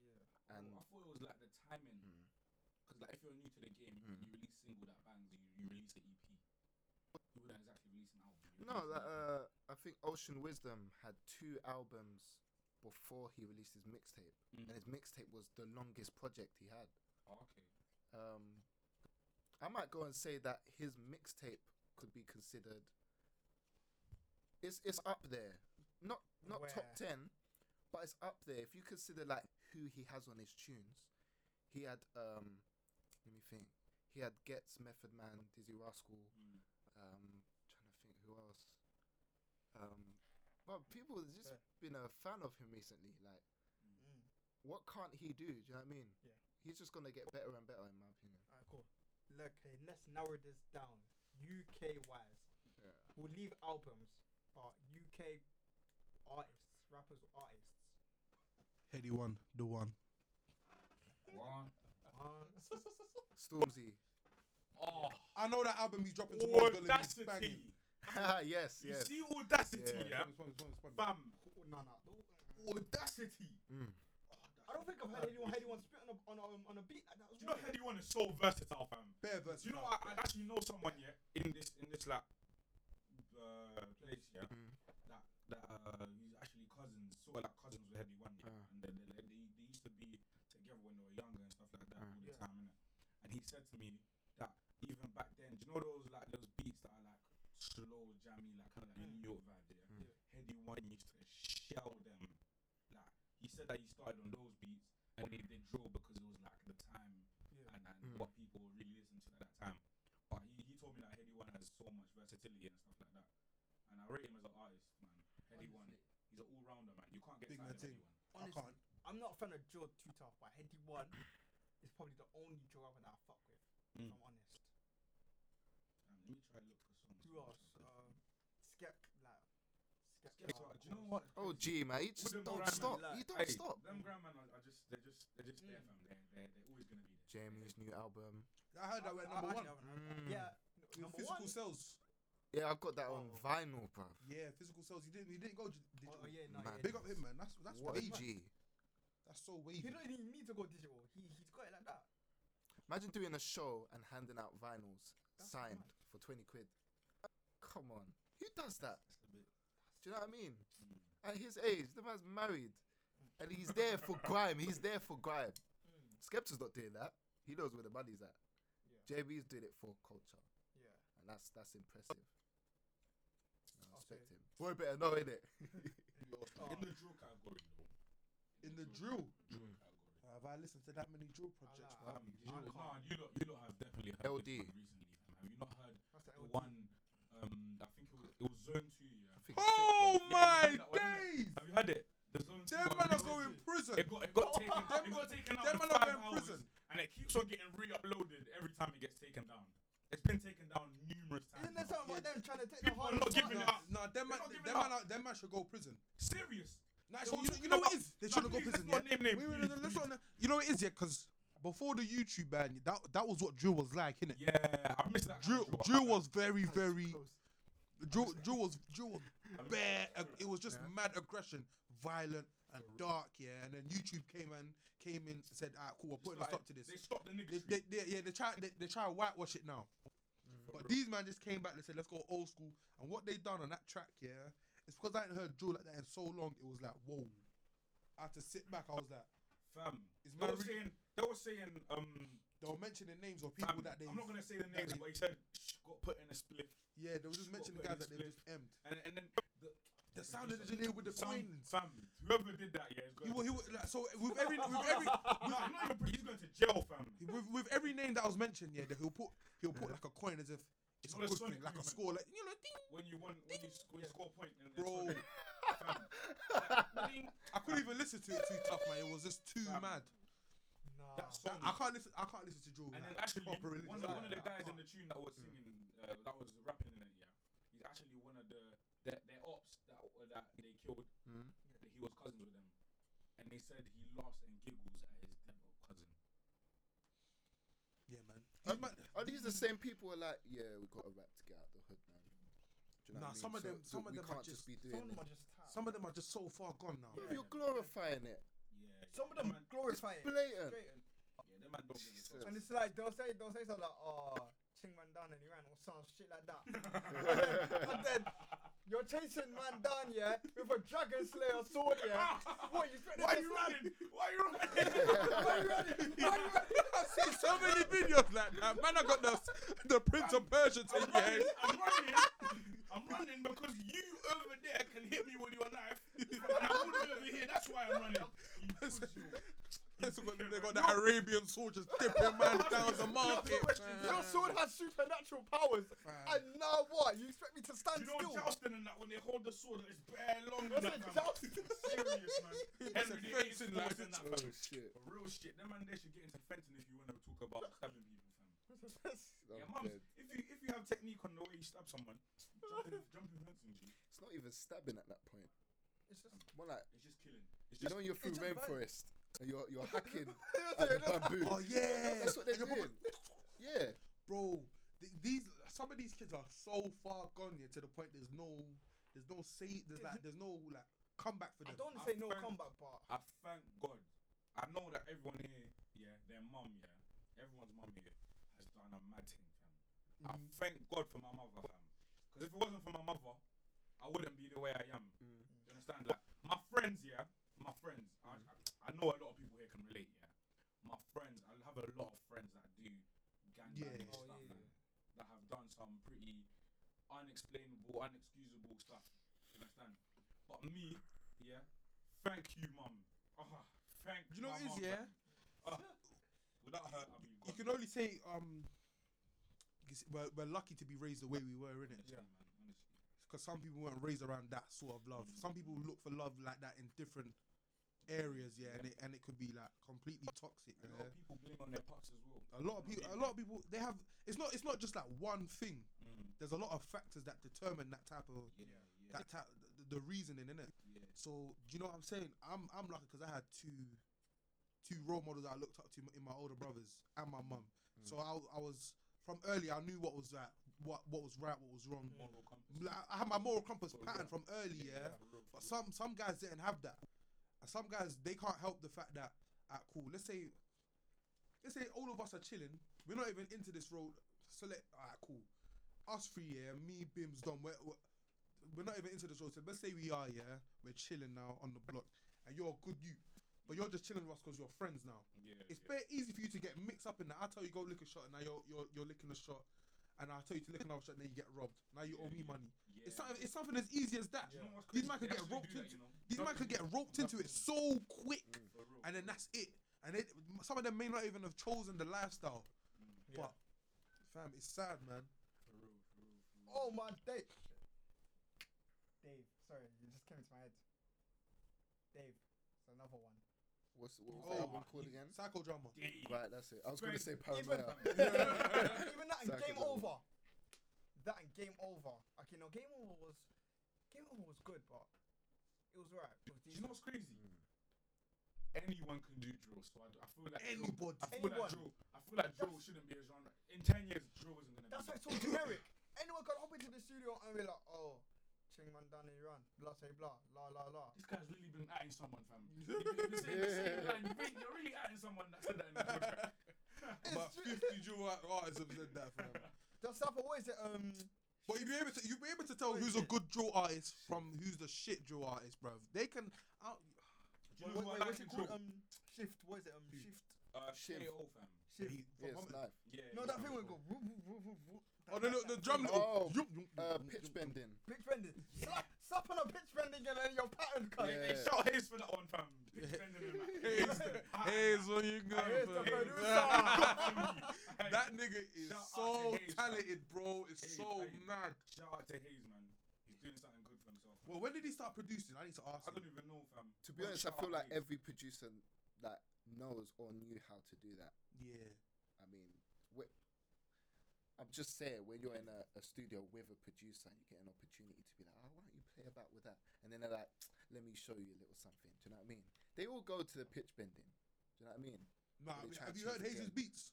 Speaker 6: yeah.
Speaker 2: And
Speaker 5: oh, I thought it was like the timing.
Speaker 2: Mm.
Speaker 5: Because Because like, if you're new to the game,
Speaker 2: Mm.
Speaker 5: you release single that bangs, you, you release an EP. You wouldn't exactly release an album. you
Speaker 2: No,
Speaker 5: release an E
Speaker 2: that, uh,
Speaker 5: EP.
Speaker 2: I think Ocean Wisdom had two albums before he released his mixtape, and
Speaker 5: Mm.
Speaker 2: his mixtape was the longest project he had.
Speaker 5: Oh, okay.
Speaker 2: Um, I might go and say that his mixtape could be considered. It's it's up there, not not top
Speaker 6: Where?
Speaker 2: ten, but it's up there. If you consider like who he has on his tunes, he had um, let me think. He had Gets, Method Man, Dizzy Rascal,
Speaker 6: Hmm.
Speaker 5: Mm.
Speaker 2: um, trying to think who else. Um, but people have just been a fan of him recently. Like,
Speaker 6: Mm.
Speaker 2: what can't he do? Do you know what I mean?
Speaker 6: Yeah.
Speaker 2: He's just gonna get better and better, in my opinion.
Speaker 6: Alright, cool. Look, okay, let's narrow this down. UK wise,
Speaker 2: Yeah.
Speaker 6: we'll leave albums, but UK artists, rappers, or artists.
Speaker 3: Heady one, the one.
Speaker 5: One.
Speaker 6: Um,
Speaker 2: Stormzy.
Speaker 5: Oh,
Speaker 3: I know that album he's dropping tomorrow. is gonna be
Speaker 5: audacity.
Speaker 3: banging.
Speaker 2: yes,
Speaker 5: You
Speaker 2: yes.
Speaker 5: see audacity,
Speaker 2: Yeah.
Speaker 5: yeah?
Speaker 3: Respond, respond, respond.
Speaker 5: Bam.
Speaker 6: no, no.
Speaker 5: Audacity.
Speaker 2: Mm.
Speaker 6: I don't think I've heard anyone, anyone spit on a on a, um, on a beat like that.
Speaker 5: Do you know how anyone is so versatile, fam?
Speaker 3: Bare verse.
Speaker 5: Do you know, I, I actually know someone yeah in this in this like uh, place yeah
Speaker 2: Mm.
Speaker 5: that that uh, he's actually cousins, sort of like cousins with Heavy One, yeah,
Speaker 2: Ah.
Speaker 5: and they, they, they, they used to be together when they were younger and stuff like that
Speaker 2: Ah.
Speaker 5: all the
Speaker 6: Yeah.
Speaker 5: time, innit? And he said to me that even back then, do you know those like those beats that are like slow, jammy, like kind of like New York vibe, yeah.
Speaker 2: Mm.
Speaker 5: Heavy One used to shell them. Like he said that he started on those beats and they they drove because it was like the time
Speaker 6: Yeah.
Speaker 5: and, and
Speaker 2: Mm.
Speaker 5: what people were really listened to at that time. But he, he told me that Heady One has so much versatility and stuff like that. And I rate him as an artist, man. Heady One, he's an all rounder, man. You can't get
Speaker 3: Big man
Speaker 5: tired of
Speaker 3: thing.
Speaker 5: Heady One.
Speaker 3: I
Speaker 6: Honestly,
Speaker 3: can't.
Speaker 6: I'm not a fan of Joe too tough, but Heady One is probably the only Joe rapper that I fuck with.
Speaker 5: Mm.
Speaker 6: If I'm honest.
Speaker 5: Um, let me try and look for some.
Speaker 6: Who else? Um, Skep, like. Skep,
Speaker 5: Skepta,
Speaker 6: Skep,
Speaker 5: do you know what?
Speaker 2: Oh, G, mate, you just
Speaker 5: Wouldn't
Speaker 2: don't
Speaker 5: Brandon
Speaker 2: stop.
Speaker 6: like-
Speaker 2: You don't
Speaker 5: Hey,
Speaker 2: stop.
Speaker 5: Them grandman are, are just, they're just, they're just there,
Speaker 6: Mm.
Speaker 5: fam. They're, they're, they're always gonna be there.
Speaker 2: Jamie's new album.
Speaker 3: I heard that went number one.
Speaker 2: Mm.
Speaker 6: Yeah.
Speaker 3: In
Speaker 6: Number
Speaker 3: physical
Speaker 6: one.
Speaker 3: sales.
Speaker 2: Yeah, I've got that on
Speaker 6: Oh.
Speaker 2: vinyl, bruv.
Speaker 3: Yeah, physical sales. He didn't. He didn't go. dig-
Speaker 6: Oh,
Speaker 3: Digital.
Speaker 6: oh, yeah, no,
Speaker 2: Man.
Speaker 6: yeah,
Speaker 3: Big up him, man. That's that's
Speaker 2: What a
Speaker 3: wavy.
Speaker 2: G.
Speaker 3: That's so
Speaker 6: He
Speaker 3: wavy.
Speaker 6: don't even need to go digital. He he's got it like that.
Speaker 2: Imagine doing a show and handing out vinyls
Speaker 6: That's
Speaker 2: signed
Speaker 6: mad.
Speaker 2: for 20 quid. Come on. Who does that?
Speaker 5: That's a bit.
Speaker 2: Do you know what I mean? At his age, the man's married. And he's there for grime. He's there for grime.
Speaker 6: Hmm.
Speaker 2: Skepta's not doing that. He knows where the money's at. JB's doing it for culture.
Speaker 6: Yeah.
Speaker 2: and that's that's impressive. I
Speaker 6: I'll
Speaker 2: respect
Speaker 6: say-
Speaker 2: him. Boy, better know it.
Speaker 5: Oh, In the drill category, though.
Speaker 3: In the drill.
Speaker 5: Drill category.
Speaker 3: Have I listened to that many drill projects?
Speaker 6: I'll
Speaker 3: man?
Speaker 5: Um, you, know, nah, you lot, you lot have definitely heard
Speaker 2: LD.
Speaker 5: this one recently, fam. Have you not heard
Speaker 6: That's the
Speaker 5: the
Speaker 6: LD.
Speaker 5: one? Um, I think it was, it was Zone Two, yeah.
Speaker 3: Oh my
Speaker 5: Yeah, yeah,
Speaker 3: days!
Speaker 5: Have you heard it? The Zone
Speaker 3: Them
Speaker 5: 2
Speaker 3: man
Speaker 5: one,
Speaker 3: are going prison.
Speaker 5: It got, it got taken.
Speaker 3: Them-
Speaker 5: it got taken out.
Speaker 3: them
Speaker 5: for
Speaker 3: man are
Speaker 5: five
Speaker 3: going
Speaker 5: hours,
Speaker 3: prison.
Speaker 5: and it keeps on getting re-uploaded every time it gets taken down. It's been taken down numerous
Speaker 6: Isn't
Speaker 5: times.
Speaker 6: there
Speaker 5: now.
Speaker 6: something about them trying to take the
Speaker 5: People
Speaker 6: hard
Speaker 5: are
Speaker 6: part
Speaker 5: not giving
Speaker 6: now?
Speaker 5: it up.
Speaker 3: Nah, them man,
Speaker 5: not giving
Speaker 3: them man,
Speaker 5: up.
Speaker 3: are- them man should go prison.
Speaker 5: Serious.
Speaker 3: Nah,
Speaker 5: They
Speaker 3: so
Speaker 5: were
Speaker 3: you,
Speaker 5: talking
Speaker 3: you know what
Speaker 5: about-
Speaker 3: it is? They
Speaker 5: Nah,
Speaker 3: shouldn't go
Speaker 5: please,
Speaker 3: prison. Yeah?
Speaker 5: let's not name names,
Speaker 3: Wait, wait,
Speaker 5: please,
Speaker 3: no, no, let's
Speaker 5: please.
Speaker 3: not- You know what it is, yeah? Because before the YouTube ban, that that was what drill was like, innit?
Speaker 5: Yeah, I missed that.
Speaker 3: Drill,
Speaker 5: kind of
Speaker 3: drill was very,
Speaker 6: That's
Speaker 3: very.
Speaker 6: close.
Speaker 3: Drill, drill was drill was
Speaker 5: I missed
Speaker 3: bare.
Speaker 5: that.
Speaker 3: It was just
Speaker 2: Yeah.
Speaker 3: mad aggression, violent and dark, yeah. And then YouTube came and came in and said, "Ah, cool, we're
Speaker 5: Just
Speaker 3: putting a stop
Speaker 5: like,
Speaker 3: to this."
Speaker 5: They stopped the
Speaker 3: They,
Speaker 5: niggas.
Speaker 3: they, they, yeah, they try, they, they try to whitewash it now.
Speaker 5: Mm.
Speaker 3: But these man just came back. They said, "Let's go old school." And what they done on that track, yeah, it's because I hadn't heard drill like that in so long. It was like, whoa. I had to sit back. I was like,
Speaker 5: Fam,
Speaker 3: Is
Speaker 5: they
Speaker 3: man
Speaker 5: were
Speaker 3: really-
Speaker 5: saying, they were saying, um,
Speaker 3: they were mentioning names of people
Speaker 5: fam,
Speaker 3: that they.
Speaker 5: I'm not gonna say the names,
Speaker 3: they-
Speaker 5: but he said "Shh, got put in a split,
Speaker 3: Yeah, they were just
Speaker 5: Got
Speaker 3: mentioning
Speaker 5: put in
Speaker 3: guys
Speaker 5: the
Speaker 3: that they
Speaker 5: split.
Speaker 3: just emmed.
Speaker 5: and and then the,
Speaker 3: The sound engineer with the
Speaker 5: sound-
Speaker 3: coins.
Speaker 5: fam, whoever did that, yeah, is
Speaker 3: He,
Speaker 5: going.
Speaker 3: wa- he, wa- like, so with every with every
Speaker 5: no, I'm not even. pre- He's going to jail, fam.
Speaker 3: with, with every name that was mentioned, yeah, that he'll put he'll put like a coin as if it's a
Speaker 5: Not a
Speaker 3: good
Speaker 5: Sonic
Speaker 3: thing, like a
Speaker 5: moment.
Speaker 3: score, like you know, ding.
Speaker 5: When you won, when you, sc- when you score a point, and
Speaker 3: Bro.
Speaker 5: fam, I mean,
Speaker 3: I couldn't even listen to it too tough, man. It was just too
Speaker 5: Fam.
Speaker 3: mad.
Speaker 6: Nah.
Speaker 5: that
Speaker 3: That-
Speaker 5: song.
Speaker 3: I can't listen. I can't listen to Joe.
Speaker 5: and then
Speaker 3: like,
Speaker 5: actually,
Speaker 3: proper
Speaker 5: one,
Speaker 3: religious
Speaker 5: of, one of the
Speaker 3: like that.
Speaker 5: guys in the tune that was singing, uh, that was rapping in it, yeah, he's actually one of the their, their ops that that they killed.
Speaker 3: Hmm?
Speaker 2: Mm.
Speaker 5: that he was cousins with them, and they said he laughs and giggles at his dead old cousin.
Speaker 3: Yeah, man. These man-
Speaker 2: Are these the same people who are like, yeah, we got a rap to get out the hood, man? Do you know what I
Speaker 3: Nah,
Speaker 2: mean?
Speaker 3: some of
Speaker 2: So-
Speaker 3: them-
Speaker 2: so
Speaker 3: some of
Speaker 2: we
Speaker 3: them are
Speaker 2: can't
Speaker 3: just-
Speaker 2: be doing
Speaker 6: Some of them
Speaker 2: it.
Speaker 6: are just tap.
Speaker 3: Some of them are just so far gone now.
Speaker 5: Yeah.
Speaker 2: You're glorifying it.
Speaker 5: Yeah.
Speaker 6: Some of them glorify it.
Speaker 2: Blatant.
Speaker 6: Straight and-
Speaker 5: Yeah, Them man don't get it.
Speaker 6: And it's like they'll say they'll say something like, "Oh, Ching Man down and he ran" or some shit like that. and then you're chasing man down, yeah, with a dragon slayer Ah, sword,
Speaker 5: Ah!
Speaker 6: yeah. What you expect?
Speaker 5: Why
Speaker 6: to
Speaker 5: you
Speaker 6: stand?
Speaker 5: running? Why you running?
Speaker 6: Why you running? Why you running?
Speaker 3: I've seen so many videos like that. Man, I got the the Prince of Persia
Speaker 5: I'm
Speaker 3: taking
Speaker 5: running. I'm running. I'm running because you over there can hit me with your knife. And I wouldn't be over here. That's why I'm running. You pussy.
Speaker 3: They got the Arabian sword just dipping man down the market.
Speaker 6: Your sword has supernatural powers, and now what? You expect me to stand
Speaker 5: You know
Speaker 6: still?
Speaker 5: jousting and that when they hold the sword, it's bare long.
Speaker 6: That's a
Speaker 5: like, I'm
Speaker 6: joust.
Speaker 5: Serious man.
Speaker 3: That's a
Speaker 5: Henry VIII
Speaker 3: fencing
Speaker 5: swords
Speaker 3: life.
Speaker 5: and that,
Speaker 2: Oh
Speaker 5: fam.
Speaker 2: shit.
Speaker 5: For real shit, them man there should get into fencing if you want to talk about stabbing people, fam.
Speaker 6: Oh,
Speaker 2: I'm
Speaker 5: yeah,
Speaker 2: dead.
Speaker 5: mums, if you if you have technique on the way you stab someone, jumping jumping fencing, G,
Speaker 2: It's not even stabbing at that point.
Speaker 6: It's just-
Speaker 2: More like
Speaker 5: it's just killing. It's
Speaker 2: you
Speaker 5: just
Speaker 2: know you're through
Speaker 6: just vibe.
Speaker 2: rainforest and you're you're hacking at the bamboo.
Speaker 3: Oh yeah,
Speaker 2: That's what they're
Speaker 3: And you're
Speaker 2: doing. Yeah.
Speaker 3: bro. th- These some of these kids are so far gone here to the point there's no there's no say there's like there's no like comeback for
Speaker 6: I
Speaker 3: them.
Speaker 6: don't want to say no combat, but
Speaker 5: I thank God. I know that everyone here, yeah, their mum, yeah, everyone's mum here has done a mad thing, fam. I
Speaker 3: Mm-hmm.
Speaker 5: thank God for my mother, fam. Because if it wasn't for my mother, I wouldn't be the way I am.
Speaker 3: Mm.
Speaker 5: You understand? Like, my friends, yeah, my friends, I, I, I know a lot of people here can relate, yeah. My friends, I have a lot of friends that do gangbanging
Speaker 3: Yeah.
Speaker 5: stuff, man, that have done some pretty unexplainable, unexcusable stuff. You understand? But me, yeah, thank you, mum. Oh, thank
Speaker 3: You know
Speaker 5: my
Speaker 3: what it is,
Speaker 5: mum,
Speaker 3: yeah?
Speaker 5: fam. Ah, without her, I'd be
Speaker 3: You
Speaker 5: gone.
Speaker 3: can only say um, 'cause we're, we're lucky to be raised the way we were, innit?
Speaker 5: Yeah, man, honestly.
Speaker 3: because some people weren't raised around that sort of love.
Speaker 5: Mm.
Speaker 3: Some people look for love like that in different areas, yeah, and it and it could be like completely toxic.
Speaker 5: A
Speaker 3: Yeah.
Speaker 5: lot of people blame on their pops as well.
Speaker 3: A lot of people, a lot of people, they have. It's not. It's not just like one thing.
Speaker 5: Mm.
Speaker 3: There's a lot of factors that determine that type of
Speaker 5: Yeah, yeah,
Speaker 3: that type the, the reasoning in it.
Speaker 5: yeah.
Speaker 3: So do you know what I'm saying? I'm I'm lucky because I had two two role models I looked up to in my older brothers and my mum. So I I was from early I knew what was that what what was right what was wrong.
Speaker 5: Moral compass.
Speaker 3: Like, I had my moral compass
Speaker 5: Oh,
Speaker 3: pattern
Speaker 5: yeah.
Speaker 3: from early, yeah.
Speaker 5: for real, for
Speaker 3: But
Speaker 5: real.
Speaker 3: some some guys didn't have that. And some guys they can't help the fact that at cool, let's say let's say all of us are chilling, we're not even into this road. So let alright, cool. Us three, yeah, me, Bims, Dom, we're, we're, we're not even into this road. So let's say we are, yeah, we're chilling now on the block, and you're a good you, but you're just chilling with us because you're friends now.
Speaker 5: Yeah,
Speaker 3: It's
Speaker 5: yeah.
Speaker 3: very easy for you to get mixed up in that. I tell you go lick a shot, and now you're you're, you're licking a shot, and I tell you to lick another shot, and then you get robbed. Now you owe me money.
Speaker 5: Yeah.
Speaker 3: It's something. It's something as easy as that.
Speaker 5: Do you know what's
Speaker 3: These
Speaker 5: crazy?
Speaker 3: man could
Speaker 5: They
Speaker 3: get
Speaker 5: actually
Speaker 3: roped
Speaker 5: do that,
Speaker 3: into.
Speaker 5: you know?
Speaker 3: These man
Speaker 5: Nothing
Speaker 3: could
Speaker 5: to
Speaker 3: get roped into it so quick,
Speaker 5: For real,
Speaker 3: and then
Speaker 5: for
Speaker 3: that's it. And they, some of them may not even have chosen the lifestyle. But fam, it's sad, man.
Speaker 5: real, for real, for real.
Speaker 6: oh my day, Dave. Sorry, you just came into my head. Dave, it's another one.
Speaker 2: What's what was
Speaker 3: Oh,
Speaker 2: that album called again?
Speaker 3: Psychodrama.
Speaker 5: Damn.
Speaker 2: Right, that's it. I was gonna
Speaker 5: Great.
Speaker 2: say
Speaker 6: even,
Speaker 2: paranoia.
Speaker 6: even that and
Speaker 2: Exactly
Speaker 6: game
Speaker 2: that one.
Speaker 6: over. That and game over. Okay, no, game over was game over was good, but it was alright. It was
Speaker 5: Do you know
Speaker 6: decent.
Speaker 5: what's crazy?
Speaker 3: Mm.
Speaker 5: Anyone can do drill, so I, d- I feel like drill-
Speaker 3: Anybody.
Speaker 5: I feel
Speaker 6: Anyone.
Speaker 5: like drill. I feel like drill shouldn't be a genre. In ten years, drill isn't gonna.
Speaker 6: That's why
Speaker 5: be
Speaker 6: it's so generic. Anyone can hop into the studio and be like, oh, Ching Man down in Iran, blah say blah, la la la.
Speaker 5: This guy's really been adding someone, fam. You're saying- you're saying, like, you're really adding someone that said that in the contract.
Speaker 3: About
Speaker 6: true.
Speaker 3: 50 dual artists have said that, fam.
Speaker 6: Just stuff what is it? Um,
Speaker 3: But you'd be able to you'd be able to tell who's a good drill artist from who's the shit drill artist, bruv. They can out
Speaker 5: Do you know
Speaker 6: what,
Speaker 5: who
Speaker 6: wait,
Speaker 5: I like
Speaker 6: what's
Speaker 5: in
Speaker 6: it called?
Speaker 5: drill?
Speaker 6: Um, shift. What is it? Um, shift.
Speaker 5: Uh,
Speaker 2: Shiv.
Speaker 5: KO, fam.
Speaker 6: Shift.
Speaker 2: Yeah, it's
Speaker 3: Muhammad.
Speaker 2: life.
Speaker 5: Yeah.
Speaker 6: No,
Speaker 5: yeah,
Speaker 6: that
Speaker 5: yeah.
Speaker 6: thing will go. woo, woo, woo, woo, woo.
Speaker 3: Oh
Speaker 6: That-
Speaker 3: no, no,
Speaker 6: that-
Speaker 3: the
Speaker 6: that
Speaker 3: drum.
Speaker 6: thing.
Speaker 2: Oh,
Speaker 3: yum, yum,
Speaker 2: Uh,
Speaker 3: yum,
Speaker 2: pitch
Speaker 3: yum.
Speaker 2: bending.
Speaker 6: Big bending. Slap, slap on a pitch bending and then your pattern cut.
Speaker 2: Yeah.
Speaker 5: Hey, shout Hayes for that one, fam. Big friend of mine.
Speaker 3: Hayes, Hayes, what you got?
Speaker 6: Hayes the
Speaker 3: fam?
Speaker 6: producer.
Speaker 3: that nigga is
Speaker 5: Shout out
Speaker 3: so
Speaker 5: to Hayes, fam.
Speaker 3: talented, bro. It's
Speaker 5: Hayes,
Speaker 3: so
Speaker 5: Hayes.
Speaker 3: mad.
Speaker 5: Shout out to Hayes, man. He's doing something good for himself.
Speaker 3: Well, when did he start producing? I need to ask.
Speaker 5: I
Speaker 3: him.
Speaker 5: don't even know, fam.
Speaker 2: To be honest, I feel like every producer that knows or knew how to do that.
Speaker 3: Yeah.
Speaker 2: I mean, wh- I'm just saying, when you're in a, a studio with a producer and you get an opportunity to be like, oh, why don't you play about with that? And then they're like, let me show you a little something. Do you know what I mean? They all go to the pitch bending. Do you know what I mean? They
Speaker 3: Nah, I mean,
Speaker 2: try
Speaker 3: have
Speaker 2: to
Speaker 3: you heard
Speaker 2: change the game.
Speaker 3: Hayes' beats?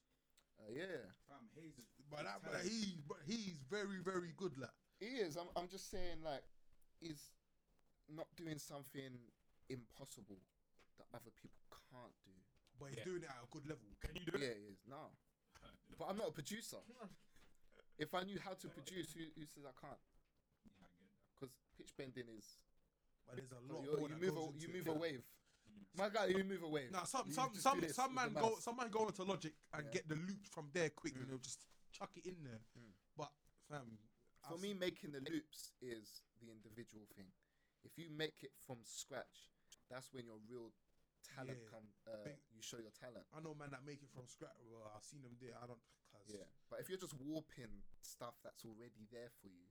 Speaker 2: Uh, yeah.
Speaker 5: Fam, Hayes is.
Speaker 3: But that, but
Speaker 5: talented.
Speaker 3: he, but he's very, very good, like.
Speaker 2: He is. I'm, I'm just saying, like, he's not doing something impossible that other people can't do.
Speaker 7: but he's
Speaker 5: Yeah.
Speaker 7: doing it at a good level.
Speaker 5: Can you do
Speaker 2: Yeah,
Speaker 5: it?
Speaker 2: he is now. But I'm not a producer. If I knew how to produce, who, who says I can't? Because pitch bending is
Speaker 7: But there's a lot.
Speaker 2: Oh, you,
Speaker 7: more
Speaker 2: you
Speaker 7: that
Speaker 2: move
Speaker 7: goes
Speaker 2: a,
Speaker 7: into
Speaker 2: you
Speaker 7: it.
Speaker 2: move a wave. My guy, you move a wave.
Speaker 7: Nah, some
Speaker 2: You
Speaker 7: some
Speaker 2: just
Speaker 7: some
Speaker 2: do this
Speaker 7: some
Speaker 2: with the
Speaker 7: man go
Speaker 2: mouse.
Speaker 7: some man go into Logic and
Speaker 2: Yeah.
Speaker 7: get the loops from there quick,
Speaker 2: Mm.
Speaker 7: and they'll just chuck it in there.
Speaker 2: Mm.
Speaker 7: But fam,
Speaker 2: For
Speaker 7: us-
Speaker 2: me, making the loops is the individual thing. If you make it from scratch, that's when your real talent
Speaker 7: Yeah.
Speaker 2: come. Uh,
Speaker 7: Big-
Speaker 2: you show your talent.
Speaker 7: I know man that make it from scratch. Well, I've seen them there. I don't. Cause
Speaker 2: Yeah, but if you're just warping stuff that's already there for you,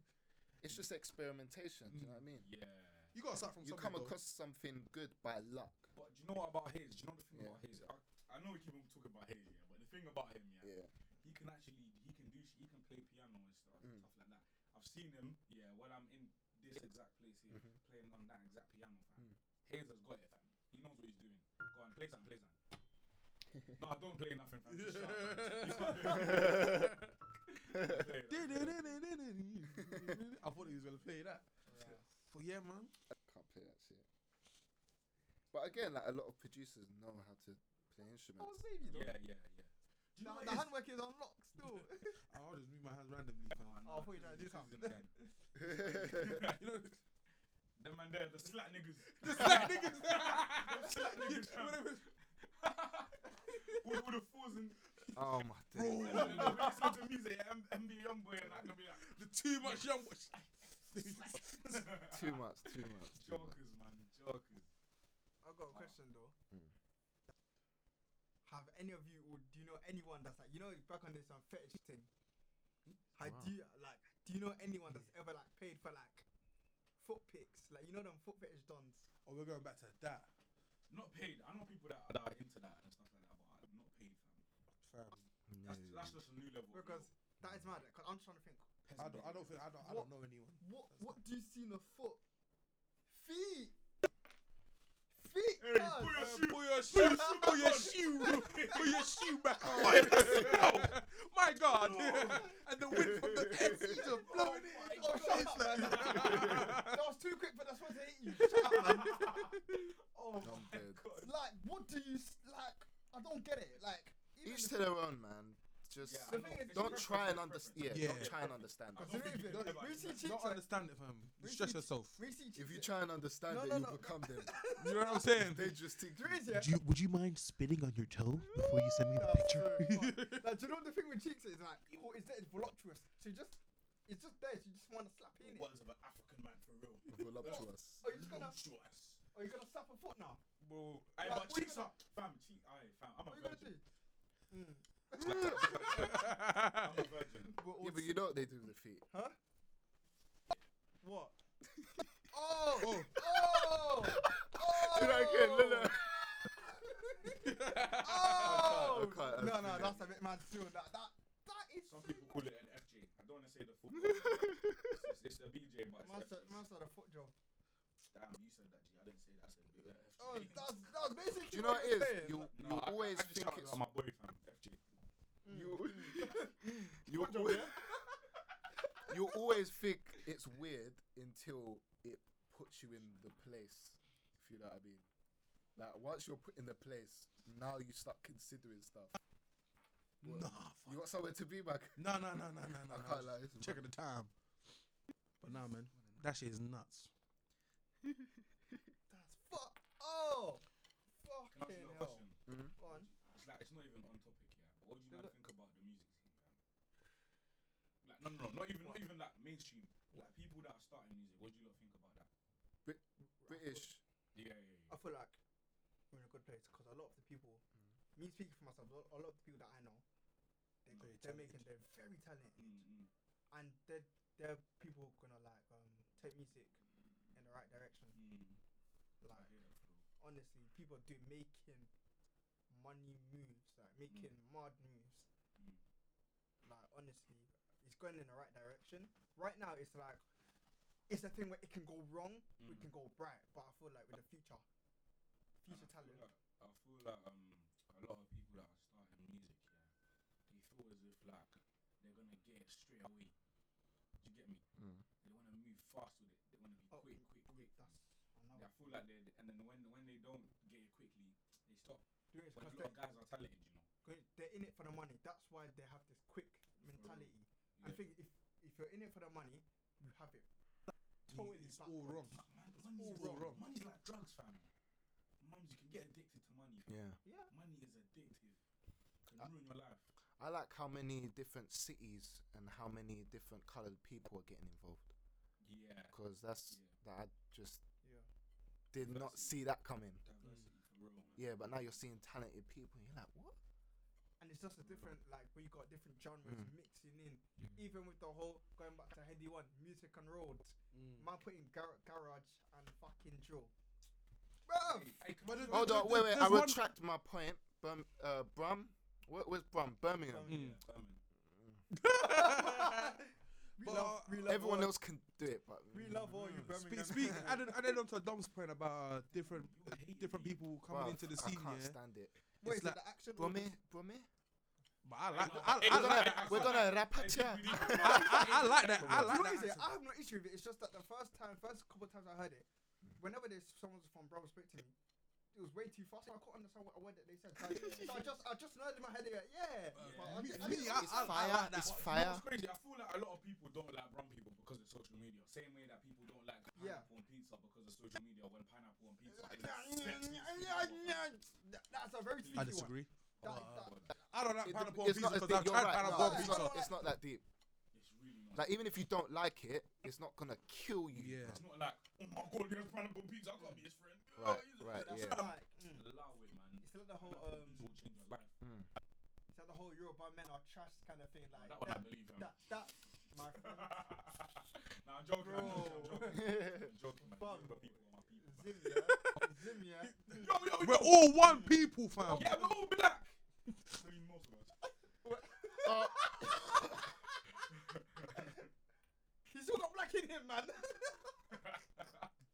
Speaker 2: it's just experimentation. Do you know what I mean?
Speaker 7: Mm.
Speaker 5: Yeah.
Speaker 7: You gotta start from
Speaker 2: You
Speaker 7: somewhere,
Speaker 2: come
Speaker 7: though.
Speaker 2: across something good by luck.
Speaker 5: But do you know what about Hayes? Do you know the thing
Speaker 2: Yeah.
Speaker 5: about Hayes? I, I know we keep on talking about Hayes, yeah, but the thing about him, yeah,
Speaker 2: Yeah.
Speaker 5: he can actually he can do sh- he can play piano and stuff
Speaker 2: Mm.
Speaker 5: stuff like that. I've seen him, yeah, while I'm in this exact place here
Speaker 2: Mhm.
Speaker 5: playing on that exact piano, fam.
Speaker 2: Mm.
Speaker 5: Hayes has got it, fam. He knows what he's doing. Go on, play some, play some. no, I don't play nothing, fam. Just shut up, man. Play it, man.
Speaker 7: I thought he was gonna play that. But yeah, man.
Speaker 2: I can't play that shit. But again, like a lot of producers know how to play
Speaker 6: I'll
Speaker 2: instruments.
Speaker 6: save you though.
Speaker 5: Yeah, yeah, yeah. Do you
Speaker 6: The,
Speaker 5: know what
Speaker 6: the
Speaker 5: it is?
Speaker 6: handwork is on lock still.
Speaker 7: I'll just move my hands randomly. fam.
Speaker 6: Oh, I thought you were trying to do
Speaker 5: This is
Speaker 6: something.
Speaker 5: them, man. you know, them man there, the slack niggas.
Speaker 7: The slack niggas.
Speaker 5: Them slack niggas. fam. With with the fools and
Speaker 2: oh my
Speaker 7: Bro.
Speaker 5: and then they listen to music, yeah, M- MB young boy, and I can be like,
Speaker 7: The too much young boy.
Speaker 2: Too much, too much. Too much.
Speaker 5: jokers, man, jokers.
Speaker 6: I've got a question though.
Speaker 5: Hmm.
Speaker 2: Mm.
Speaker 6: Have any of you, or do you know anyone that's like, you know, back on this um, fetish thing?
Speaker 5: Hmm?
Speaker 6: How
Speaker 2: Wow.
Speaker 6: do you, like, do you know anyone that's ever like paid for like foot pics? Like, you know them foot fetish dons?
Speaker 7: Oh, we're going back to that.
Speaker 5: Not paid. I know people that, that are into that and stuff like that, but I'm not paid, fam.
Speaker 7: Fam.
Speaker 5: That's, that's just a new level. of
Speaker 6: Because that is mad, because I'm trying to think,
Speaker 7: I don't. I don't think. I don't. I
Speaker 6: What?
Speaker 7: don't know anyone.
Speaker 6: what
Speaker 7: That's
Speaker 6: what do you see in a foot? Feet! Feet!
Speaker 5: Hey,
Speaker 6: cuz.
Speaker 5: put
Speaker 7: Uh,
Speaker 5: your shoe.
Speaker 7: Put your shoe. Put your shoe. Put your shoe back on. My God. and the wind from the head is just blowing it. in
Speaker 6: Oh,
Speaker 7: your
Speaker 6: shut
Speaker 7: face,
Speaker 6: up,
Speaker 7: man.
Speaker 6: man. that was too quick, but that's what to hit you. Shut up, man.
Speaker 5: oh
Speaker 2: I'm
Speaker 5: my
Speaker 2: dead.
Speaker 5: god.
Speaker 6: Like, what do you s- like? I don't get it. Like, even
Speaker 2: Each
Speaker 6: if-
Speaker 2: to their own, man. Just
Speaker 5: Yeah, I know.
Speaker 6: thing is-
Speaker 5: It's
Speaker 2: don't
Speaker 5: preference,
Speaker 2: try and
Speaker 5: it's
Speaker 2: understand.
Speaker 5: preference.
Speaker 2: Yeah, don't
Speaker 7: Yeah.
Speaker 2: try and understand.
Speaker 5: I
Speaker 2: it.
Speaker 6: Cause
Speaker 5: don't think you
Speaker 6: even-
Speaker 5: don't-
Speaker 6: we see cheeks
Speaker 7: Don't
Speaker 6: like-
Speaker 7: understand it, fam. You
Speaker 6: Really?
Speaker 7: stress yourself.
Speaker 6: we see cheeks
Speaker 2: If you
Speaker 6: like-
Speaker 2: try and understand
Speaker 6: No,
Speaker 2: it,
Speaker 6: no,
Speaker 2: you
Speaker 6: no.
Speaker 2: become them.
Speaker 7: You know what I'm saying?
Speaker 2: They just think.
Speaker 6: There is, yeah.
Speaker 8: you, would you mind spitting on your toe before you send me
Speaker 6: That's true, but- like, do you know the thing with cheeks is like, oh, is that it's voluptuous? So you just, it's just there. So you just want to slap in it.
Speaker 5: Words of an African man for real.
Speaker 2: voluptuous.
Speaker 6: Are you just gonna,
Speaker 5: Voluptuous.
Speaker 6: are you gonna slap a foot now?
Speaker 5: Bro, I
Speaker 6: Like, what
Speaker 5: but
Speaker 6: you
Speaker 5: cheeks
Speaker 6: gonna-
Speaker 5: up, fam. Cheek, aye, fam. I'm a
Speaker 6: What are you gonna
Speaker 5: virgin.
Speaker 6: do? Mm.
Speaker 5: I'm a virgin.
Speaker 6: We're all
Speaker 2: Yeah, but you know what they do with the feet.
Speaker 6: what? oh,
Speaker 7: Oh.
Speaker 6: oh, oh,
Speaker 2: Do that again, look, look.
Speaker 5: Oh!
Speaker 6: Oh!
Speaker 2: I can't, I
Speaker 6: no,
Speaker 2: can't,
Speaker 6: no,
Speaker 2: I
Speaker 6: that's a bit mad too. That, that, that is.
Speaker 5: Some people call it an FJ. I don't want to say the football. it's, it's, it's a BJ, but it's
Speaker 6: Master,
Speaker 5: FJ.
Speaker 6: master, the foot job.
Speaker 5: Damn, you said that, G. I didn't say that. I said BJ.
Speaker 6: Oh, that's that's basically.
Speaker 2: Do you know what it is? You, you
Speaker 5: No, I- I-
Speaker 2: always
Speaker 5: I just
Speaker 2: think
Speaker 5: shouted
Speaker 2: it's
Speaker 5: out my boy, fam. FJ.
Speaker 6: Mm.
Speaker 2: you. you, always, you always think it's weird until it puts you in the place. If you know what I mean. Like once you're put in the place, now you start considering stuff.
Speaker 7: Nah,
Speaker 2: You
Speaker 7: fuck.
Speaker 2: got somewhere to be, man.
Speaker 7: Nah, nah, nah, nah, nah,
Speaker 2: I
Speaker 7: nah.
Speaker 2: can't
Speaker 7: nah.
Speaker 2: lie. this is
Speaker 7: Checking the time. But nah, man. That shit is nuts.
Speaker 6: That's fuck. Oh,
Speaker 5: Can I ask
Speaker 6: fucking
Speaker 5: you a
Speaker 6: hell.
Speaker 5: question? Mm.
Speaker 6: Go on.
Speaker 5: It's like it's not even on topic, yeah. But what do you
Speaker 6: Yeah, but-
Speaker 5: man think about the music scene, man? Like, no, no, no, not even, not even like mainstream. Like people that are starting music. What do you lot think about that?
Speaker 2: British.
Speaker 5: Yeah, yeah, yeah.
Speaker 6: I feel like we're in a good place because a lot of the people,
Speaker 2: Mm.
Speaker 6: me speaking for myself, a lot, a lot of the people that I know, they,
Speaker 7: Very
Speaker 6: they're making, they're very talented,
Speaker 5: Mm, mm.
Speaker 6: and they're they're people gonna like um take music in the right direction.
Speaker 5: Mm. I
Speaker 6: Like
Speaker 5: hear that, bro.
Speaker 6: honestly, people do making money moves, like
Speaker 5: Hmm.
Speaker 6: making mad moves.
Speaker 5: Mm.
Speaker 6: Like honestly, it's going in the right direction. Right now, it's like it's a thing where it can go wrong, it
Speaker 5: Mm.
Speaker 6: can go bright, but I feel like with the future,
Speaker 5: And I
Speaker 6: future talent.
Speaker 5: feel like- I feel like um a lot of people that are starting music, yeah, they feel as if like they're gonna get it straight away. Do you get me?
Speaker 2: Mm.
Speaker 5: They wanna move fast with it. They wanna be
Speaker 6: Oh,
Speaker 5: quick, quick, quick.
Speaker 6: That's
Speaker 5: Yeah, I feel like they and then when when they don't get it quickly, They stop.
Speaker 6: Do it
Speaker 5: But a
Speaker 6: because
Speaker 5: lot of guys are talented, you know.
Speaker 6: they're, they're in it for the money. That's why they have this quick mentality. I
Speaker 5: Hmm. Yeah.
Speaker 6: think if if you're in it for the money, you have it.
Speaker 7: Totally,
Speaker 6: Totally
Speaker 7: it's
Speaker 6: back-
Speaker 7: all wrong.
Speaker 5: Man, money's
Speaker 7: all wrong.
Speaker 5: Money's like drugs, fam. Mums, you can get addicted to money.
Speaker 2: Yeah.
Speaker 6: Yeah.
Speaker 5: Money is addictive. Can
Speaker 2: Uh,
Speaker 5: ruin your life.
Speaker 2: I like how many different cities and how many different coloured people are getting involved
Speaker 5: Yeah.
Speaker 2: because that's
Speaker 5: Yeah.
Speaker 2: that I just
Speaker 6: Yeah.
Speaker 2: did not see that coming.
Speaker 5: Diversity for real, man.
Speaker 2: Yeah, but now you're seeing talented people. You're like, what?
Speaker 6: And it's just a different like where you got different genres
Speaker 2: Mm.
Speaker 6: mixing in. Even with the whole going back to Heady One, music and road.
Speaker 8: Mm.
Speaker 6: Man putting gar- garage and fucking drill. Bruv!
Speaker 5: Hey, come
Speaker 7: But
Speaker 5: on.
Speaker 7: the-
Speaker 2: Hold on, wait, wait. I
Speaker 7: There's one-
Speaker 2: retract my point. Brum, uh, Brum, where, where's Brum? Birmingham.
Speaker 6: Birmingham.
Speaker 5: Yeah,
Speaker 2: Mm.
Speaker 5: Birmingham.
Speaker 6: We
Speaker 7: But,
Speaker 6: love,
Speaker 7: uh,
Speaker 6: we love
Speaker 2: Everyone
Speaker 6: all-
Speaker 2: else can do it, but
Speaker 6: We love all
Speaker 2: Mm.
Speaker 3: Mm.
Speaker 6: you
Speaker 7: Speak,
Speaker 6: Birmingham.
Speaker 7: speak
Speaker 6: people.
Speaker 7: added, added on to Dom's point about uh, different different people coming
Speaker 2: bruv,
Speaker 7: into the scene.
Speaker 2: I can't
Speaker 7: yeah.
Speaker 2: stand it.
Speaker 6: Wait,
Speaker 7: it's
Speaker 6: so
Speaker 7: like-
Speaker 6: the action was-
Speaker 2: Brumme, Brumme.
Speaker 7: But I like,
Speaker 5: no,
Speaker 7: I, I, like,
Speaker 2: We're gonna,
Speaker 7: that.
Speaker 2: we're gonna rap at
Speaker 7: I,
Speaker 2: ya.
Speaker 7: I, I like that. I like that.
Speaker 6: You know what it is,
Speaker 7: accent.
Speaker 6: I have no issue with it. It's just that the first time, first couple of times I heard it, whenever there's someone from Bravo spoke to me, it was way too fast. I couldn't understand what a word that they said. So I, so I just, I just nodded my head. Like, yeah. But I
Speaker 7: Me-
Speaker 6: did- I
Speaker 7: me,
Speaker 6: didn't-
Speaker 7: I-
Speaker 2: It's
Speaker 7: I- I
Speaker 2: fire.
Speaker 7: like that.
Speaker 2: It's
Speaker 5: But you know
Speaker 2: fire.
Speaker 5: what's crazy. I feel like a lot of people don't like brown people because of social media. Same way that people don't like pineapple
Speaker 6: Yeah.
Speaker 5: on pizza because of social media. When pineapple on pizza, is sexist.
Speaker 6: That- That's a
Speaker 7: I
Speaker 6: very tricky one.
Speaker 7: disagree.
Speaker 6: That, that,
Speaker 7: I don't like
Speaker 2: It-
Speaker 7: pineapple on
Speaker 2: It's
Speaker 7: pizza
Speaker 2: not as
Speaker 7: because
Speaker 2: deep.
Speaker 7: I've
Speaker 2: You're
Speaker 7: tried
Speaker 2: right.
Speaker 7: pineapple
Speaker 2: No,
Speaker 7: on
Speaker 2: it's
Speaker 7: pizza.
Speaker 2: not. It's not that deep.
Speaker 5: It's really not.
Speaker 2: Like even if you don't like it, it's not gonna kill you.
Speaker 7: Yeah.
Speaker 5: it's not like oh my god, there's pineapple on pizza. I gotta be his friend.
Speaker 7: Oh,
Speaker 2: Right,
Speaker 5: He's a-
Speaker 2: right,
Speaker 6: that's
Speaker 2: yeah.
Speaker 6: like, mm,
Speaker 5: Allow it, man.
Speaker 6: it's like the whole, um,
Speaker 5: Pineapple on pizza will change your life.
Speaker 6: it's like the whole Yoruba men are trash kind of thing. Like
Speaker 5: That one I
Speaker 6: that,
Speaker 5: believe. man.
Speaker 6: that, that's my friend.
Speaker 5: nah, I'm joking. I'm joking. I'm joking. I'm
Speaker 6: Bro.
Speaker 5: joking. man. Yoruba people are my people,
Speaker 6: Zim, yeah.
Speaker 5: man.
Speaker 6: Zim, yeah.
Speaker 5: Yo, yo,
Speaker 7: We're
Speaker 5: yo.
Speaker 7: all one people, fam.
Speaker 5: Yeah, we're all black. I mean, most of us.
Speaker 2: Uh,
Speaker 6: He's still got black in him, man.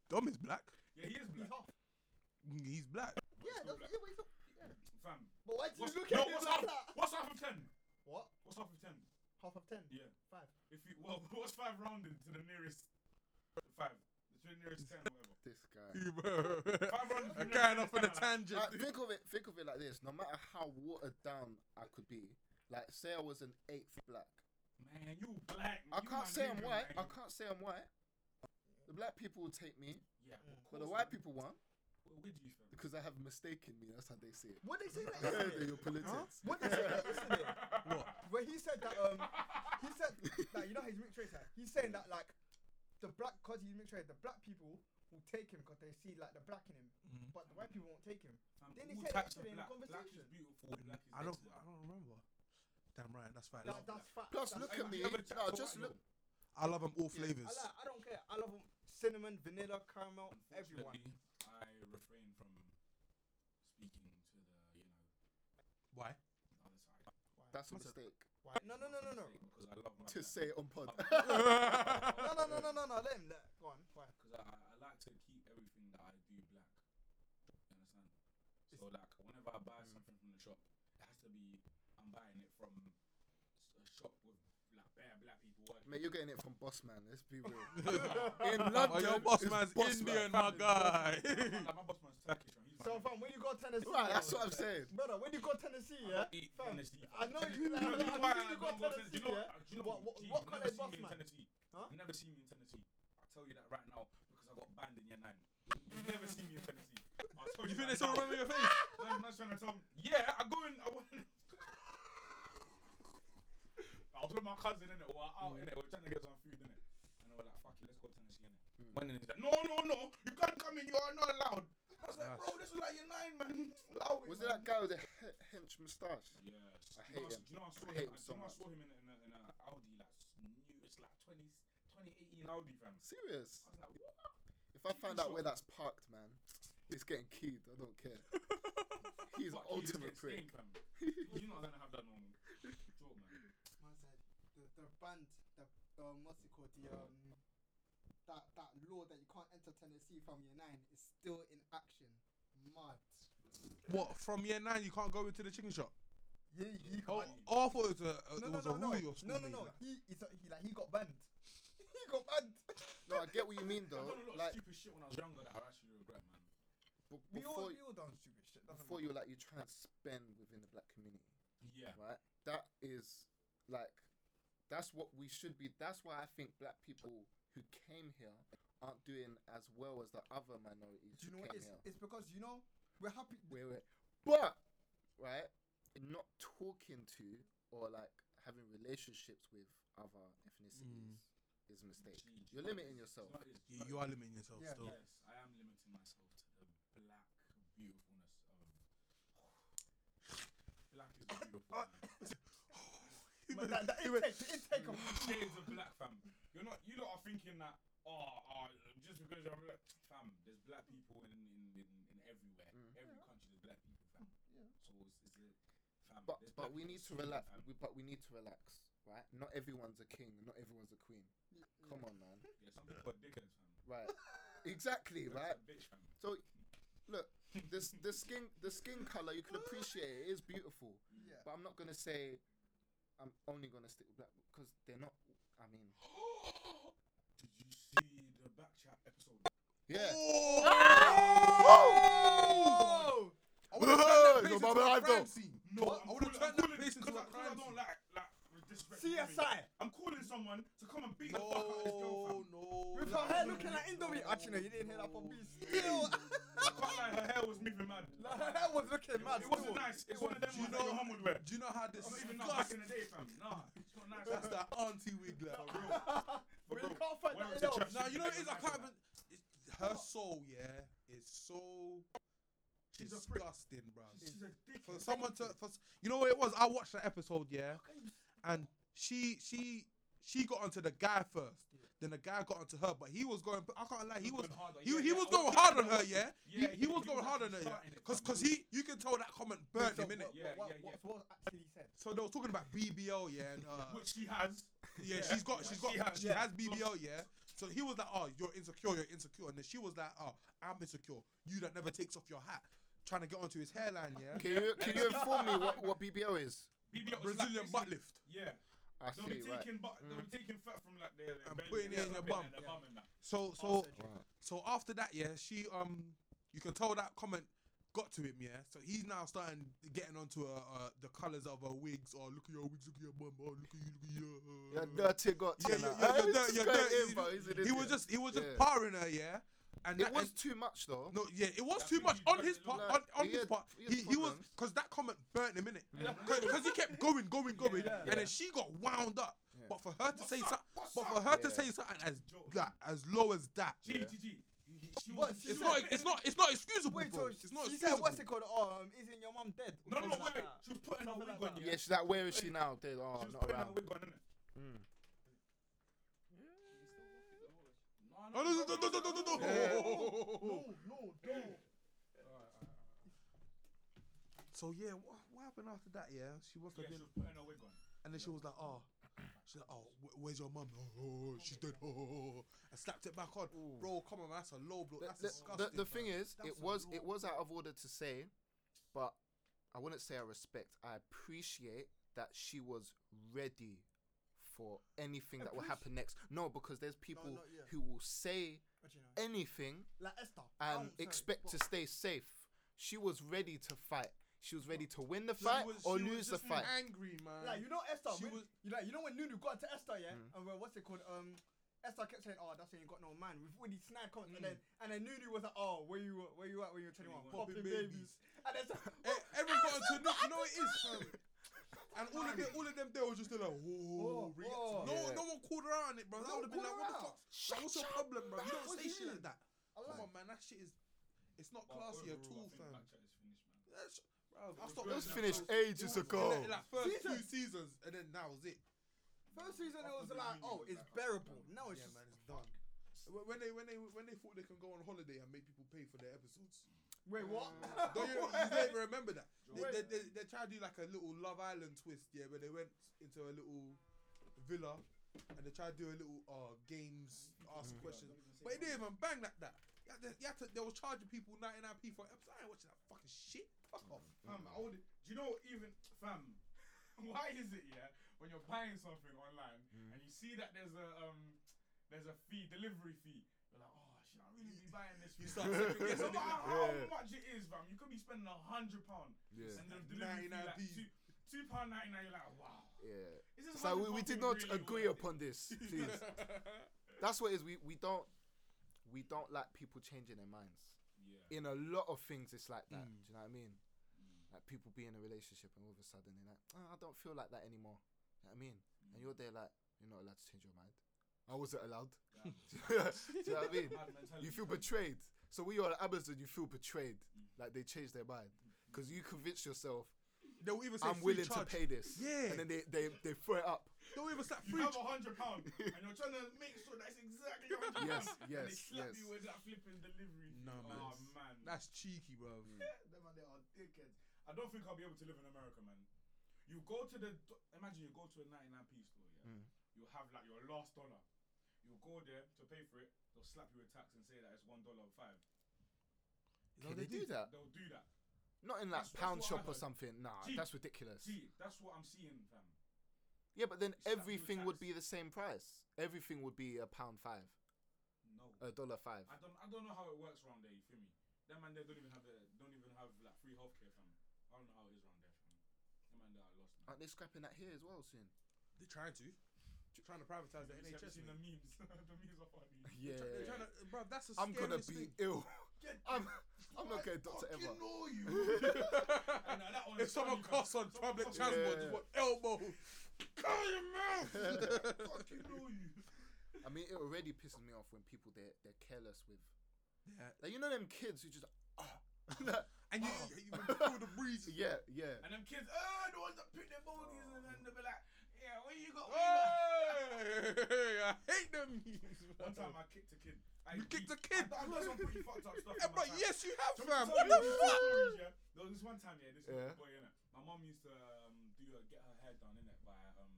Speaker 7: Dom is black.
Speaker 5: yeah, he is
Speaker 6: He's
Speaker 5: black.
Speaker 6: off.
Speaker 7: Mm, He's black.
Speaker 6: Yeah, that's,
Speaker 5: still black.
Speaker 6: yeah, but he's off. Yeah.
Speaker 5: Fam.
Speaker 6: But why do you
Speaker 5: What's,
Speaker 6: look
Speaker 5: no,
Speaker 6: at him
Speaker 5: what's,
Speaker 6: like
Speaker 5: half,
Speaker 6: that?
Speaker 5: what's half of ten?
Speaker 6: What?
Speaker 5: What's half of ten?
Speaker 6: Half of ten?
Speaker 5: Yeah.
Speaker 6: Five.
Speaker 5: If you well, what's five rounded to the nearest five? To the nearest ten, whatever.
Speaker 2: this guy.
Speaker 5: Five rounded. to
Speaker 7: I'm
Speaker 5: the
Speaker 7: going
Speaker 5: nearest
Speaker 7: off on a
Speaker 5: 10, like,
Speaker 7: tangent.
Speaker 2: Like, think of it. Think of it like this. No matter how watered down I could be, like say I was an eighth black,
Speaker 5: Man, you black.
Speaker 2: I
Speaker 5: you
Speaker 2: can't
Speaker 5: my
Speaker 2: say I'm
Speaker 5: nigga,
Speaker 2: white. I
Speaker 5: man.
Speaker 2: can't say I'm white. The black people will take me,
Speaker 5: Yeah, of
Speaker 2: but the
Speaker 5: course,
Speaker 2: white
Speaker 5: man.
Speaker 2: people won't
Speaker 5: We're with you, fam.
Speaker 2: because they have mistaken me. That's how they see it.
Speaker 6: What they say that
Speaker 2: Yeah,
Speaker 6: yesterday?
Speaker 2: your politics.
Speaker 6: What they say that yesterday? Where he said that um he said like you know how he's mixed race. Like, he's saying that like the black cause he's mixed race, the black people will take him because they see like the black in him,
Speaker 7: Mm.
Speaker 6: but the white people won't take him.
Speaker 5: Fam,
Speaker 6: Didn't he
Speaker 5: all
Speaker 6: say that
Speaker 5: types of
Speaker 6: yesterday in the
Speaker 5: black. Black is
Speaker 6: conversation?
Speaker 5: beautiful. Black is
Speaker 7: I don't.
Speaker 5: excellent.
Speaker 7: I don't remember. Damn right. That's fine.
Speaker 6: That, that's fact.
Speaker 2: Plus,
Speaker 6: that's
Speaker 2: look at
Speaker 6: fact.
Speaker 2: me.
Speaker 5: you ever checked
Speaker 2: No,
Speaker 5: the
Speaker 2: just
Speaker 5: white
Speaker 2: look.
Speaker 5: milk?
Speaker 7: I love them all flavors.
Speaker 6: I, like, I don't care. I love 'em. Cinnamon, vanilla, caramel, everyone.
Speaker 5: Unfortunately, I refrain from speaking to the you know
Speaker 7: Why?
Speaker 5: other side.
Speaker 2: That's a mistake
Speaker 6: Why- No, no, no, no, no.
Speaker 5: Because I love my
Speaker 2: to
Speaker 5: black.
Speaker 2: say it on pod.
Speaker 6: No, no, no, no, no, no. Let him. Let, go on. Why?
Speaker 5: because I, I like to keep everything that I do black. You understand? So like whenever I buy something from the shop, it has to be I'm buying it from s- a shop with like bare black people working.
Speaker 2: Mate, you're getting it from boss man. Let's be real.
Speaker 5: like,
Speaker 2: In
Speaker 7: Oh,
Speaker 2: London,
Speaker 7: your boss
Speaker 2: it's
Speaker 7: man's
Speaker 2: boss
Speaker 7: Indian,
Speaker 2: man.
Speaker 7: my guy.
Speaker 5: my boss man's Turkish, man. He's
Speaker 6: So, fam, when you go Tennessee,
Speaker 2: Right, that's
Speaker 6: fam,
Speaker 2: what I'm saying.
Speaker 6: brother, when you go Tennessee,
Speaker 5: I
Speaker 6: yeah,
Speaker 5: don't eat
Speaker 6: fam,
Speaker 5: Tennessee.
Speaker 6: I know you like.
Speaker 5: You know
Speaker 6: I
Speaker 5: why
Speaker 6: know
Speaker 5: I
Speaker 6: you go
Speaker 5: don't go to-
Speaker 6: Tennessee,
Speaker 5: you know-
Speaker 6: yeah.
Speaker 5: uh, you know
Speaker 6: What, what,
Speaker 5: T,
Speaker 6: what
Speaker 5: you've
Speaker 6: colour is
Speaker 5: never
Speaker 6: boss
Speaker 5: seen me in
Speaker 6: man?
Speaker 5: Tennessee.
Speaker 6: Huh?
Speaker 5: You never see me in Tennessee. I'll tell you that right now because I got banned in year nine. You never see me in Tennessee. I'll tell you,
Speaker 7: You think they
Speaker 5: that
Speaker 7: still
Speaker 5: now.
Speaker 7: remember your face?
Speaker 5: Man, man's trying to tell me, yeah, I go in. I went. I was with my cousin in it. We're out in it. We're trying to get some food in it. And they were like, "Fuck it, let's go to Tennessee in it."
Speaker 6: Hmm.
Speaker 5: When he's like, "No, no, no, you can't come in. You are not allowed." I was like, "Bro, this is like year nine, man. Allow it,
Speaker 2: Was it
Speaker 5: man."
Speaker 2: that guy with the he- hench moustache?
Speaker 5: Yes.
Speaker 2: I
Speaker 5: Do you
Speaker 2: hate
Speaker 5: know,
Speaker 2: him.
Speaker 5: Do you know I
Speaker 2: I
Speaker 5: saw him?
Speaker 2: hate him
Speaker 5: do
Speaker 2: so
Speaker 5: you know I
Speaker 2: much.
Speaker 5: saw him in, in, a, in a Audi, like new. It's like 20, 2018 Audi, fam. I
Speaker 2: Serious.
Speaker 5: was like, what?
Speaker 2: If I find out where that's parked, man, it's getting keyed. I don't care. He's an
Speaker 5: Fuck you, this
Speaker 2: ultimate
Speaker 5: guy's
Speaker 2: prick.
Speaker 5: staying, fam. You're not gonna have that normal joke, man.
Speaker 6: Man
Speaker 2: Uh-huh.
Speaker 6: said the, the band, the um, what's it called? The um, that that law that you can't enter Tennessee from year nine is still in action. Mad.
Speaker 7: What? From year nine, you can't go into the chicken shop.
Speaker 6: Yeah, he
Speaker 7: Oh,
Speaker 6: got.
Speaker 7: oh I thought it was a, a, it
Speaker 6: No, no,
Speaker 7: was
Speaker 6: no,
Speaker 7: a
Speaker 6: no,
Speaker 7: rule your
Speaker 6: no,
Speaker 7: school
Speaker 6: no,
Speaker 7: made,
Speaker 6: no.
Speaker 7: like.
Speaker 6: He, he's a, he, like, he got banned. he got banned.
Speaker 2: No, I get what you mean
Speaker 5: I've
Speaker 2: though.
Speaker 5: done a lot
Speaker 2: Like
Speaker 5: of stupid shit when I was younger that I actually regret, man.
Speaker 2: b-
Speaker 6: We
Speaker 2: before,
Speaker 6: all, we all done stupid shit.
Speaker 3: doesn't
Speaker 2: before you were like you try and spend within the black community,
Speaker 5: Yeah.
Speaker 2: right? That is like that's what we should be. That's why I think black people who came here aren't doing as well as the other minorities
Speaker 6: Do you
Speaker 2: who
Speaker 6: know what?
Speaker 2: came
Speaker 6: It's,
Speaker 2: here.
Speaker 6: it's because you know we're happy.
Speaker 2: Wait, wait. But right, not talking to or like having relationships with other
Speaker 6: Mm.
Speaker 2: ethnicities is a mistake.
Speaker 5: Jeez.
Speaker 2: You're limiting yourself.
Speaker 5: It's not- it's
Speaker 3: You,
Speaker 5: not-
Speaker 3: you are limiting yourself
Speaker 6: Yeah.
Speaker 3: still.
Speaker 5: Yes, I am limiting myself to the black beautifulness of. Black is
Speaker 2: Uh,
Speaker 6: Man,
Speaker 5: beautiful.
Speaker 6: that, that intake, the intake of
Speaker 5: Shades of black, fam. You're not. You lot are thinking that. Oh, oh just because you're black, fam. There's black people in in, in, in everywhere. Every country there's black people, fam. Yeah. So it's, it's a, fam.
Speaker 2: But
Speaker 5: there's black
Speaker 2: but we
Speaker 5: people
Speaker 2: need to
Speaker 5: everywhere,
Speaker 2: relax.
Speaker 5: fam.
Speaker 2: We, but we need to relax, right? Not everyone's a king. Not everyone's a queen. Come on, man.
Speaker 5: Yeah, some people are dickheads, fam.
Speaker 2: Right. exactly.
Speaker 5: That's
Speaker 2: Right.
Speaker 5: a bitch, fam.
Speaker 2: So, look, this the skin the skin color you can appreciate it, it is beautiful.
Speaker 6: Yeah.
Speaker 2: But I'm not gonna say I'm only gonna stick with black because they're not. I mean,
Speaker 5: Did you see the back chat episode?
Speaker 2: yeah.
Speaker 6: Oh,
Speaker 3: Oh! I would have turned
Speaker 2: Yo,
Speaker 3: that
Speaker 2: my man,
Speaker 3: place into a crime
Speaker 2: Ivo.
Speaker 3: scene.
Speaker 5: No,
Speaker 3: I would've turned that place into a
Speaker 5: because I, 'cause I
Speaker 3: crime
Speaker 5: don't
Speaker 3: scene.
Speaker 5: like like with disrespect.
Speaker 6: CSI.
Speaker 5: I'm calling someone to come and beat the fuck out of this girl.
Speaker 3: No,
Speaker 5: Fam.
Speaker 3: no.
Speaker 6: With her hair looking like Indomie. Actually, no, you didn't hear that from me. Still,
Speaker 5: I can't lie, her hair was moving mad.
Speaker 6: like, her hair was looking mad.
Speaker 5: it wasn't
Speaker 6: still.
Speaker 5: nice. It's one of them
Speaker 3: Do you
Speaker 5: ones that
Speaker 3: know-
Speaker 5: your mum would wear.
Speaker 3: Do you know how this?
Speaker 5: It's not even nice back in the day, fam. Nah, it's not nice.
Speaker 3: That's that auntie wig like.
Speaker 5: For
Speaker 6: But you
Speaker 5: real. For real.
Speaker 6: can't find
Speaker 5: Where
Speaker 6: that
Speaker 5: is
Speaker 6: in
Speaker 5: the
Speaker 6: all.
Speaker 5: church?
Speaker 3: No, you know it is. I can't even.
Speaker 5: Like
Speaker 3: It's, her soul, yeah, is so
Speaker 5: She's a prick.
Speaker 3: disgusting, bro.
Speaker 5: that. She's a
Speaker 3: For
Speaker 5: dickhead.
Speaker 3: someone to, for s- you know what it was? I watched that episode, yeah, and she, she, she got onto the guy first. Then the guy got onto her, but he was going. I can't lie, he was.
Speaker 5: going harder,
Speaker 3: He,
Speaker 5: yeah,
Speaker 3: he
Speaker 5: yeah,
Speaker 3: was
Speaker 5: I
Speaker 3: going
Speaker 5: was-
Speaker 3: hard on her, yeah.
Speaker 5: Yeah,
Speaker 3: he,
Speaker 5: he-
Speaker 3: he was
Speaker 5: he
Speaker 3: going
Speaker 5: was
Speaker 3: hard on
Speaker 5: actually
Speaker 3: her, yeah.
Speaker 5: starting it,
Speaker 3: Cause,
Speaker 5: fam.
Speaker 3: cause he, you can tell that comment burned him in it.
Speaker 6: What-
Speaker 5: Yeah,
Speaker 6: what-
Speaker 5: yeah,
Speaker 6: what-
Speaker 5: yeah.
Speaker 6: What was actually said?
Speaker 3: So they were talking about BBL, yeah. And, uh,
Speaker 5: Which she has.
Speaker 3: yeah, she's got, she's got,
Speaker 5: She
Speaker 3: she, has,
Speaker 5: has, yeah.
Speaker 3: BBL, yeah. So he was like, "Oh, you're insecure, you're insecure," and then she was like, "Oh, I'm insecure. You that never takes off your hat, trying to get onto his hairline, yeah."
Speaker 2: Can you can you inform me what what BBL is?
Speaker 5: BBL was like
Speaker 3: Brazilian
Speaker 5: basically-
Speaker 3: butt lift.
Speaker 5: Yeah.
Speaker 2: I
Speaker 5: They'll be
Speaker 2: see. Right.
Speaker 5: taking butt. They'll be taking fat from like their. their
Speaker 3: And
Speaker 5: belly
Speaker 3: putting it in your
Speaker 5: their
Speaker 3: bum,
Speaker 5: and their
Speaker 3: yeah.
Speaker 5: bum and that.
Speaker 3: So, so, so after that, yeah, she um, you can tell that comment got to him, yeah. So he's now starting getting onto uh, uh the colors of her wigs. Or look at your wigs, look at your bum, oh look at you, look at you. uh,
Speaker 2: You're dirty, got
Speaker 3: Yeah, yeah, yeah, you're dirty, you're dirty. He was just, he was just
Speaker 2: Yeah.
Speaker 3: powering her, yeah. And that,
Speaker 2: It was
Speaker 3: and-
Speaker 2: too much though.
Speaker 3: No, yeah, it was
Speaker 5: That's
Speaker 3: too
Speaker 5: what
Speaker 3: much
Speaker 5: he-
Speaker 3: on
Speaker 5: that's
Speaker 3: his
Speaker 5: what
Speaker 3: part.
Speaker 5: he
Speaker 3: On,
Speaker 2: looked like.
Speaker 3: on
Speaker 2: He
Speaker 3: his
Speaker 2: had-
Speaker 3: part,
Speaker 2: he had
Speaker 3: he, he was
Speaker 2: problems.
Speaker 3: because that comment burnt him in it, because he kept going, going, going, and then she got wound up. But for her to say something, but for her
Speaker 2: Yeah.
Speaker 3: to say something as
Speaker 5: Joke.
Speaker 3: like, as low as that,
Speaker 5: G G G. She
Speaker 6: What?
Speaker 5: was- she
Speaker 3: it's
Speaker 5: was-
Speaker 3: not, it's not, it's not excusable,
Speaker 6: Wait,
Speaker 3: bro.
Speaker 6: so
Speaker 3: It's not
Speaker 6: she said,
Speaker 3: excusable.
Speaker 6: "What's it called? Oh, um, isn't your mum dead?"
Speaker 5: No, no,
Speaker 6: Something like
Speaker 5: wait.
Speaker 6: that.
Speaker 5: She was putting her
Speaker 6: Something
Speaker 5: wig
Speaker 6: like
Speaker 5: on.
Speaker 6: that.
Speaker 2: Yeah, she's like, where is she now? They,
Speaker 5: She
Speaker 2: oh,
Speaker 5: was
Speaker 2: not
Speaker 5: putting her
Speaker 2: around.
Speaker 5: wig on, innit?
Speaker 3: Oh, no, no, no, no, no, no, no.
Speaker 6: No, no, no.
Speaker 3: So yeah, what, what happened after that? Yeah, she was
Speaker 5: Yeah,
Speaker 3: like,
Speaker 5: she was putting her wig on.
Speaker 3: and then she was like, oh. She's like, oh, wh- where's your mum? Oh, oh, she's dead. Oh, oh, oh. and slapped it back on. Bro, come on, man, that's a low blow.
Speaker 2: The,
Speaker 3: That's
Speaker 2: the-
Speaker 3: disgusting.
Speaker 2: the, the
Speaker 3: fam.
Speaker 2: thing is, it
Speaker 3: That's a
Speaker 2: was
Speaker 3: lot.
Speaker 2: it was out of order to say, but I wouldn't say I respect. I appreciate that she was ready for anything that will happen next. No, because there's people
Speaker 6: not yet.
Speaker 2: who will say
Speaker 6: What do you know?
Speaker 2: anything
Speaker 6: Like Esther.
Speaker 2: Eh, and
Speaker 6: Oh, sorry.
Speaker 2: expect to
Speaker 6: What?
Speaker 2: stay safe. She was ready to fight. She was ready to win the
Speaker 3: She
Speaker 2: fight
Speaker 3: was-
Speaker 2: or
Speaker 3: she
Speaker 2: lose
Speaker 3: was
Speaker 2: the
Speaker 3: just
Speaker 2: fight.
Speaker 3: Angry man.
Speaker 6: Like you know Esther,
Speaker 3: She
Speaker 6: when,
Speaker 3: was-
Speaker 6: you like you know when Nunu got to Esther, yeah, and when, what's it called? Um, Esther kept saying, "Oh, that's when you got no man." With all these snide comments, and then and then Nunu was like, "Oh, where you where you at when you were 21? Popping, babies. And then
Speaker 3: Eh, Everyone got into no, you know what it is, fam. And all of them, all of them, there was just there like, whoa,
Speaker 6: Whoa,
Speaker 3: reacting.
Speaker 6: whoa.
Speaker 3: No,
Speaker 2: Yeah.
Speaker 3: no one called her out on it, bro. That
Speaker 6: No
Speaker 3: would have been
Speaker 6: one
Speaker 3: like,
Speaker 6: called
Speaker 3: what
Speaker 6: her
Speaker 3: the fuck?
Speaker 6: out.
Speaker 3: Like, what's your problem, bro? You
Speaker 6: What
Speaker 3: don't say
Speaker 6: do you
Speaker 3: shit
Speaker 6: mean?
Speaker 3: like that. Come
Speaker 6: like-
Speaker 3: on, man, that shit is, it's not
Speaker 5: But
Speaker 3: classy at all,
Speaker 5: overall, I think
Speaker 3: fam.
Speaker 5: Black Chat is finished, man.
Speaker 3: That's, bro, I
Speaker 5: was
Speaker 3: stopped
Speaker 5: good.
Speaker 2: It
Speaker 5: It
Speaker 2: was
Speaker 5: was
Speaker 2: finished
Speaker 5: like-
Speaker 2: ages ago.
Speaker 3: Like, like first
Speaker 6: Season.
Speaker 3: few seasons, and then that was it.
Speaker 6: first season it was
Speaker 5: After
Speaker 6: like,
Speaker 5: Nunu
Speaker 6: oh,
Speaker 5: was
Speaker 6: it's
Speaker 5: like,
Speaker 6: bearable. Now it's
Speaker 3: yeah,
Speaker 6: just
Speaker 3: man, it's done. Wh- When they, when they, when they thought they can go on holiday and make people pay for their episodes.
Speaker 6: wait, what?
Speaker 3: Don't you, you don't even remember that? They,
Speaker 6: Wait.
Speaker 3: they, they, they tried to do like a little Love Island twist, yeah, where they went into a little villa and they tried to do a little uh, games, ask
Speaker 2: Mm.
Speaker 3: questions, but it didn't even bang like that. You had to, you had to, they were charging people 99p for an episode. I ain't watching that fucking shit. Fuck
Speaker 2: Mm.
Speaker 3: off.
Speaker 5: Fam, I would. Do you know even fam? Why is it yeah? When you're buying something
Speaker 2: Hmm.
Speaker 5: online and you see that there's a um, there's a fee, delivery fee. You're like, oh shit, I really be buying this.
Speaker 7: You
Speaker 5: fam.
Speaker 7: start second
Speaker 5: No
Speaker 7: guessing
Speaker 5: matter
Speaker 7: it.
Speaker 5: how
Speaker 2: Yeah.
Speaker 5: much it is, fam, you could be spending a hundred pound
Speaker 2: Yeah.
Speaker 5: and the delivery fee
Speaker 7: 99p.
Speaker 5: like two two pound ninety nine. You're like, wow.
Speaker 2: Yeah.
Speaker 5: Is this
Speaker 2: So we,
Speaker 5: 100
Speaker 2: we
Speaker 5: pound
Speaker 2: did
Speaker 5: really
Speaker 2: not
Speaker 5: worth
Speaker 2: agree
Speaker 5: it?
Speaker 2: upon this. Please. That's what it is. We we don't we don't like people changing their minds.
Speaker 5: Yeah.
Speaker 2: In a lot of things, it's like that. Do you know what I mean? Like people be in a relationship and all of a sudden they're like, "Oh, I don't feel like that anymore. You know what I mean? And you're there like, you're not allowed to change your mind. I wasn't allowed.
Speaker 5: Yeah.
Speaker 2: Do you know what I mean?
Speaker 5: Bad mentality.
Speaker 2: You feel betrayed. So when you're at Amazon, you feel betrayed. Like they changed their mind because you convince yourself
Speaker 7: They'll even say
Speaker 2: I'm
Speaker 7: free
Speaker 2: willing
Speaker 7: charge.
Speaker 2: to pay this.
Speaker 7: Yeah.
Speaker 2: And then they they, they throw it up.
Speaker 7: They'll even say free.
Speaker 5: You have
Speaker 7: Ch-
Speaker 5: a hundred pound and you're trying to make sure that's exactly your hundred
Speaker 2: Yes,
Speaker 5: pound. and they
Speaker 2: yes,
Speaker 5: slap
Speaker 2: yes.
Speaker 5: you with that flipping delivery. fee.
Speaker 7: Nah, man.
Speaker 5: oh man,
Speaker 7: That's cheeky, bro.
Speaker 2: Mm.
Speaker 5: Them man, they are dickheads. I don't think I'll be able to live in America, man. You go to the do- imagine you go to a 99p store, yeah.
Speaker 7: Hmm.
Speaker 2: Mm.
Speaker 5: You have like your last dollar. You go there to pay for it. They'll slap you with tax and say that it's one dollar and five.
Speaker 2: Can they do
Speaker 7: Uh,
Speaker 2: that?
Speaker 5: They'll do that.
Speaker 2: Not in like
Speaker 5: That's- that's
Speaker 2: pound
Speaker 5: what I
Speaker 2: shop or
Speaker 5: heard.
Speaker 2: something. Nah,
Speaker 5: Gee.
Speaker 2: that's ridiculous.
Speaker 5: See, that's what I'm seeing, fam.
Speaker 2: Yeah, but then
Speaker 5: It's like
Speaker 2: everything
Speaker 5: blue
Speaker 2: would
Speaker 5: tax.
Speaker 2: be the same price. Everything would be a pound five,
Speaker 5: No,
Speaker 2: a dollar five.
Speaker 5: I don't. I don't know how it works around there. You feel me? Them man, they don't even have. A, don't even have like free healthcare, fam. I don't know how it is around there, fam. Them man, they are lost. Man.
Speaker 2: Aren't they scrapping that here as well soon?
Speaker 7: They're trying to. They're trying to privatize the
Speaker 5: Have you
Speaker 7: NHS.
Speaker 5: seen the
Speaker 7: man.
Speaker 5: memes. the memes are funny.
Speaker 2: Yeah.
Speaker 7: They're trying to, bro. That's the
Speaker 2: I'm
Speaker 7: scariest
Speaker 2: gonna be
Speaker 7: thing.
Speaker 2: ill.
Speaker 5: Get
Speaker 2: I'm I'm not going to doctor
Speaker 3: fucking
Speaker 2: ever.
Speaker 3: know you.
Speaker 5: I know, that one
Speaker 7: if
Speaker 5: is
Speaker 7: someone
Speaker 5: funny, fam.
Speaker 7: coughs on public transport,
Speaker 2: Yeah.
Speaker 7: just what elbow? Cover your mouth.
Speaker 5: fucking know you.
Speaker 2: I mean, it already pisses me off when people they they're careless with.
Speaker 7: Yeah.
Speaker 2: Like you know them kids who just. Oh.
Speaker 7: And you, you, you feel the breeze.
Speaker 2: yeah, yeah.
Speaker 5: And them kids, oh, the ones that pick their bogeys and then they'll be like, yeah, what you got? What you
Speaker 7: Ah!
Speaker 5: got?"
Speaker 7: Hey, I hate them.
Speaker 5: One time I kicked a kid. I
Speaker 7: You kicked a kid?
Speaker 5: I, I done some pretty fucked up stuff.
Speaker 7: Yeah,
Speaker 5: in my
Speaker 7: bro,
Speaker 5: time.
Speaker 7: yes, you have,
Speaker 5: Shall we
Speaker 7: fam.
Speaker 5: tell
Speaker 7: What
Speaker 5: you
Speaker 7: the
Speaker 5: these
Speaker 7: fuck?
Speaker 5: stories, yeah? There was this one time, yeah, this
Speaker 2: Yeah.
Speaker 5: little boy, innit? My mom used to um, do her, get her hair done, innit? By, um,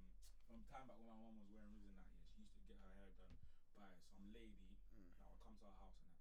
Speaker 5: from time back when my mom was wearing wigs and that, yeah, she used to get her hair done by some lady
Speaker 2: Mm.
Speaker 5: that would come to her house and that.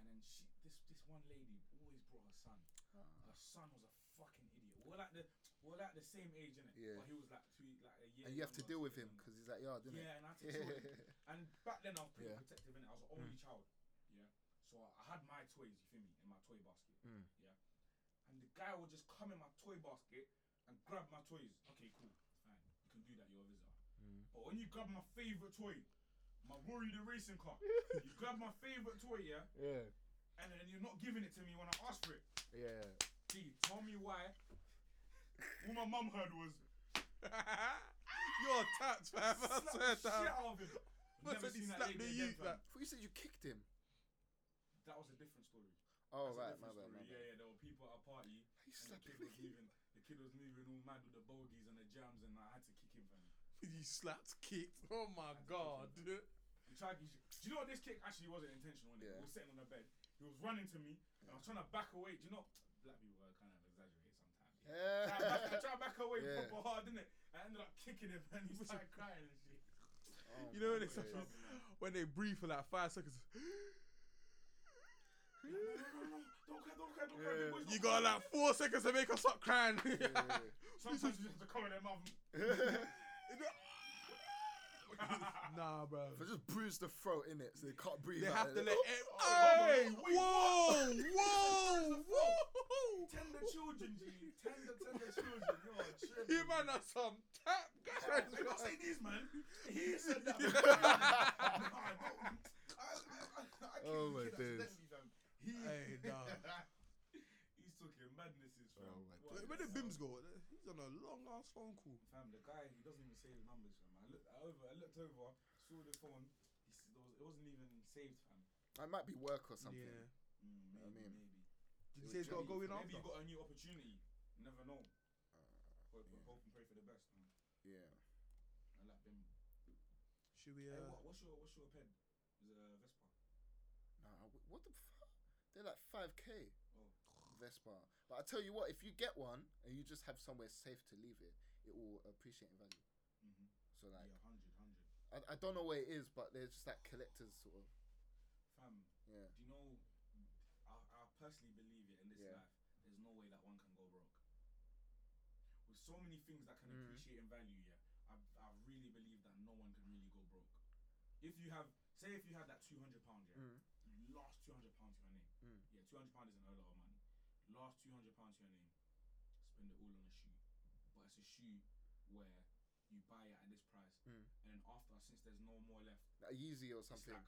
Speaker 5: And then she, this this one lady always brought her son.
Speaker 2: Ah.
Speaker 5: Her son was a fucking idiot. We're like the we're like the same age, innit?
Speaker 2: Yeah.
Speaker 5: But he was like two, like a year.
Speaker 2: And you have to
Speaker 5: younger,
Speaker 2: deal with
Speaker 5: two
Speaker 2: him
Speaker 5: years
Speaker 2: because he's like, yeah, didn't
Speaker 5: yeah, and I had to
Speaker 2: it?
Speaker 5: tell him. And back then I was pretty
Speaker 2: Yeah.
Speaker 5: protective in it. I was the only
Speaker 7: Hmm.
Speaker 5: child. Yeah. So I I had my toys, you feel me, in my toy basket.
Speaker 7: Hmm.
Speaker 2: Mm.
Speaker 5: Yeah. And the guy would just come in my toy basket and grab my toys. Okay, cool. Fine. You can do that, you're a visitor.
Speaker 7: Hmm.
Speaker 5: But when you grab my favourite toy, my Rory the racing car, you grab my favourite toy, yeah,
Speaker 2: yeah,
Speaker 5: and then you're not giving it to me when I ask for it.
Speaker 2: yeah.
Speaker 5: Gee, tell me why. All my mum heard was
Speaker 7: You're tapped, fam. I
Speaker 5: slap
Speaker 7: swear
Speaker 5: the
Speaker 7: down.
Speaker 5: shit out of him.
Speaker 7: Man
Speaker 5: Never
Speaker 7: said he
Speaker 5: seen that
Speaker 7: slapped
Speaker 5: lady
Speaker 7: the
Speaker 5: again,
Speaker 7: youth,
Speaker 5: fam.
Speaker 7: like-
Speaker 2: But you said you kicked him.
Speaker 5: That was a different story.
Speaker 2: Oh
Speaker 5: That's a
Speaker 2: right, my
Speaker 5: different
Speaker 2: bad, my
Speaker 5: story.
Speaker 2: bad.
Speaker 5: Yeah, yeah, there were people at a party.
Speaker 2: You
Speaker 5: And the
Speaker 2: slapped
Speaker 5: kid
Speaker 2: him.
Speaker 5: was moving. The kid was moving all mad with the bogies and the jams, and I had to kick him. Fam.
Speaker 7: You slapped, kicked. Oh my god.
Speaker 5: He tried. He, do you know what this kick actually wasn't intentional? Innit?
Speaker 2: Yeah.
Speaker 5: We were sitting on the bed. He was running to me, and I was trying to back away. Do you know? Black people are kind of exaggerate sometimes. Yeah. I tried back- I
Speaker 2: Yeah.
Speaker 5: tried back away
Speaker 2: Yeah.
Speaker 5: proper hard, didn't it? I ended up kicking him, and he started crying and shit.
Speaker 2: Oh
Speaker 7: You know when
Speaker 2: my
Speaker 7: they,
Speaker 2: days.
Speaker 7: when they breathe for like five seconds,
Speaker 5: No, no, no, no, don't cry, don't cry, don't cry.
Speaker 2: Yeah.
Speaker 5: the boys
Speaker 7: you
Speaker 5: don't
Speaker 7: got
Speaker 5: cry.
Speaker 7: like four seconds to make us stop crying.
Speaker 2: Yeah.
Speaker 5: Sometimes you just have to cover their mouth.
Speaker 7: nah, bro.
Speaker 2: They just bruise the throat in it, so they can't breathe.
Speaker 7: They
Speaker 2: out
Speaker 7: have
Speaker 2: and
Speaker 7: to
Speaker 2: they-
Speaker 7: let.
Speaker 5: oh,
Speaker 7: Hey,
Speaker 5: wait,
Speaker 7: whoa, whoa, whoa.
Speaker 5: Tender children, G. Tender, tender children. You are tripping.
Speaker 7: You man are some tap guys.
Speaker 5: I don't say these, man. He said that.
Speaker 2: Oh my days.
Speaker 7: Hey, dog.
Speaker 5: He's talking madnesses, fam.
Speaker 2: Oh my
Speaker 5: What
Speaker 7: Where did
Speaker 5: the
Speaker 7: Bims
Speaker 5: hell?
Speaker 7: go? He's on a long ass phone call.
Speaker 5: Fam, the guy, he doesn't even save his numbers, fam. I looked I over, I looked over, saw the phone. He s- there was, it wasn't even saved, fam.
Speaker 2: That might be work or something.
Speaker 7: Yeah.
Speaker 5: Mm,
Speaker 2: I mean,
Speaker 5: maybe.
Speaker 7: Did he say he's got to go in
Speaker 5: Maybe
Speaker 7: after?
Speaker 5: you got a new opportunity. You never know. Hope,
Speaker 2: yeah.
Speaker 5: hope and pray for the best, man.
Speaker 2: Uh, Yeah.
Speaker 5: I like them.
Speaker 7: Should we?
Speaker 5: Hey,
Speaker 7: Uh,
Speaker 5: what, what's your what's your pen? Is it a Vespa?
Speaker 2: Nah, wh- what the fuck? They're like five k.
Speaker 5: Oh.
Speaker 2: Vespa. But I tell you what, if you get one and you just have somewhere safe to leave it, it will appreciate in value.
Speaker 5: Mm-hmm.
Speaker 2: So like,
Speaker 5: yeah, 100,
Speaker 2: I,
Speaker 5: 100.
Speaker 2: I don't know where it is, but they're just like collectors sort of.
Speaker 5: Fam,
Speaker 2: Yeah.
Speaker 5: Do you know? I, I personally believe it in this
Speaker 2: Yeah.
Speaker 5: life. There's no way that one can go broke. With so many things that can
Speaker 2: Mhm.
Speaker 5: appreciate in value, yeah, I, I really believe that no one can really go broke. If you have, say, if you had that two hundred pound, yeah,
Speaker 2: Mm.
Speaker 5: you last two hundred pounds to her name.
Speaker 6: Mm.
Speaker 5: Yeah, two hundred pounds isn't a lot of money. Last two hundred pounds to her name, spend it all on a shoe, but it's a shoe where you buy it at this price,
Speaker 6: Mm.
Speaker 5: and then after since there's no more left,
Speaker 2: A Yeezy or something.
Speaker 5: like-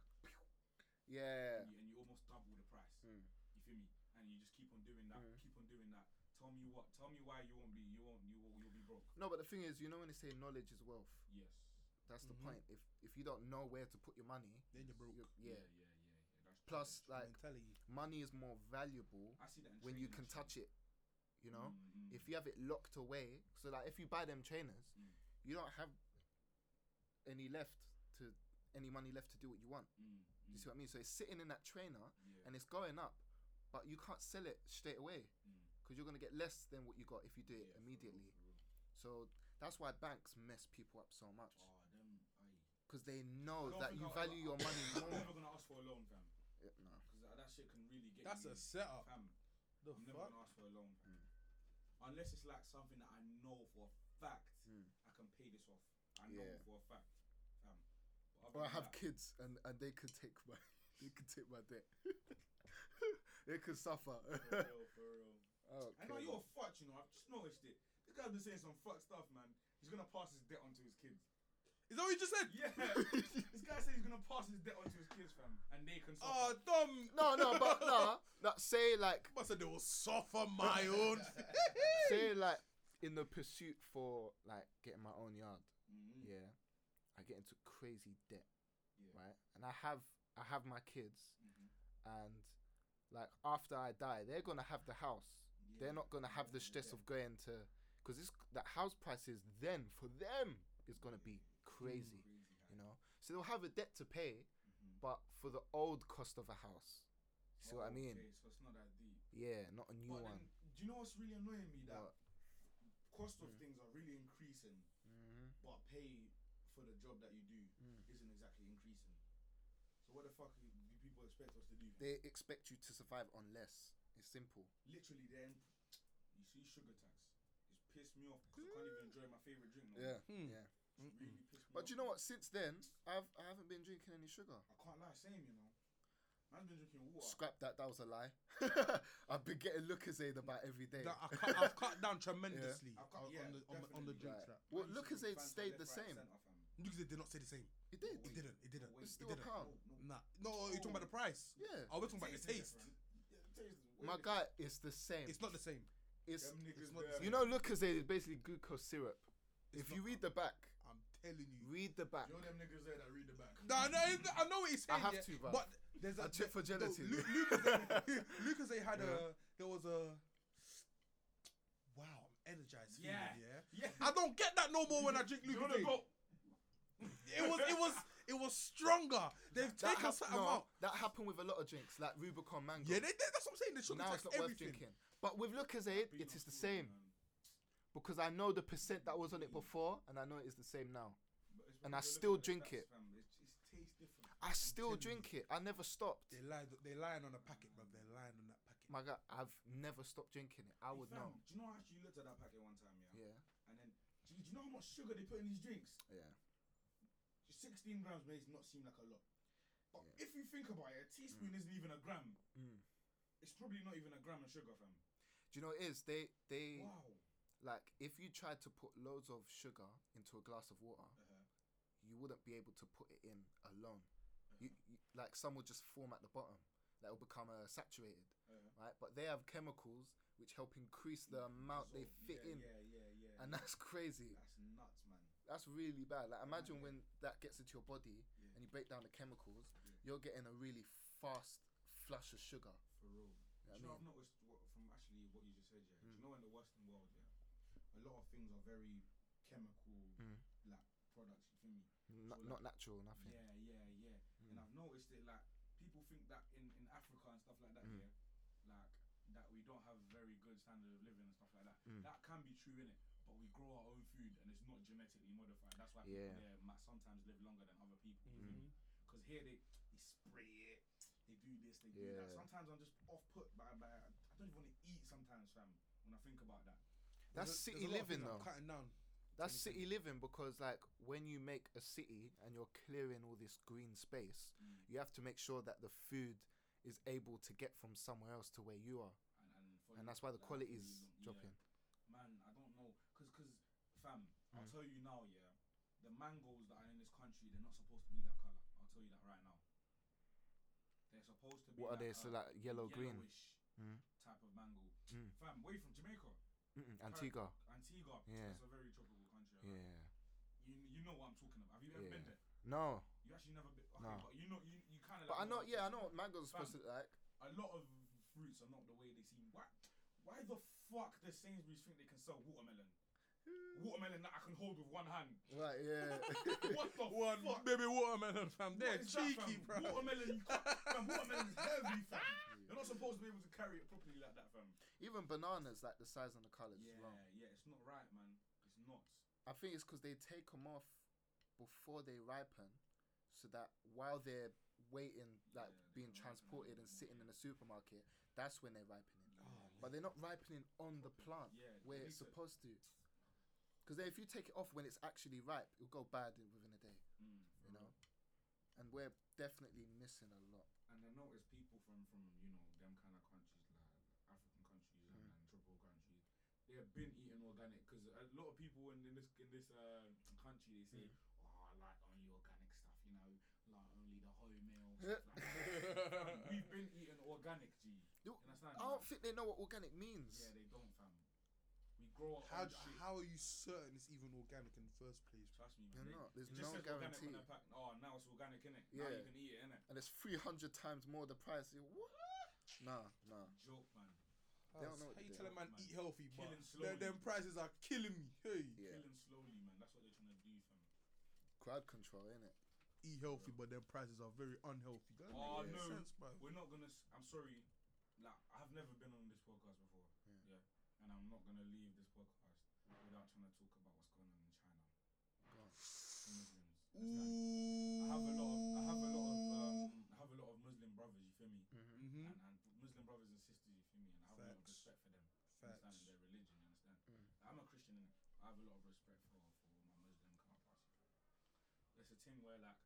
Speaker 7: Mm.
Speaker 2: Yeah.
Speaker 5: and, you, and you almost double the price.
Speaker 2: Mm.
Speaker 5: You feel me? And you just keep on doing that,
Speaker 2: Mm.
Speaker 5: keep on doing that. Tell me what? Tell me why you won't be you won't you will you'll be broke.
Speaker 2: No, but the thing is, you know when they say knowledge is wealth,
Speaker 5: Yes.
Speaker 2: that's the
Speaker 7: Mhm.
Speaker 2: point. If if you don't know where to put your money,
Speaker 7: Then you're broke.
Speaker 2: you're, yeah.
Speaker 5: Yeah, yeah, yeah. yeah. That's
Speaker 2: Plus,
Speaker 5: true.
Speaker 2: like
Speaker 7: Mentality.
Speaker 2: money is more valuable
Speaker 5: I see that in
Speaker 2: when you
Speaker 5: training,
Speaker 2: can
Speaker 5: actually.
Speaker 2: touch it. You know,
Speaker 5: Mm, mm.
Speaker 2: if you have it locked away, so like if you buy them trainers,
Speaker 5: Mm.
Speaker 2: you don't have any left to any money left to do what you want.
Speaker 5: Mm,
Speaker 2: You
Speaker 5: mm,
Speaker 2: see what I mean? So it's sitting in that trainer
Speaker 5: yeah.
Speaker 2: and it's going up, but you can't sell it straight away
Speaker 5: Mm.
Speaker 2: because you're gonna get less than what you got if you do it
Speaker 5: Yeah, for real,
Speaker 2: immediately.
Speaker 5: for real.
Speaker 2: So that's why banks mess people up so much
Speaker 5: Oh, them, aye.
Speaker 2: because they know
Speaker 5: Don't
Speaker 2: Oh, that
Speaker 5: think
Speaker 2: you
Speaker 5: I'll-
Speaker 2: value your money
Speaker 5: I'm
Speaker 2: more.
Speaker 5: never gonna ask for a loan, fam.
Speaker 2: Yeah, no.
Speaker 5: Because that, that shit can really get
Speaker 7: That's
Speaker 5: you.
Speaker 7: a setup.
Speaker 5: fam.
Speaker 7: The
Speaker 5: I'm never
Speaker 7: fuck?
Speaker 5: gonna ask for a loan, fam.
Speaker 2: Hmm.
Speaker 5: Unless it's like something that I know for a fact
Speaker 2: Mm.
Speaker 5: I can pay this off. I know
Speaker 2: Yeah.
Speaker 5: for a fact, fam. But other
Speaker 2: Or I
Speaker 5: than
Speaker 2: have
Speaker 5: that,
Speaker 2: kids and, and they could take my they could take my debt. they could suffer.
Speaker 5: For real, for real.
Speaker 2: oh,
Speaker 5: I know you're a fuck, you know. I've just noticed it. This guy's been saying some fuck stuff, man. He's gonna pass his debt on to his kids.
Speaker 7: Is that what you just said?
Speaker 5: Yeah. this guy said he's gonna pass his debt on to his kids, fam, and they can.
Speaker 7: Oh,
Speaker 5: suffer.
Speaker 7: dumb.
Speaker 2: no, no, but nah. That say like
Speaker 7: Must said they will suffer my own.
Speaker 2: say like in the pursuit for like getting my own yard.
Speaker 5: Mhm.
Speaker 2: Yeah, I get into crazy debt,
Speaker 5: Yeah.
Speaker 2: right? And I have I have my kids,
Speaker 5: Mhm.
Speaker 2: and like after I die, they're gonna have the house.
Speaker 5: Yeah.
Speaker 2: They're not gonna have the
Speaker 5: Yeah,
Speaker 2: stress
Speaker 5: yeah.
Speaker 2: of going to because this that house prices then for them is gonna be
Speaker 5: Mm.
Speaker 2: crazy,
Speaker 5: Crazy guy.
Speaker 2: you know. So they'll have a debt to pay, but for the old cost of a house. You see what I
Speaker 5: Mm-hmm. Oh,
Speaker 2: mean?
Speaker 5: Okay, so it's not that deep.
Speaker 2: Yeah, not a new
Speaker 5: But
Speaker 2: one.
Speaker 5: then, do you know what's really annoying me? That
Speaker 2: What?
Speaker 5: cost of things are really increasing,
Speaker 2: Mhm.
Speaker 5: but pay for the job that you do
Speaker 2: Mm.
Speaker 5: isn't exactly increasing. So what the fuck do people expect us to do?
Speaker 2: They expect you to survive on less. It's simple.
Speaker 5: Literally, then you see sugar tax. It's pissed me off because I can't even enjoy my favorite drink. Now.
Speaker 2: Mm. Yeah,
Speaker 7: Hmm.
Speaker 2: yeah.
Speaker 5: It's really pissed me
Speaker 2: But
Speaker 5: off.
Speaker 2: you know what? Since then, I've I haven't been drinking any sugar.
Speaker 5: I can't lie, same. You know, man's been drinking water.
Speaker 2: Scrap that. That was a lie. I've been getting Lucozade about every day.
Speaker 7: That I cut, I've cut down tremendously
Speaker 5: I've cut-
Speaker 7: on,
Speaker 5: yeah,
Speaker 7: on the, on, the- on the
Speaker 5: definitely.
Speaker 7: drink
Speaker 2: Right.
Speaker 7: trap.
Speaker 2: well,
Speaker 5: I used to drink
Speaker 2: Lucozade
Speaker 5: Fanta
Speaker 2: stayed the
Speaker 5: left, right,
Speaker 2: same.
Speaker 5: centre, fam.
Speaker 7: Because they did not say the same.
Speaker 2: It did.
Speaker 7: It didn't. It didn't.
Speaker 5: wait.
Speaker 7: It
Speaker 2: It's still a
Speaker 7: didn't.
Speaker 2: pound.
Speaker 5: No, no.
Speaker 7: Nah. No, you're talking about the price.
Speaker 2: Yeah.
Speaker 7: I was talking about the taste.
Speaker 5: different. Yeah, the taste is way
Speaker 2: My
Speaker 5: different.
Speaker 2: guy, it's the same.
Speaker 7: It's not the same.
Speaker 2: It's
Speaker 5: Them niggas
Speaker 7: it's not-
Speaker 5: there.
Speaker 2: you know Lucozade is basically glucose syrup.
Speaker 7: It's
Speaker 2: if you
Speaker 7: not-
Speaker 2: read the back,
Speaker 7: I'm telling you.
Speaker 2: read the back.
Speaker 5: You know them niggas there that read the back.
Speaker 7: No, no, it's not- I know what he's
Speaker 2: I
Speaker 7: saying.
Speaker 2: have
Speaker 7: yeah,
Speaker 2: to, bruv.
Speaker 7: But there's
Speaker 2: I
Speaker 7: a
Speaker 2: check for gelatin.
Speaker 7: Lu- Lucas, Lucas, they had a. There was a. Wow, I'm energized. feeling,
Speaker 5: Yeah.
Speaker 7: yeah.
Speaker 5: Yeah.
Speaker 7: I don't get that no more when I drink
Speaker 5: You
Speaker 7: Lucas.
Speaker 5: wanna go?
Speaker 7: It was, it was, it was stronger. They've
Speaker 2: That,
Speaker 7: taken
Speaker 2: hap-
Speaker 7: something
Speaker 2: no,
Speaker 7: out.
Speaker 2: that happened with a lot of drinks, like Rubicon Mango.
Speaker 7: Yeah, they, they, that's what I'm saying. They should
Speaker 2: now
Speaker 7: have
Speaker 2: it's not worth
Speaker 7: everything.
Speaker 2: drinking. But with Lucozade,
Speaker 5: Beat
Speaker 2: it
Speaker 5: on
Speaker 2: is the
Speaker 5: food,
Speaker 2: same
Speaker 5: man.
Speaker 2: because I know the percent that was on it before, and I know it is the same now.
Speaker 5: But it's
Speaker 2: And I
Speaker 5: because you're
Speaker 2: still
Speaker 5: looking at
Speaker 2: drink it.
Speaker 5: the stats, fam. It's, it's taste different.
Speaker 2: I still
Speaker 7: telling
Speaker 2: drink it. I never stopped.
Speaker 7: They lied. They lying on the packet, bro. They're lying on that packet.
Speaker 2: My God, I've never stopped drinking it. I would
Speaker 5: Fam,
Speaker 2: know.
Speaker 5: Do you know I actually looked at that packet one time, yeah?
Speaker 2: Yeah,
Speaker 5: And then, do you, do you know how much sugar they put in these drinks?
Speaker 2: yeah.
Speaker 5: 16 grams may not seem like a lot. But if you think about it, a teaspoon isn't even a gram.
Speaker 2: Mm.
Speaker 5: It's probably not even a gram of sugar, fam.
Speaker 2: Do you know what it is? They they
Speaker 5: Wow.
Speaker 2: like if you tried to put loads of sugar into a glass of water,
Speaker 5: Uh-huh.
Speaker 2: you wouldn't be able to put it in alone. You, you like some will just form at the bottom. That will become uh, saturated,
Speaker 5: Uh-huh.
Speaker 2: right? But they have chemicals which help increase the amount they
Speaker 5: So,
Speaker 2: fit
Speaker 5: yeah,
Speaker 2: in,
Speaker 5: Yeah, yeah, yeah.
Speaker 2: and that's crazy.
Speaker 5: That's nuts, man.
Speaker 2: That's really bad. Like imagine
Speaker 5: yeah.
Speaker 2: when that gets into your body
Speaker 5: Yeah.
Speaker 2: and you break down the chemicals,
Speaker 5: Yeah.
Speaker 2: you're getting a really fast flush of sugar.
Speaker 5: For
Speaker 2: You
Speaker 5: real.
Speaker 2: know what I
Speaker 5: Do you know,
Speaker 2: mean? Mm.
Speaker 5: I've noticed what, from actually what you just said, yeah. Do you know in the Western world, yeah, a lot of things are very chemical,
Speaker 2: Mm.
Speaker 5: like products. You feel me?
Speaker 2: Not,
Speaker 5: So, like-
Speaker 2: not natural, nothing.
Speaker 5: Yeah, yeah, yeah. And I've noticed it, like people think that in in Africa and stuff like that,
Speaker 2: Mm.
Speaker 5: yeah, like that we don't have very good standard of living and stuff like that.
Speaker 2: Mm.
Speaker 5: That can be true, innit? But we grow our own food, and it's not genetically modified. That's why people
Speaker 2: Yeah.
Speaker 5: there might sometimes live longer than other people. you
Speaker 6: Mm.
Speaker 5: feel me? Because here they, they spray it, they do this, they do that.
Speaker 2: Yeah.
Speaker 5: Sometimes I'm just off put by, by I don't even want to eat sometimes, fam, when I think about that.
Speaker 7: There's
Speaker 2: That's
Speaker 7: a- there's
Speaker 2: city
Speaker 7: a lot of
Speaker 2: living
Speaker 7: things I'm
Speaker 2: though.
Speaker 7: Cutting down.
Speaker 2: That's city living because like when you make
Speaker 5: Mm.
Speaker 2: a city and you're clearing all this green space, you have to make sure that the food is able to get from somewhere else to where you are.
Speaker 5: and, and, for
Speaker 2: And
Speaker 5: you-
Speaker 2: that's why the
Speaker 5: like,
Speaker 2: quality
Speaker 5: for you
Speaker 2: is
Speaker 5: lot, yeah.
Speaker 2: dropping.
Speaker 5: Man, I don't know, cause, cause, fam, I'll
Speaker 2: Mm.
Speaker 5: tell you now, yeah, the mangoes that are in this country, they're not supposed to be that color. I'll tell you that right now. They're supposed to be. uh,
Speaker 2: What are
Speaker 5: that
Speaker 2: they? So
Speaker 5: colour,
Speaker 2: like yellow, green,
Speaker 5: yellowish
Speaker 2: Mm.
Speaker 5: type of mango.
Speaker 2: Mm.
Speaker 5: Fam, where you from? Jamaica,
Speaker 2: Mm-mm, Antigua.
Speaker 5: Antigua.
Speaker 2: Yeah.
Speaker 5: It's a very tropical country.
Speaker 2: Yeah.
Speaker 5: right? You you know what I'm talking about. Have you ever been
Speaker 2: Yeah.
Speaker 5: there?
Speaker 2: No,
Speaker 5: You actually never been. Okay,
Speaker 2: No.
Speaker 5: but you know you you kind of.
Speaker 2: but I
Speaker 5: like
Speaker 2: know.
Speaker 5: what I'm
Speaker 2: Yeah, I
Speaker 5: talking
Speaker 2: know what
Speaker 5: about
Speaker 2: mangoes are
Speaker 5: Fam,
Speaker 2: supposed to like.
Speaker 5: a lot of fruits are not the way they seem. Why, why the fuck does Sainsbury's think they can sell watermelon? Watermelon that I can hold with one hand.
Speaker 2: Right. Yeah.
Speaker 5: What the
Speaker 3: One
Speaker 5: fuck?
Speaker 3: baby watermelon, fam.
Speaker 5: What
Speaker 3: They're
Speaker 5: is that,
Speaker 3: cheeky,
Speaker 5: fam?
Speaker 3: bro.
Speaker 5: Watermelon, you can't- fam, watermelon is heavy, fam. You're not supposed to be able to carry it properly like that, fam.
Speaker 2: Even bananas, like the size and the colors, is
Speaker 5: Yeah,
Speaker 2: wrong.
Speaker 5: yeah, it's not right, man. It's not.
Speaker 2: I think it's because they take them off before they ripen, so that while they're waiting, like
Speaker 5: Yeah, they
Speaker 2: being
Speaker 5: can ripen a
Speaker 2: transported
Speaker 5: little
Speaker 2: and
Speaker 5: bit
Speaker 2: sitting
Speaker 5: more,
Speaker 2: in the supermarket, that's when they're ripening.
Speaker 5: Oh,
Speaker 2: but they're not ripening on the plant
Speaker 5: Yeah,
Speaker 2: where
Speaker 5: they
Speaker 2: it's
Speaker 5: need to-
Speaker 2: supposed to. Because if you take it off when it's actually ripe, it'll go bad in- within a day,
Speaker 5: Mm.
Speaker 2: you know.
Speaker 5: Mm-hmm.
Speaker 2: And we're definitely missing a lot.
Speaker 5: And I notice people from from you know them kind of countries like African
Speaker 2: Mm.
Speaker 5: countries and, and tropical countries, they have been eating organic because a lot of people in, in this in this uh, country they say,
Speaker 2: Mm.
Speaker 5: oh, I like only organic stuff, you know, like only the wholemeal. stuff like that." We've been eating organic, G.
Speaker 2: You-
Speaker 5: understand?
Speaker 2: I don't think they know what organic means.
Speaker 5: Yeah, they don't, fam. We grow up.
Speaker 3: How,
Speaker 5: on shit.
Speaker 3: how are you certain it's even organic in the first place?
Speaker 5: Trust me,
Speaker 2: They're
Speaker 5: man. they-
Speaker 2: not. There's
Speaker 5: it just
Speaker 2: no
Speaker 5: says organic on
Speaker 2: guarantee.
Speaker 5: their pack. Oh, now it's organic, innit? Now
Speaker 2: Yeah.
Speaker 5: you can eat it, innit?
Speaker 2: And it's 300 times more the price. You- What? Nah, nah.
Speaker 5: Joke, man.
Speaker 2: They don't know what to
Speaker 3: How you
Speaker 2: do.
Speaker 3: tell a man
Speaker 5: Man,
Speaker 3: eat healthy, but
Speaker 5: killing
Speaker 3: them, them
Speaker 5: slowly.
Speaker 3: prices are killing me. Hey,
Speaker 2: Yeah.
Speaker 5: Killing slowly, man. That's what they're trying to do, fam.
Speaker 2: Crowd control, innit?
Speaker 3: eat healthy, but them prices are very unhealthy. That
Speaker 5: Oh,
Speaker 3: makes
Speaker 5: no.
Speaker 3: sense, bro.
Speaker 5: We're not gonna. s- I'm sorry. Like I've never been on this podcast before. Yeah. And I'm not gonna leave this podcast without trying to talk about what's going on in China. The Muslims. That's like- I have a lot. Of, I have a lot of. Um, I have a lot of Muslim brothers. You feel me?
Speaker 3: Mm-hmm.
Speaker 5: And, and Muslim brothers and sisters. You feel me? And I have a lot of
Speaker 3: Facts.
Speaker 5: respect for them.
Speaker 3: Facts. Mm.
Speaker 5: Understanding their religion. You understand? I'm a Christian. And I have a lot of respect for for my Muslim counterparts. There's a thing where like.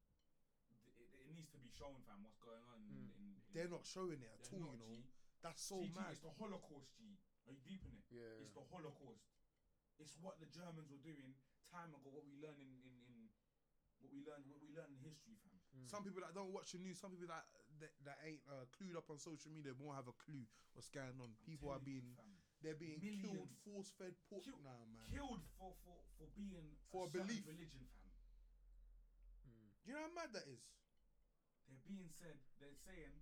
Speaker 5: th- It, it needs to be shown, fam. What's going on? In, in, in
Speaker 3: Mm. They're not showing it at
Speaker 5: They're
Speaker 3: all,
Speaker 5: not,
Speaker 3: you know.
Speaker 5: G.
Speaker 3: That's so
Speaker 5: See, G,
Speaker 3: mad.
Speaker 5: It's the Holocaust, G. Are you deep in it?
Speaker 2: Yeah.
Speaker 5: It's the Holocaust. It's what the Germans were doing time ago. What we learn in, in, in what we learn what we learn in history, fam.
Speaker 2: Mm, Hmm.
Speaker 3: Some people that don't watch the news, some people that that, that ain't uh, clued up on social media won't have a clue what's going on. People are
Speaker 5: telling you,
Speaker 3: being
Speaker 5: fam.
Speaker 3: they're being killed,
Speaker 5: Millions.
Speaker 3: force fed pork
Speaker 5: Killed-
Speaker 3: now, man.
Speaker 5: killed for for for being
Speaker 3: For a
Speaker 5: certain
Speaker 3: belief.
Speaker 5: religion, fam.
Speaker 2: mm,
Speaker 3: Do you know how mad that is?
Speaker 5: They're being said. They're saying,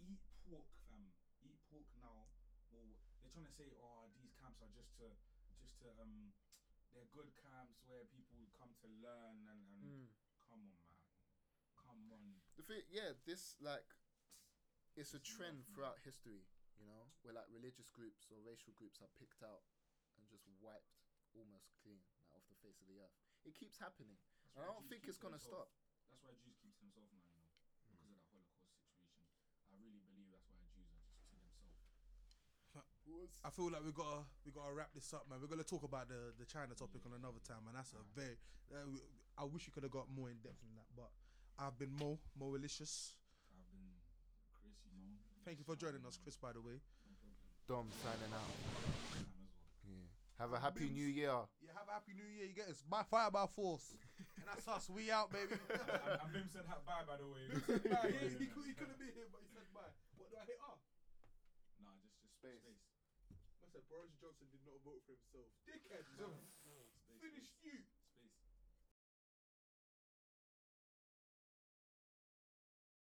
Speaker 5: eat pork, fam. Eat pork now. Or they're trying to say, oh, these camps are just to just to um, they're good camps where people come to learn and and
Speaker 2: Mm.
Speaker 5: come on, man, come on.
Speaker 2: The thing, yeah, this like, it's a
Speaker 5: It's
Speaker 2: trend
Speaker 5: nothing.
Speaker 2: throughout history. You know, where like religious groups or racial groups are picked out and just wiped almost clean like, off the face of the earth. It keeps happening.
Speaker 5: That's
Speaker 2: And I
Speaker 5: why
Speaker 2: don't
Speaker 5: Jews
Speaker 2: think
Speaker 5: keep
Speaker 2: it's
Speaker 5: to
Speaker 2: gonna
Speaker 5: themselves.
Speaker 2: stop. Mm.
Speaker 5: That's why Jews keep to themselves now, you know, because of that Holocaust situation. I really believe that's why Jews are just to themselves.
Speaker 3: I feel like we gotta we gotta wrap this up, man. We're gonna talk about the the China topic on another time, man. That's a very. Uh, I wish you could have got more in depth than that, but I've been Mo Mo Alicious.
Speaker 5: I've been Chris, you know.
Speaker 3: Thank you for joining us, Chris. By the way.
Speaker 5: No
Speaker 2: Dom
Speaker 5: problem.
Speaker 2: signing out.
Speaker 5: Time as well.
Speaker 2: Yeah. Have a happy new year.
Speaker 3: Yeah, have a happy new year. You get us by fire by force, and that's us. We out, baby.
Speaker 5: I- I'm Bim said ha- bye by the way.
Speaker 3: bye.
Speaker 5: Yeah,
Speaker 3: He
Speaker 5: yeah,
Speaker 3: cou-
Speaker 5: yeah.
Speaker 3: he couldn't be here, but he said bye. What do I hit up?
Speaker 5: Nah, just just
Speaker 2: Space.
Speaker 5: space.
Speaker 3: I said Boris Johnson did not vote for himself. Dickhead. man.